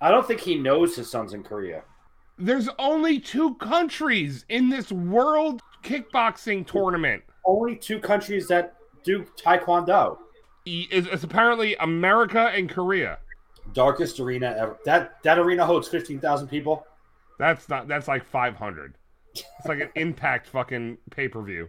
Speaker 3: I don't think he knows his son's in Korea.
Speaker 6: There's only two countries in this World Kickboxing Tournament.
Speaker 3: Only two countries that do Taekwondo.
Speaker 6: E, is, is apparently America and Korea.
Speaker 3: Darkest arena ever. That that arena holds 15,000 people.
Speaker 6: That's not. That's like 500. It's like an impact fucking pay per view.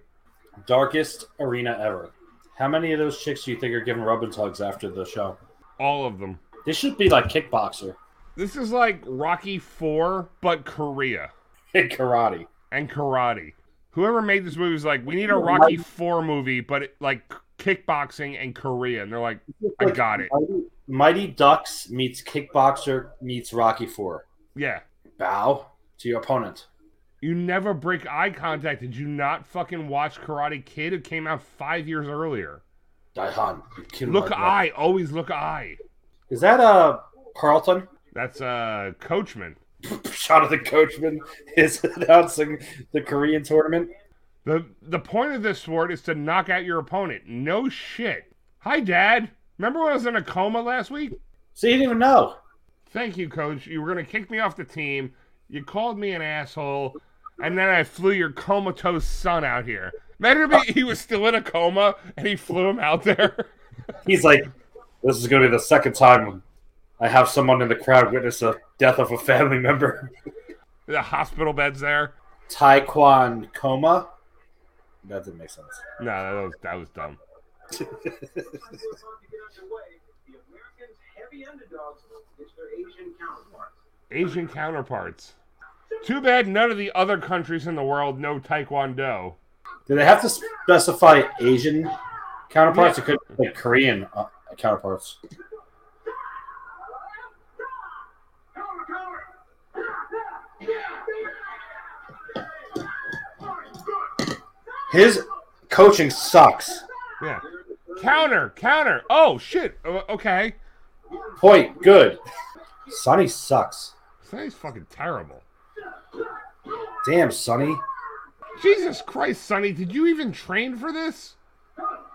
Speaker 3: Darkest arena ever. How many of those chicks do you think are giving rub and tugs after the show?
Speaker 6: All of them.
Speaker 3: This should be like kickboxer
Speaker 6: This is like Rocky Four, but Korea
Speaker 3: in karate.
Speaker 6: and karate. Whoever made this movie was like, we need a Rocky Four movie, but it, like kickboxing and Korea, and they're like, I got it.
Speaker 3: Mighty, Mighty Ducks meets Kickboxer meets Rocky Four.
Speaker 6: Yeah.
Speaker 3: Bow to your opponent.
Speaker 6: You never break eye contact. Did you not fucking watch Karate Kid? It came out five years earlier.
Speaker 3: Daihan. you kid
Speaker 6: Look
Speaker 3: like that.
Speaker 6: eye, always look eye.
Speaker 3: Is that uh Carlton?
Speaker 6: That's uh Coachman.
Speaker 3: Shot of the coachman is announcing the Korean tournament.
Speaker 6: The the point of this sword is to knock out your opponent. No shit. Hi, Dad. Remember when I was in a coma last week?
Speaker 3: So you didn't even know.
Speaker 6: Thank you, Coach. You were gonna kick me off the team. You called me an asshole, and then I flew your comatose son out here. Matter to me, he was still in a coma, and he flew him out there.
Speaker 3: He's like, this is going to be the second time I have someone in the crowd witness the death of a family member.
Speaker 6: the hospital bed's there.
Speaker 3: Taekwon coma. That didn't make sense.
Speaker 6: No, that was that was dumb.
Speaker 9: The Americans' heavy underdogs against their Asian counterparts.
Speaker 6: Asian counterparts. Too bad none of the other countries in the world know Taekwondo.
Speaker 3: Do they have to specify Asian counterparts or could like Korean uh, counterparts? His coaching sucks.
Speaker 6: Yeah. Counter, counter. Oh shit. O- Okay.
Speaker 3: Point good. Sonny sucks.
Speaker 6: Sonny's fucking terrible.
Speaker 3: Damn, Sonny.
Speaker 6: Jesus Christ, Sonny, did you even train for this?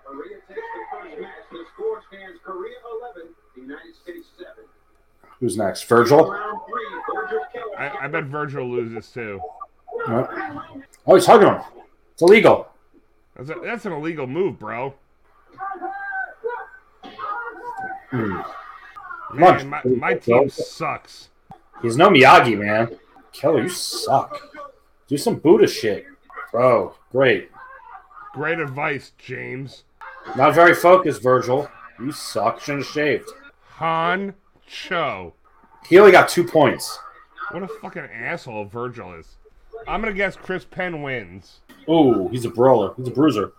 Speaker 9: Korea takes the first match. The score stands Korea 11, the United States 7.
Speaker 3: Who's next? Virgil.
Speaker 9: Round three, Virgil Keller.
Speaker 6: I, I bet Virgil loses too.
Speaker 3: No. Oh, he's hugging him. It's illegal.
Speaker 6: That's, a, that's an illegal move, bro.
Speaker 3: Come on.
Speaker 6: Man, my, my team sucks.
Speaker 3: He's no Miyagi, man. Keller, you suck. Do some Buddha shit. Bro, great.
Speaker 6: Great advice, James.
Speaker 3: Not very focused, Virgil. You suck. Shouldn't have shaved.
Speaker 6: Han Cho.
Speaker 3: He only got two points.
Speaker 6: What a fucking asshole Virgil is. I'm gonna guess Chris Penn wins.
Speaker 3: Ooh, he's a brawler. He's a bruiser.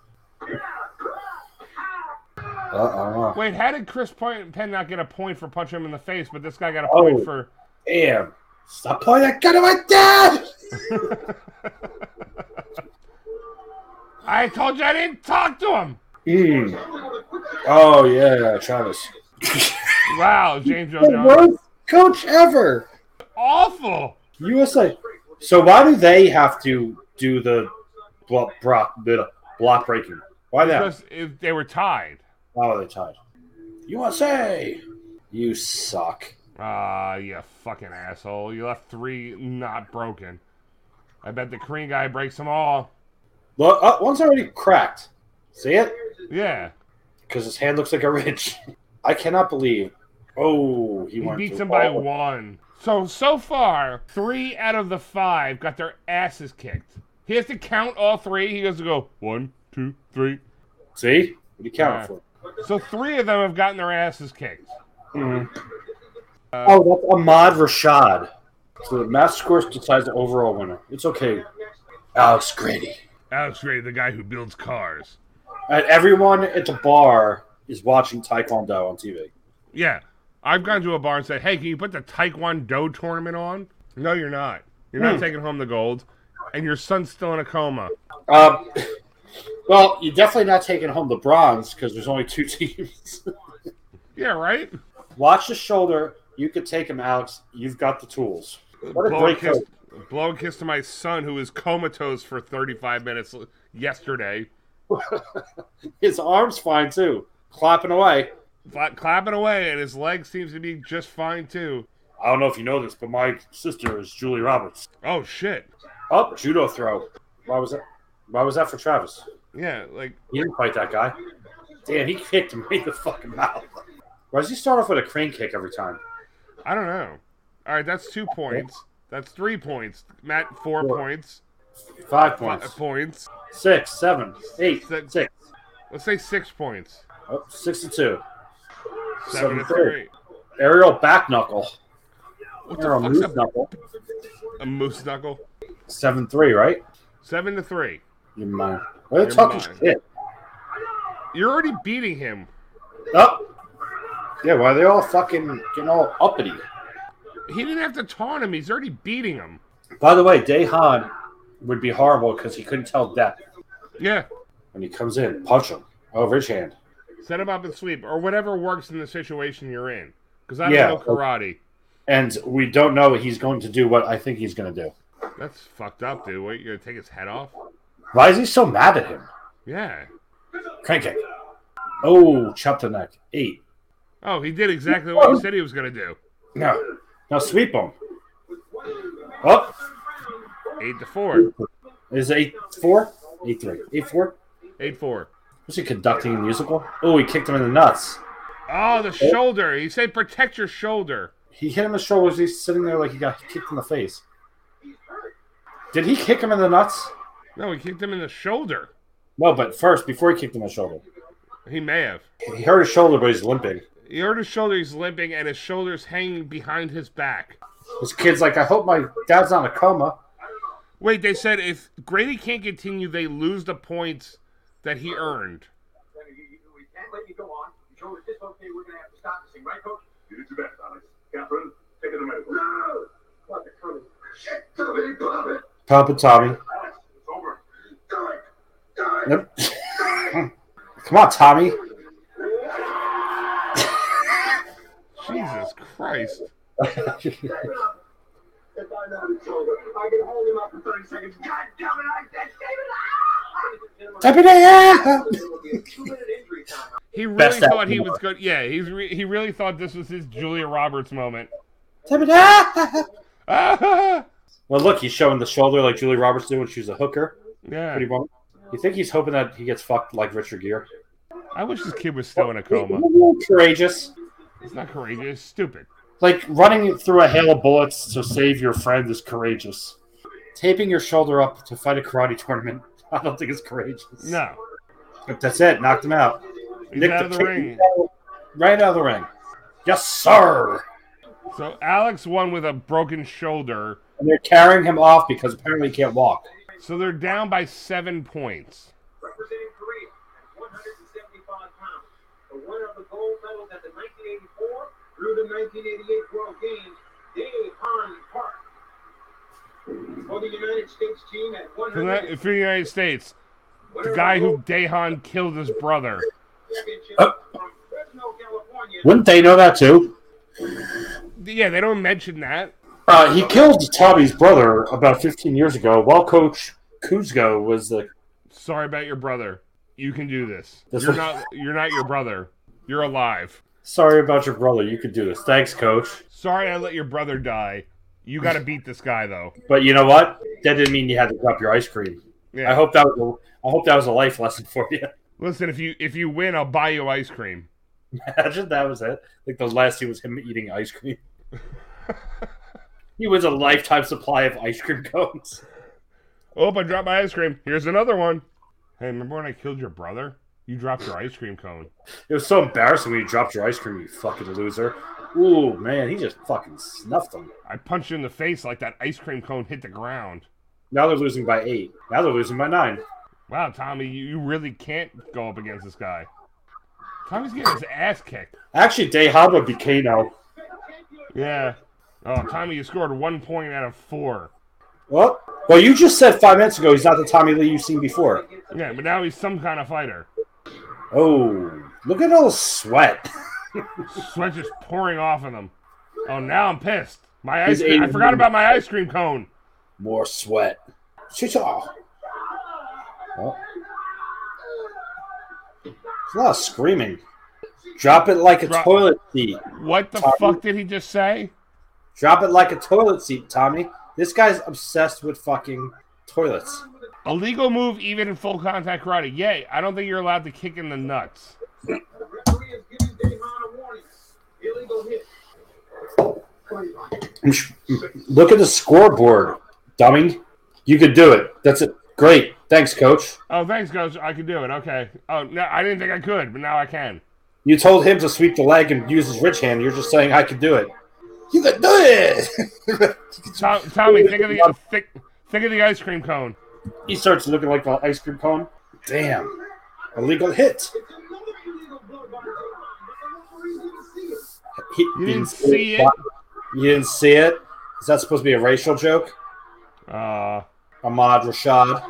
Speaker 3: Uh, I don't know.
Speaker 6: Wait, how did Chris Pen- Penn not get a point for punching him in the face, but this guy got a
Speaker 3: Oh.
Speaker 6: point for?
Speaker 3: Damn. Stop pointing that gun at my dad!
Speaker 6: I told you I didn't talk to him.
Speaker 3: Mm. Oh, yeah, Travis.
Speaker 6: Wow, James Earl
Speaker 3: The
Speaker 6: Jones,
Speaker 3: worst coach ever.
Speaker 6: awful.
Speaker 3: USA. So why do they have to do the block block, the block breaking? Why that?
Speaker 6: Because if they were tied.
Speaker 3: Oh, they tied. USA. You suck.
Speaker 6: Ah, you fucking asshole! You left three not broken. I bet the Korean guy breaks them all.
Speaker 3: Look, uh, one's already cracked. See it?
Speaker 6: Yeah,
Speaker 3: Because his hand looks like a wrench. I cannot believe. Oh, he,
Speaker 6: he
Speaker 3: went
Speaker 6: beats
Speaker 3: through
Speaker 6: him by
Speaker 3: all-
Speaker 6: one. So so far, three out of the five got their asses kicked. He has to count all three. He has to go one, two, three.
Speaker 3: See? What are you counting
Speaker 6: Yeah.
Speaker 3: for?
Speaker 6: So three of them have gotten their asses kicked.
Speaker 3: Hmm. oh, that's Ahmad Rashad. So the match scores decides the overall winner. It's okay. Alex Grady.
Speaker 6: Alex Gray, the guy who builds cars.
Speaker 3: And everyone at the bar is watching Taekwondo on TV.
Speaker 6: Yeah. I've gone to a bar and said, hey, can you put the Taekwondo tournament on? No, you're not. You're not
Speaker 3: Hmm.
Speaker 6: taking home the gold. And your son's still in a coma.
Speaker 3: Um, well, you're definitely not taking home the bronze because there's only two teams.
Speaker 6: Yeah, right?
Speaker 3: Watch the shoulder. You could take him, Alex. You've got the tools. What a
Speaker 6: blow,
Speaker 3: great
Speaker 6: kiss,
Speaker 3: coach.
Speaker 6: blow a kiss to my son who was comatose for 35 minutes l- yesterday.
Speaker 3: His arm's fine, too. Clapping away.
Speaker 6: Cla- clapping away, and his leg seems to be just fine, too.
Speaker 3: I don't know if you know this, but my sister is Julie Roberts.
Speaker 6: Oh, shit.
Speaker 3: Oh, judo throw. Why was that? Why was that for Travis?
Speaker 6: Yeah, like,
Speaker 3: He didn't fight that guy. Damn, he kicked him right in the fucking mouth. Why does he start off with a crane kick every time?
Speaker 6: I don't know. All right, that's two points. That's three points. Matt, four
Speaker 3: Four.
Speaker 6: points.
Speaker 3: Five
Speaker 6: Five
Speaker 3: points.
Speaker 6: points.
Speaker 3: Six, seven, eight,
Speaker 6: Six.
Speaker 3: six.
Speaker 6: Let's say six points.
Speaker 3: Oh, six to two.
Speaker 6: Seven to
Speaker 3: Seven-third.
Speaker 6: three.
Speaker 3: Aerial back knuckle.
Speaker 6: What
Speaker 3: Aerial
Speaker 6: the
Speaker 3: moose
Speaker 6: fuck's
Speaker 3: knuckle.
Speaker 6: a, a moose knuckle?
Speaker 3: Seven three, right?
Speaker 6: Seven to three.
Speaker 3: You're mine. What are
Speaker 6: You're
Speaker 3: you talking
Speaker 6: mine.
Speaker 3: shit?
Speaker 6: You're already beating him.
Speaker 3: Oh. Yeah, why are they all fucking getting all uppity?
Speaker 6: He didn't have to taunt him. He's already beating him.
Speaker 3: By the way, Dehan would be horrible because he couldn't tell depth.
Speaker 6: Yeah.
Speaker 3: When he comes in, punch him. Oh, rich hand.
Speaker 6: Set him up and sweep, or whatever works in the situation you're in. Because I don't
Speaker 3: Yeah.
Speaker 6: know karate.
Speaker 3: And we don't know he's going to do what I think he's going to do.
Speaker 6: That's fucked up, dude. What, you're going to take his head off?
Speaker 3: Why is he so mad at him?
Speaker 6: Yeah.
Speaker 3: Crank kick. Oh, chop the neck. Eight.
Speaker 6: Oh, he did exactly what you said he was going to do.
Speaker 3: No. Now sweep him. Up.
Speaker 6: Eight to four.
Speaker 3: Is it eight four? Eight three. Eight four?
Speaker 6: Eight four.
Speaker 3: Was he conducting a musical? Oh, he kicked him in the nuts.
Speaker 6: Oh, the shoulder. He said protect your shoulder.
Speaker 3: He hit him in the shoulders. He's sitting there like he got kicked in the face. Did he kick him in the nuts?
Speaker 6: No, he kicked him in the shoulder.
Speaker 3: No, but first, before he kicked him in the shoulder,
Speaker 6: He may have.
Speaker 3: he hurt his shoulder, but he's limping.
Speaker 6: He hurt his shoulder. He's limping, and his shoulder's hanging behind his back.
Speaker 3: His kid's like, I hope my dad's not in a coma.
Speaker 6: Wait, they said if Grady can't continue, they lose the points that he earned.
Speaker 9: We can't let you go on. Your shoulder's dislocated. We're going to have to stop this thing, right, Coach? You did your best, Alex. Catherine, take it to medical. No! What, they're coming. Shit, Tommy, pop it.
Speaker 3: Papa Tommy.
Speaker 9: Alex, it's over. Do it. Do it.
Speaker 3: Yep. Come on, Tommy.
Speaker 6: Jesus Christ.
Speaker 9: If I know it's over, I can hold him up for 30 seconds. God damn it, I said, David! Ah!
Speaker 3: Deputy, yeah!
Speaker 6: He really
Speaker 3: Best
Speaker 6: thought he
Speaker 3: acting
Speaker 6: was good. Yeah, he's re- he really thought this was his Julia Roberts moment.
Speaker 3: Deputy, yeah!
Speaker 6: Ah!
Speaker 3: Well, look, he's showing the shoulder like Julie Roberts did when she was a hooker.
Speaker 6: yeah.
Speaker 3: Pretty well. You think he's hoping that he gets fucked like Richard Gere?
Speaker 6: I wish this kid was still in a coma.
Speaker 3: Courageous.
Speaker 6: It's not courageous. It's stupid.
Speaker 3: Like running through a hail of bullets to save your friend is courageous. Taping your shoulder up to fight a karate tournament, I don't think it's courageous.
Speaker 6: No.
Speaker 3: But that's it. Knocked him out.
Speaker 6: He's
Speaker 3: Nicked
Speaker 6: out of the
Speaker 3: kick
Speaker 6: ring.
Speaker 3: Right out of the ring. Yes, sir.
Speaker 6: So Alex won with a broken shoulder.
Speaker 3: And they're carrying him off because apparently he can't walk.
Speaker 6: So they're down by seven points.
Speaker 9: Representing Korea at 175 pounds, the winner of the gold medals at the 1984 through the 1988 World Games, Dave Han Park. For the United States team at
Speaker 6: For the,
Speaker 9: 100,
Speaker 6: for the United States, the guy who Dehan killed his brother.
Speaker 9: championship
Speaker 3: Uh.
Speaker 9: from Fresno, California.
Speaker 3: Wouldn't they know that too?
Speaker 6: Yeah, they don't mention that.
Speaker 3: Uh, he killed Tommy's brother about 15 years ago while Coach Kuzco was the.
Speaker 6: Sorry about your brother. You can do this.
Speaker 3: That's
Speaker 6: you're
Speaker 3: what-
Speaker 6: not. You're not your brother. You're alive.
Speaker 3: Sorry about your brother. You could do this. Thanks, Coach.
Speaker 6: Sorry, I let your brother die. You got to beat this guy though.
Speaker 3: But you know what? That didn't mean you had to drop your ice cream.
Speaker 6: Yeah.
Speaker 3: I hope that was a, I hope that was a life lesson for you.
Speaker 6: Listen, if you if you win, I'll buy you ice cream.
Speaker 3: Imagine that was it. Like the last scene was him eating ice cream. he wins a lifetime supply of ice cream cones.
Speaker 6: Oh, I dropped my ice cream. Here's another one. Hey, remember when I killed your brother? You dropped your ice cream cone.
Speaker 3: It was so embarrassing when you dropped your ice cream, you fucking loser. Ooh, man, he just fucking snuffed them.
Speaker 6: I punched you in the face like that ice cream cone hit the ground.
Speaker 3: Now they're losing by eight. Now they're losing by nine.
Speaker 6: Wow, Tommy, you, you really can't go up against this guy. Tommy's getting his ass kicked.
Speaker 3: Actually, Dehab would be Kano.
Speaker 6: Yeah. Oh, Tommy, you scored one point out of four.
Speaker 3: Well, well, you just said five minutes ago he's not the Tommy Lee you've seen before.
Speaker 6: Yeah, but now he's some kind of fighter.
Speaker 3: Oh, look at all the sweat.
Speaker 6: Sweat just pouring off of him. Oh, now I'm pissed. My ice
Speaker 3: He's
Speaker 6: cream. I
Speaker 3: eight.
Speaker 6: forgot about my ice cream cone.
Speaker 3: More sweat. Shoot off. Well, there's a lot of screaming. Drop it like a
Speaker 6: Drop-
Speaker 3: toilet seat.
Speaker 6: What the
Speaker 3: Tommy.
Speaker 6: fuck did he just say?
Speaker 3: Drop it like a toilet seat, Tommy. This guy's obsessed with fucking toilets.
Speaker 6: A legal move, even in full contact karate. Yay! I don't think you're allowed to kick in the nuts.
Speaker 9: The referee is giving Dehan a warning. Illegal hit.
Speaker 3: Look at the scoreboard, dummy. You could do it. That's it. Great. Thanks, coach.
Speaker 6: Oh, thanks, coach. I can do it. Okay. Oh no, I didn't think I could, but now I can.
Speaker 3: You told him to sweep the leg and use his rich hand. You're just saying I could do it. You could do it.
Speaker 6: Tom, Tommy, think of the think, think of the ice cream cone.
Speaker 3: he starts looking like the ice cream cone. Damn. Illegal hit.
Speaker 9: It's a no
Speaker 3: he-
Speaker 6: You didn't see it?
Speaker 3: You didn't see it? Is that supposed to be a racial joke?
Speaker 6: Uh,
Speaker 3: Ahmad Rashad.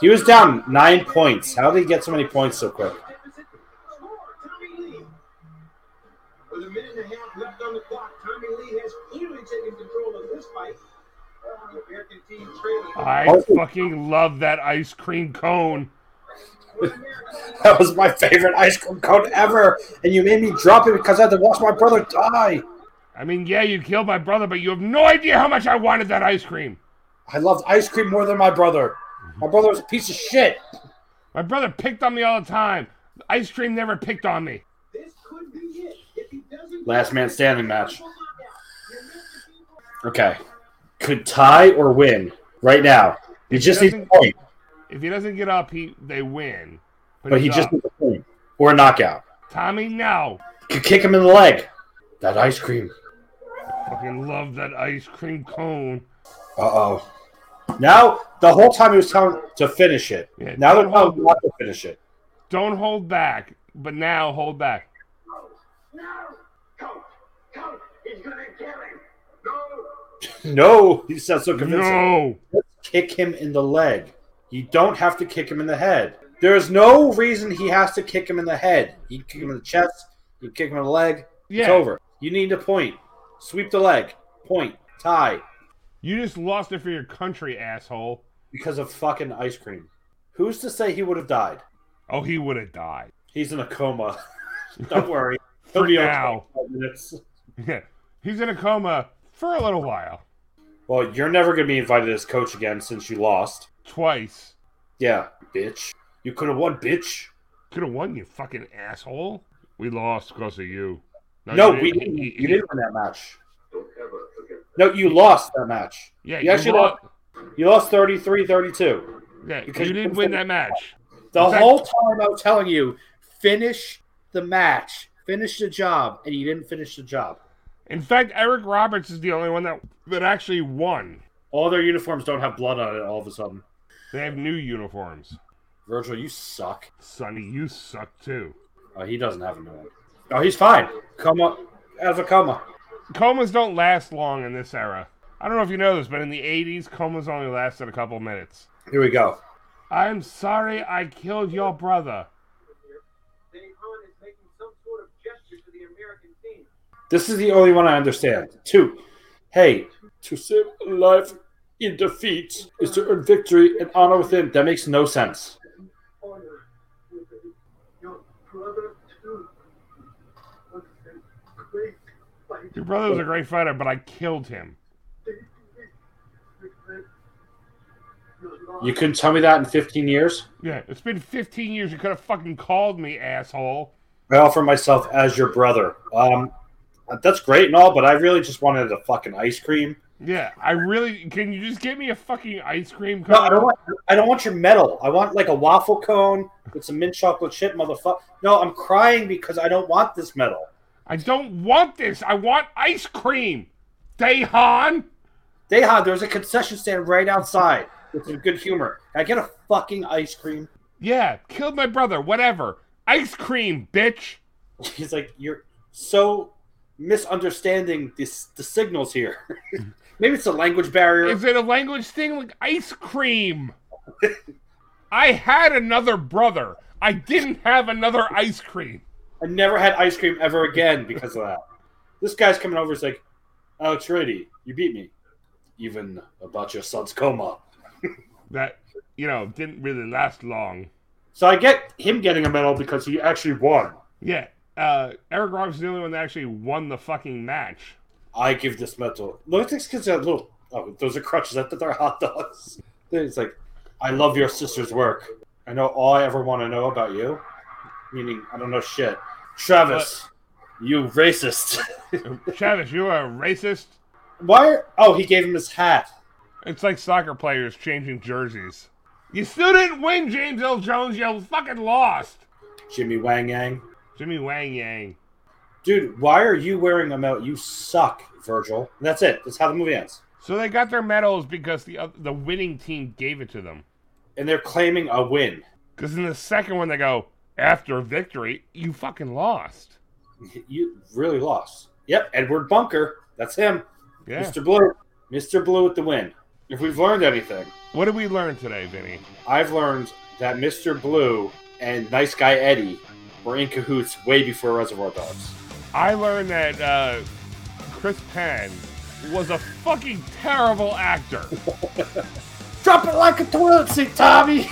Speaker 3: He was down nine points. How did he get so many points so quick?
Speaker 9: With a minute and a half left on the clock, Tommy Lee has clearly taken control of this fight. The American team trailing.
Speaker 6: I
Speaker 3: Oh.
Speaker 6: fucking love that ice cream cone.
Speaker 3: That was my favorite ice cream cone ever, and you made me drop it because I had to watch my brother die.
Speaker 6: I mean, yeah, you killed my brother, but you have no idea how much I wanted that ice cream.
Speaker 3: I loved ice cream more than my brother. My brother was a piece of shit.
Speaker 6: My brother picked on me all the time. Ice cream never picked on me.
Speaker 9: This could be it. If he doesn't
Speaker 3: Last man standing match. Okay. Could tie or win right now. You just need a point,
Speaker 6: If he doesn't get up, he they win.
Speaker 3: but he
Speaker 6: he's
Speaker 3: just
Speaker 6: up.
Speaker 3: needs a point or a knockout.
Speaker 6: Tommy now.
Speaker 3: Could kick him in the leg. That ice cream.
Speaker 6: Fucking love that ice cream cone.
Speaker 3: Uh oh. Now the whole time he was telling to finish it.
Speaker 6: Yeah,
Speaker 3: now they're
Speaker 6: don't
Speaker 3: telling
Speaker 6: hold-
Speaker 3: him not to finish it.
Speaker 6: Don't hold back, but now hold back.
Speaker 3: No, he sounds so convincing.
Speaker 6: No.
Speaker 3: Kick him in the leg. You don't have to kick him in the head. There is no reason he has to kick him in the head. You can kick him in the chest. You can kick him in the leg.
Speaker 6: Yeah.
Speaker 3: It's over. You need a point. Sweep the leg. Point. Tie.
Speaker 6: You just lost it for your country, asshole.
Speaker 3: Because of fucking ice cream. Who's to say he would have died?
Speaker 6: Oh, he would have died.
Speaker 3: He's in a coma. don't worry.
Speaker 6: For
Speaker 3: okay
Speaker 6: now.
Speaker 3: in 12 minutes.
Speaker 6: Yeah. He's in a coma for a little while.
Speaker 3: Well, you're never going to be invited as coach again since you lost.
Speaker 6: Twice.
Speaker 3: Yeah, bitch. You could have won, bitch.
Speaker 6: Could have won, you fucking asshole. We lost because of you.
Speaker 3: No,
Speaker 6: you
Speaker 3: we
Speaker 6: didn't.
Speaker 3: didn't.
Speaker 6: He- he-
Speaker 3: You didn't win that match. No, you lost that match.
Speaker 6: Yeah,
Speaker 3: you actually
Speaker 6: lost.
Speaker 3: lost. You lost 33-32.
Speaker 6: Yeah,
Speaker 3: because
Speaker 6: you
Speaker 3: you
Speaker 6: didn't
Speaker 3: couldn't
Speaker 6: win
Speaker 3: finish
Speaker 6: that match.
Speaker 3: The
Speaker 6: In fact-
Speaker 3: whole time I was telling you, finish the match, finish the job, and you didn't finish the job.
Speaker 6: In fact, Eric Roberts is the only one that that actually won.
Speaker 3: All their uniforms don't have blood on it. All of a sudden,
Speaker 6: They have new uniforms.
Speaker 3: Virgil, you suck.
Speaker 6: Sonny, you suck too.
Speaker 3: Oh, he doesn't have a new one. Oh, he's fine. Coma, out of a coma.
Speaker 6: Comas don't last long in this era. I don't know if you know this, but in the 80s, comas only lasted a couple minutes.
Speaker 3: Here we go.
Speaker 6: I'm sorry I killed your brother.
Speaker 9: Dahan is making some sort of gesture to the American team.
Speaker 3: This is the only one I understand. Two. Hey, to save a life in defeat is to earn victory and honor within. That makes no sense.
Speaker 9: Honor your brother too. Was a great fight.
Speaker 6: Your brother was a great fighter, but I killed him.
Speaker 3: You couldn't tell me that in 15 years?
Speaker 6: Yeah, it's been 15 years. You could have fucking called me, asshole.
Speaker 3: I offer myself as your brother. Um, that's great and all, but I really just wanted a fucking ice cream.
Speaker 6: Yeah, I really. Can you just get me a fucking ice cream
Speaker 3: No, I
Speaker 6: cone?
Speaker 3: don't want. I don't want your medal. I want like a waffle cone with some mint chocolate chip, motherfucker. No, I'm crying because I don't want this medal.
Speaker 6: I don't want this. I want ice cream. Dehan.
Speaker 3: Deha, there's a concession stand right outside with some good humor. Can I get a fucking ice cream?
Speaker 6: Yeah, killed my brother. Whatever. Ice cream, bitch.
Speaker 3: He's like, you're so misunderstanding this, the signals here. Maybe it's a language barrier.
Speaker 6: Is it a language thing like ice cream? I had another brother. I didn't have another ice cream.
Speaker 3: I never had ice cream ever again because of that. This guy's coming over. He's like, Alex Rady, you beat me. Even about your son's coma.
Speaker 6: That you know didn't really last long.
Speaker 3: So I get him getting a medal because he actually won.
Speaker 6: Yeah, uh, Eric Roberts is the only one that actually won the fucking match.
Speaker 3: I give this medal. Look at these kids that little. Oh, those are crutches. I thought they're hot dogs. It's like, I love your sister's work. I know all I ever want to know about you. Meaning, I don't know shit. Travis, you racist.
Speaker 6: Travis, you are a racist.
Speaker 3: Why? Oh, he gave him his hat.
Speaker 6: It's like soccer players changing jerseys. You still didn't win, James L. Jones. You fucking lost.
Speaker 3: Jimmy Wang Yang.
Speaker 6: Jimmy Wang Yang.
Speaker 3: Dude, why are you wearing a medal? You suck, Virgil. And that's it. That's how the movie ends.
Speaker 6: So they got their medals because the oth- the winning team gave it to them.
Speaker 3: And they're claiming a win.
Speaker 6: Because in the second one, they go, after victory, you fucking lost.
Speaker 3: You really lost. Yep, Edward Bunker. That's him.
Speaker 6: Yeah.
Speaker 3: Mr. Blue. Mr. Blue with the win. If we've learned anything,
Speaker 6: What did we learn today, Vinny?
Speaker 3: I've learned that Mr. Blue and Nice Guy Eddie were in cahoots way before Reservoir Dogs.
Speaker 6: I learned that uh, Chris Penn was a fucking terrible actor.
Speaker 3: Drop it like a toilet seat, Tommy!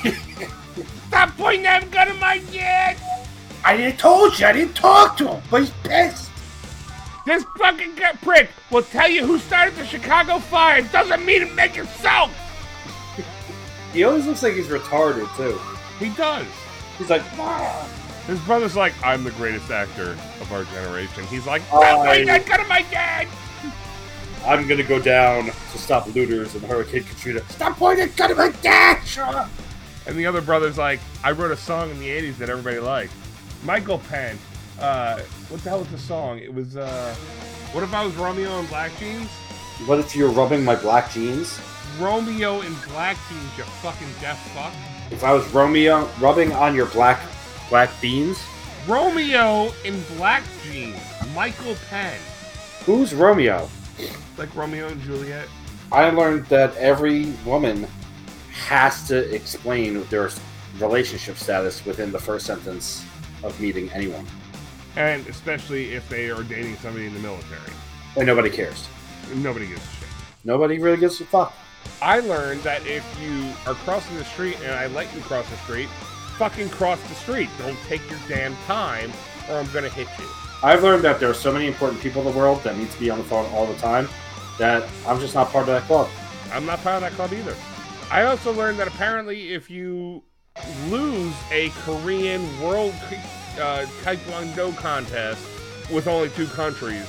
Speaker 6: Stop pointing that gun at my dick!
Speaker 3: I didn't told you, I didn't talk to him, but he's pissed.
Speaker 6: This fucking gut prick will tell you who started the Chicago Fire. It doesn't mean it make itself.
Speaker 3: He always looks like he's retarded, too.
Speaker 6: He does.
Speaker 3: He's like, "Ah."
Speaker 6: His brother's like, I'm the greatest actor of our generation. He's like,
Speaker 3: Oh,
Speaker 6: Stop pointing
Speaker 3: I-
Speaker 6: that gun at my dick!
Speaker 3: I'm gonna go down to stop looters and Hurricane Katrina. Stop pointing that gun at my dad, Sean!
Speaker 6: And the other brother's like, I wrote a song in the 80s that everybody liked. Michael Penn, uh, what the hell was the song? It was, uh, what if I was Romeo in black jeans?
Speaker 3: What if you're rubbing my black jeans?
Speaker 6: Romeo in black jeans, you fucking deaf fuck.
Speaker 3: If I was Romeo rubbing on your black black beans,
Speaker 6: Romeo in black jeans, Michael Penn.
Speaker 3: who's Romeo?
Speaker 6: Like Romeo and Juliet.
Speaker 3: I learned that every woman has to explain their relationship status within the first sentence of meeting anyone,
Speaker 6: And especially if they are dating somebody in the military.
Speaker 3: and nobody cares.
Speaker 6: Nobody gives a shit.
Speaker 3: Nobody really gives a fuck.
Speaker 6: I learned that if you are crossing the street and I let you cross the street, fucking cross the street. Don't take your damn time or I'm gonna hit you.
Speaker 3: I've learned that there are so many important people in the world that need to be on the phone all the time that I'm just not part of that club.
Speaker 6: I'm not part of that club either. I also learned that apparently if you lose a Korean World uh, Taekwondo contest with only two countries,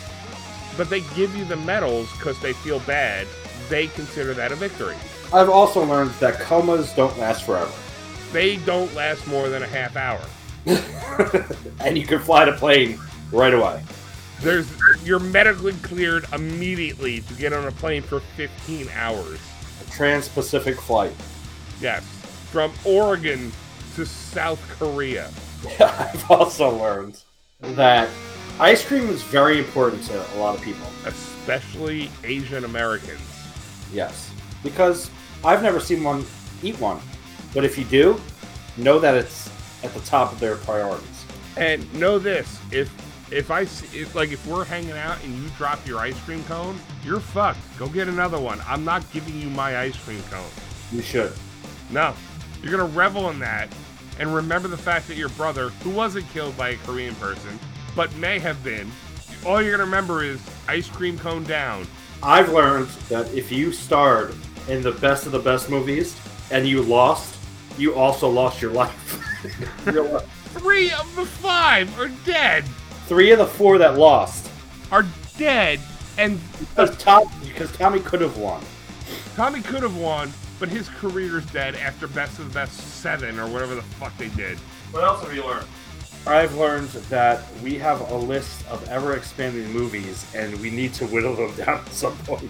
Speaker 6: but they give you the medals because they feel bad, they consider that a victory.
Speaker 3: I've also learned that comas don't last forever.
Speaker 6: They don't last more than a half hour.
Speaker 3: and you can fly the plane right away.
Speaker 6: There's you're medically cleared immediately to get on a plane for 15 hours.
Speaker 3: A trans-Pacific flight.
Speaker 6: Yes, from Oregon to South Korea.
Speaker 3: I've also learned that ice cream is very important to a lot of people.
Speaker 6: especially Asian Americans.
Speaker 3: Yes. Because I've never seen one eat one. But if you do, know that it's at the top of their priorities.
Speaker 6: And know this: if if I see, if, like if we're hanging out and you drop your ice cream cone, you're fucked. Go get another one. I'm not giving you my ice cream cone.
Speaker 3: You should.
Speaker 6: No, you're gonna revel in that, and remember the fact that your brother, who wasn't killed by a Korean person, but may have been. All you're gonna remember is ice cream cone down.
Speaker 3: I've learned that if you starred in the best of the best movies and you lost, you also lost your life. Your li-
Speaker 6: Three of the five are dead.
Speaker 3: Three of the four that lost.
Speaker 6: Are dead, and
Speaker 3: Because, Tom, because Tommy could have won.
Speaker 6: Tommy could have won, but his career's dead after Best of the Best 7 or whatever the fuck they did.
Speaker 3: What else have you learned? I've learned that we have a list of ever expanding movies and we need to whittle them down at some point.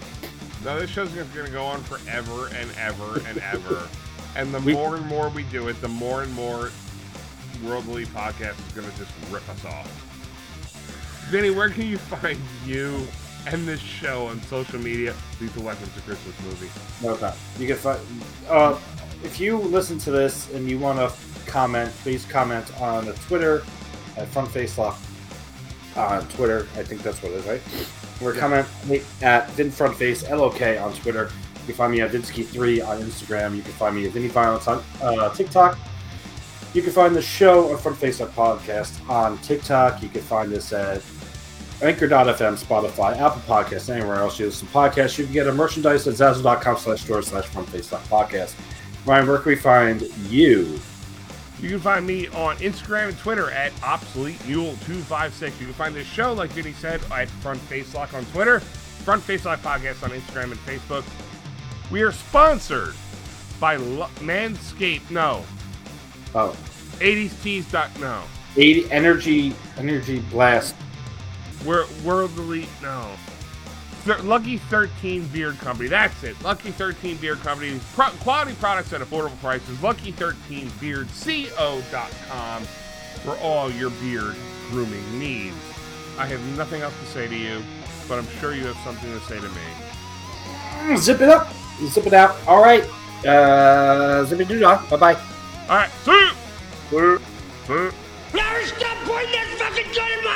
Speaker 6: Now, this show's going to go on forever and ever and ever. and the
Speaker 3: We-
Speaker 6: more and more we do it, the more and more Worldly Podcast is going to just rip us off. Vinny, where can you find you and this show on social media? Lethal Weapons, a Christmas movie.
Speaker 3: No time. You can find. Uh, if you listen to this and you want to comment, please comment on the Twitter at Front Face Lock. On Twitter, I think that's what it is, right? Or comment me at Vin Front Face LOK on Twitter. You can find me at Vinsky3 on Instagram. You can find me at Vinny Violence on uh, TikTok. You can find the show on Front Face Lock Podcast on TikTok. You can find us at Anchor.fm, Spotify, Apple Podcasts, anywhere else you listen to podcasts. You can get a merchandise at Zazzle.com slash store slash frontface dot podcast. Ryan, where can we find you?
Speaker 6: You can find me on Instagram and Twitter at obsoletemule256. You can find this show, like Vinny said, at Front Face Lock on Twitter, Front Face Lock Podcast on Instagram and Facebook. We are sponsored by Lo- Manscaped. No,
Speaker 3: Oh,
Speaker 6: 80s dot No,
Speaker 3: 80 energy, energy blast.
Speaker 6: we're Worldly. No, Thir- Lucky 13 Beard Company. That's it. Lucky 13 Beard Company. Pro- quality products at affordable prices. Lucky13BeardCo.com. for all your beard grooming needs. I have nothing else to say to you, but I'm sure you have something to say to me.
Speaker 3: Mm, Zip it up. Zip it out. All right. Uh, zip it doo dah. Bye bye.
Speaker 6: All right, see you.
Speaker 3: We're
Speaker 6: Boo.
Speaker 7: Larry, stop pointing that fucking gun at my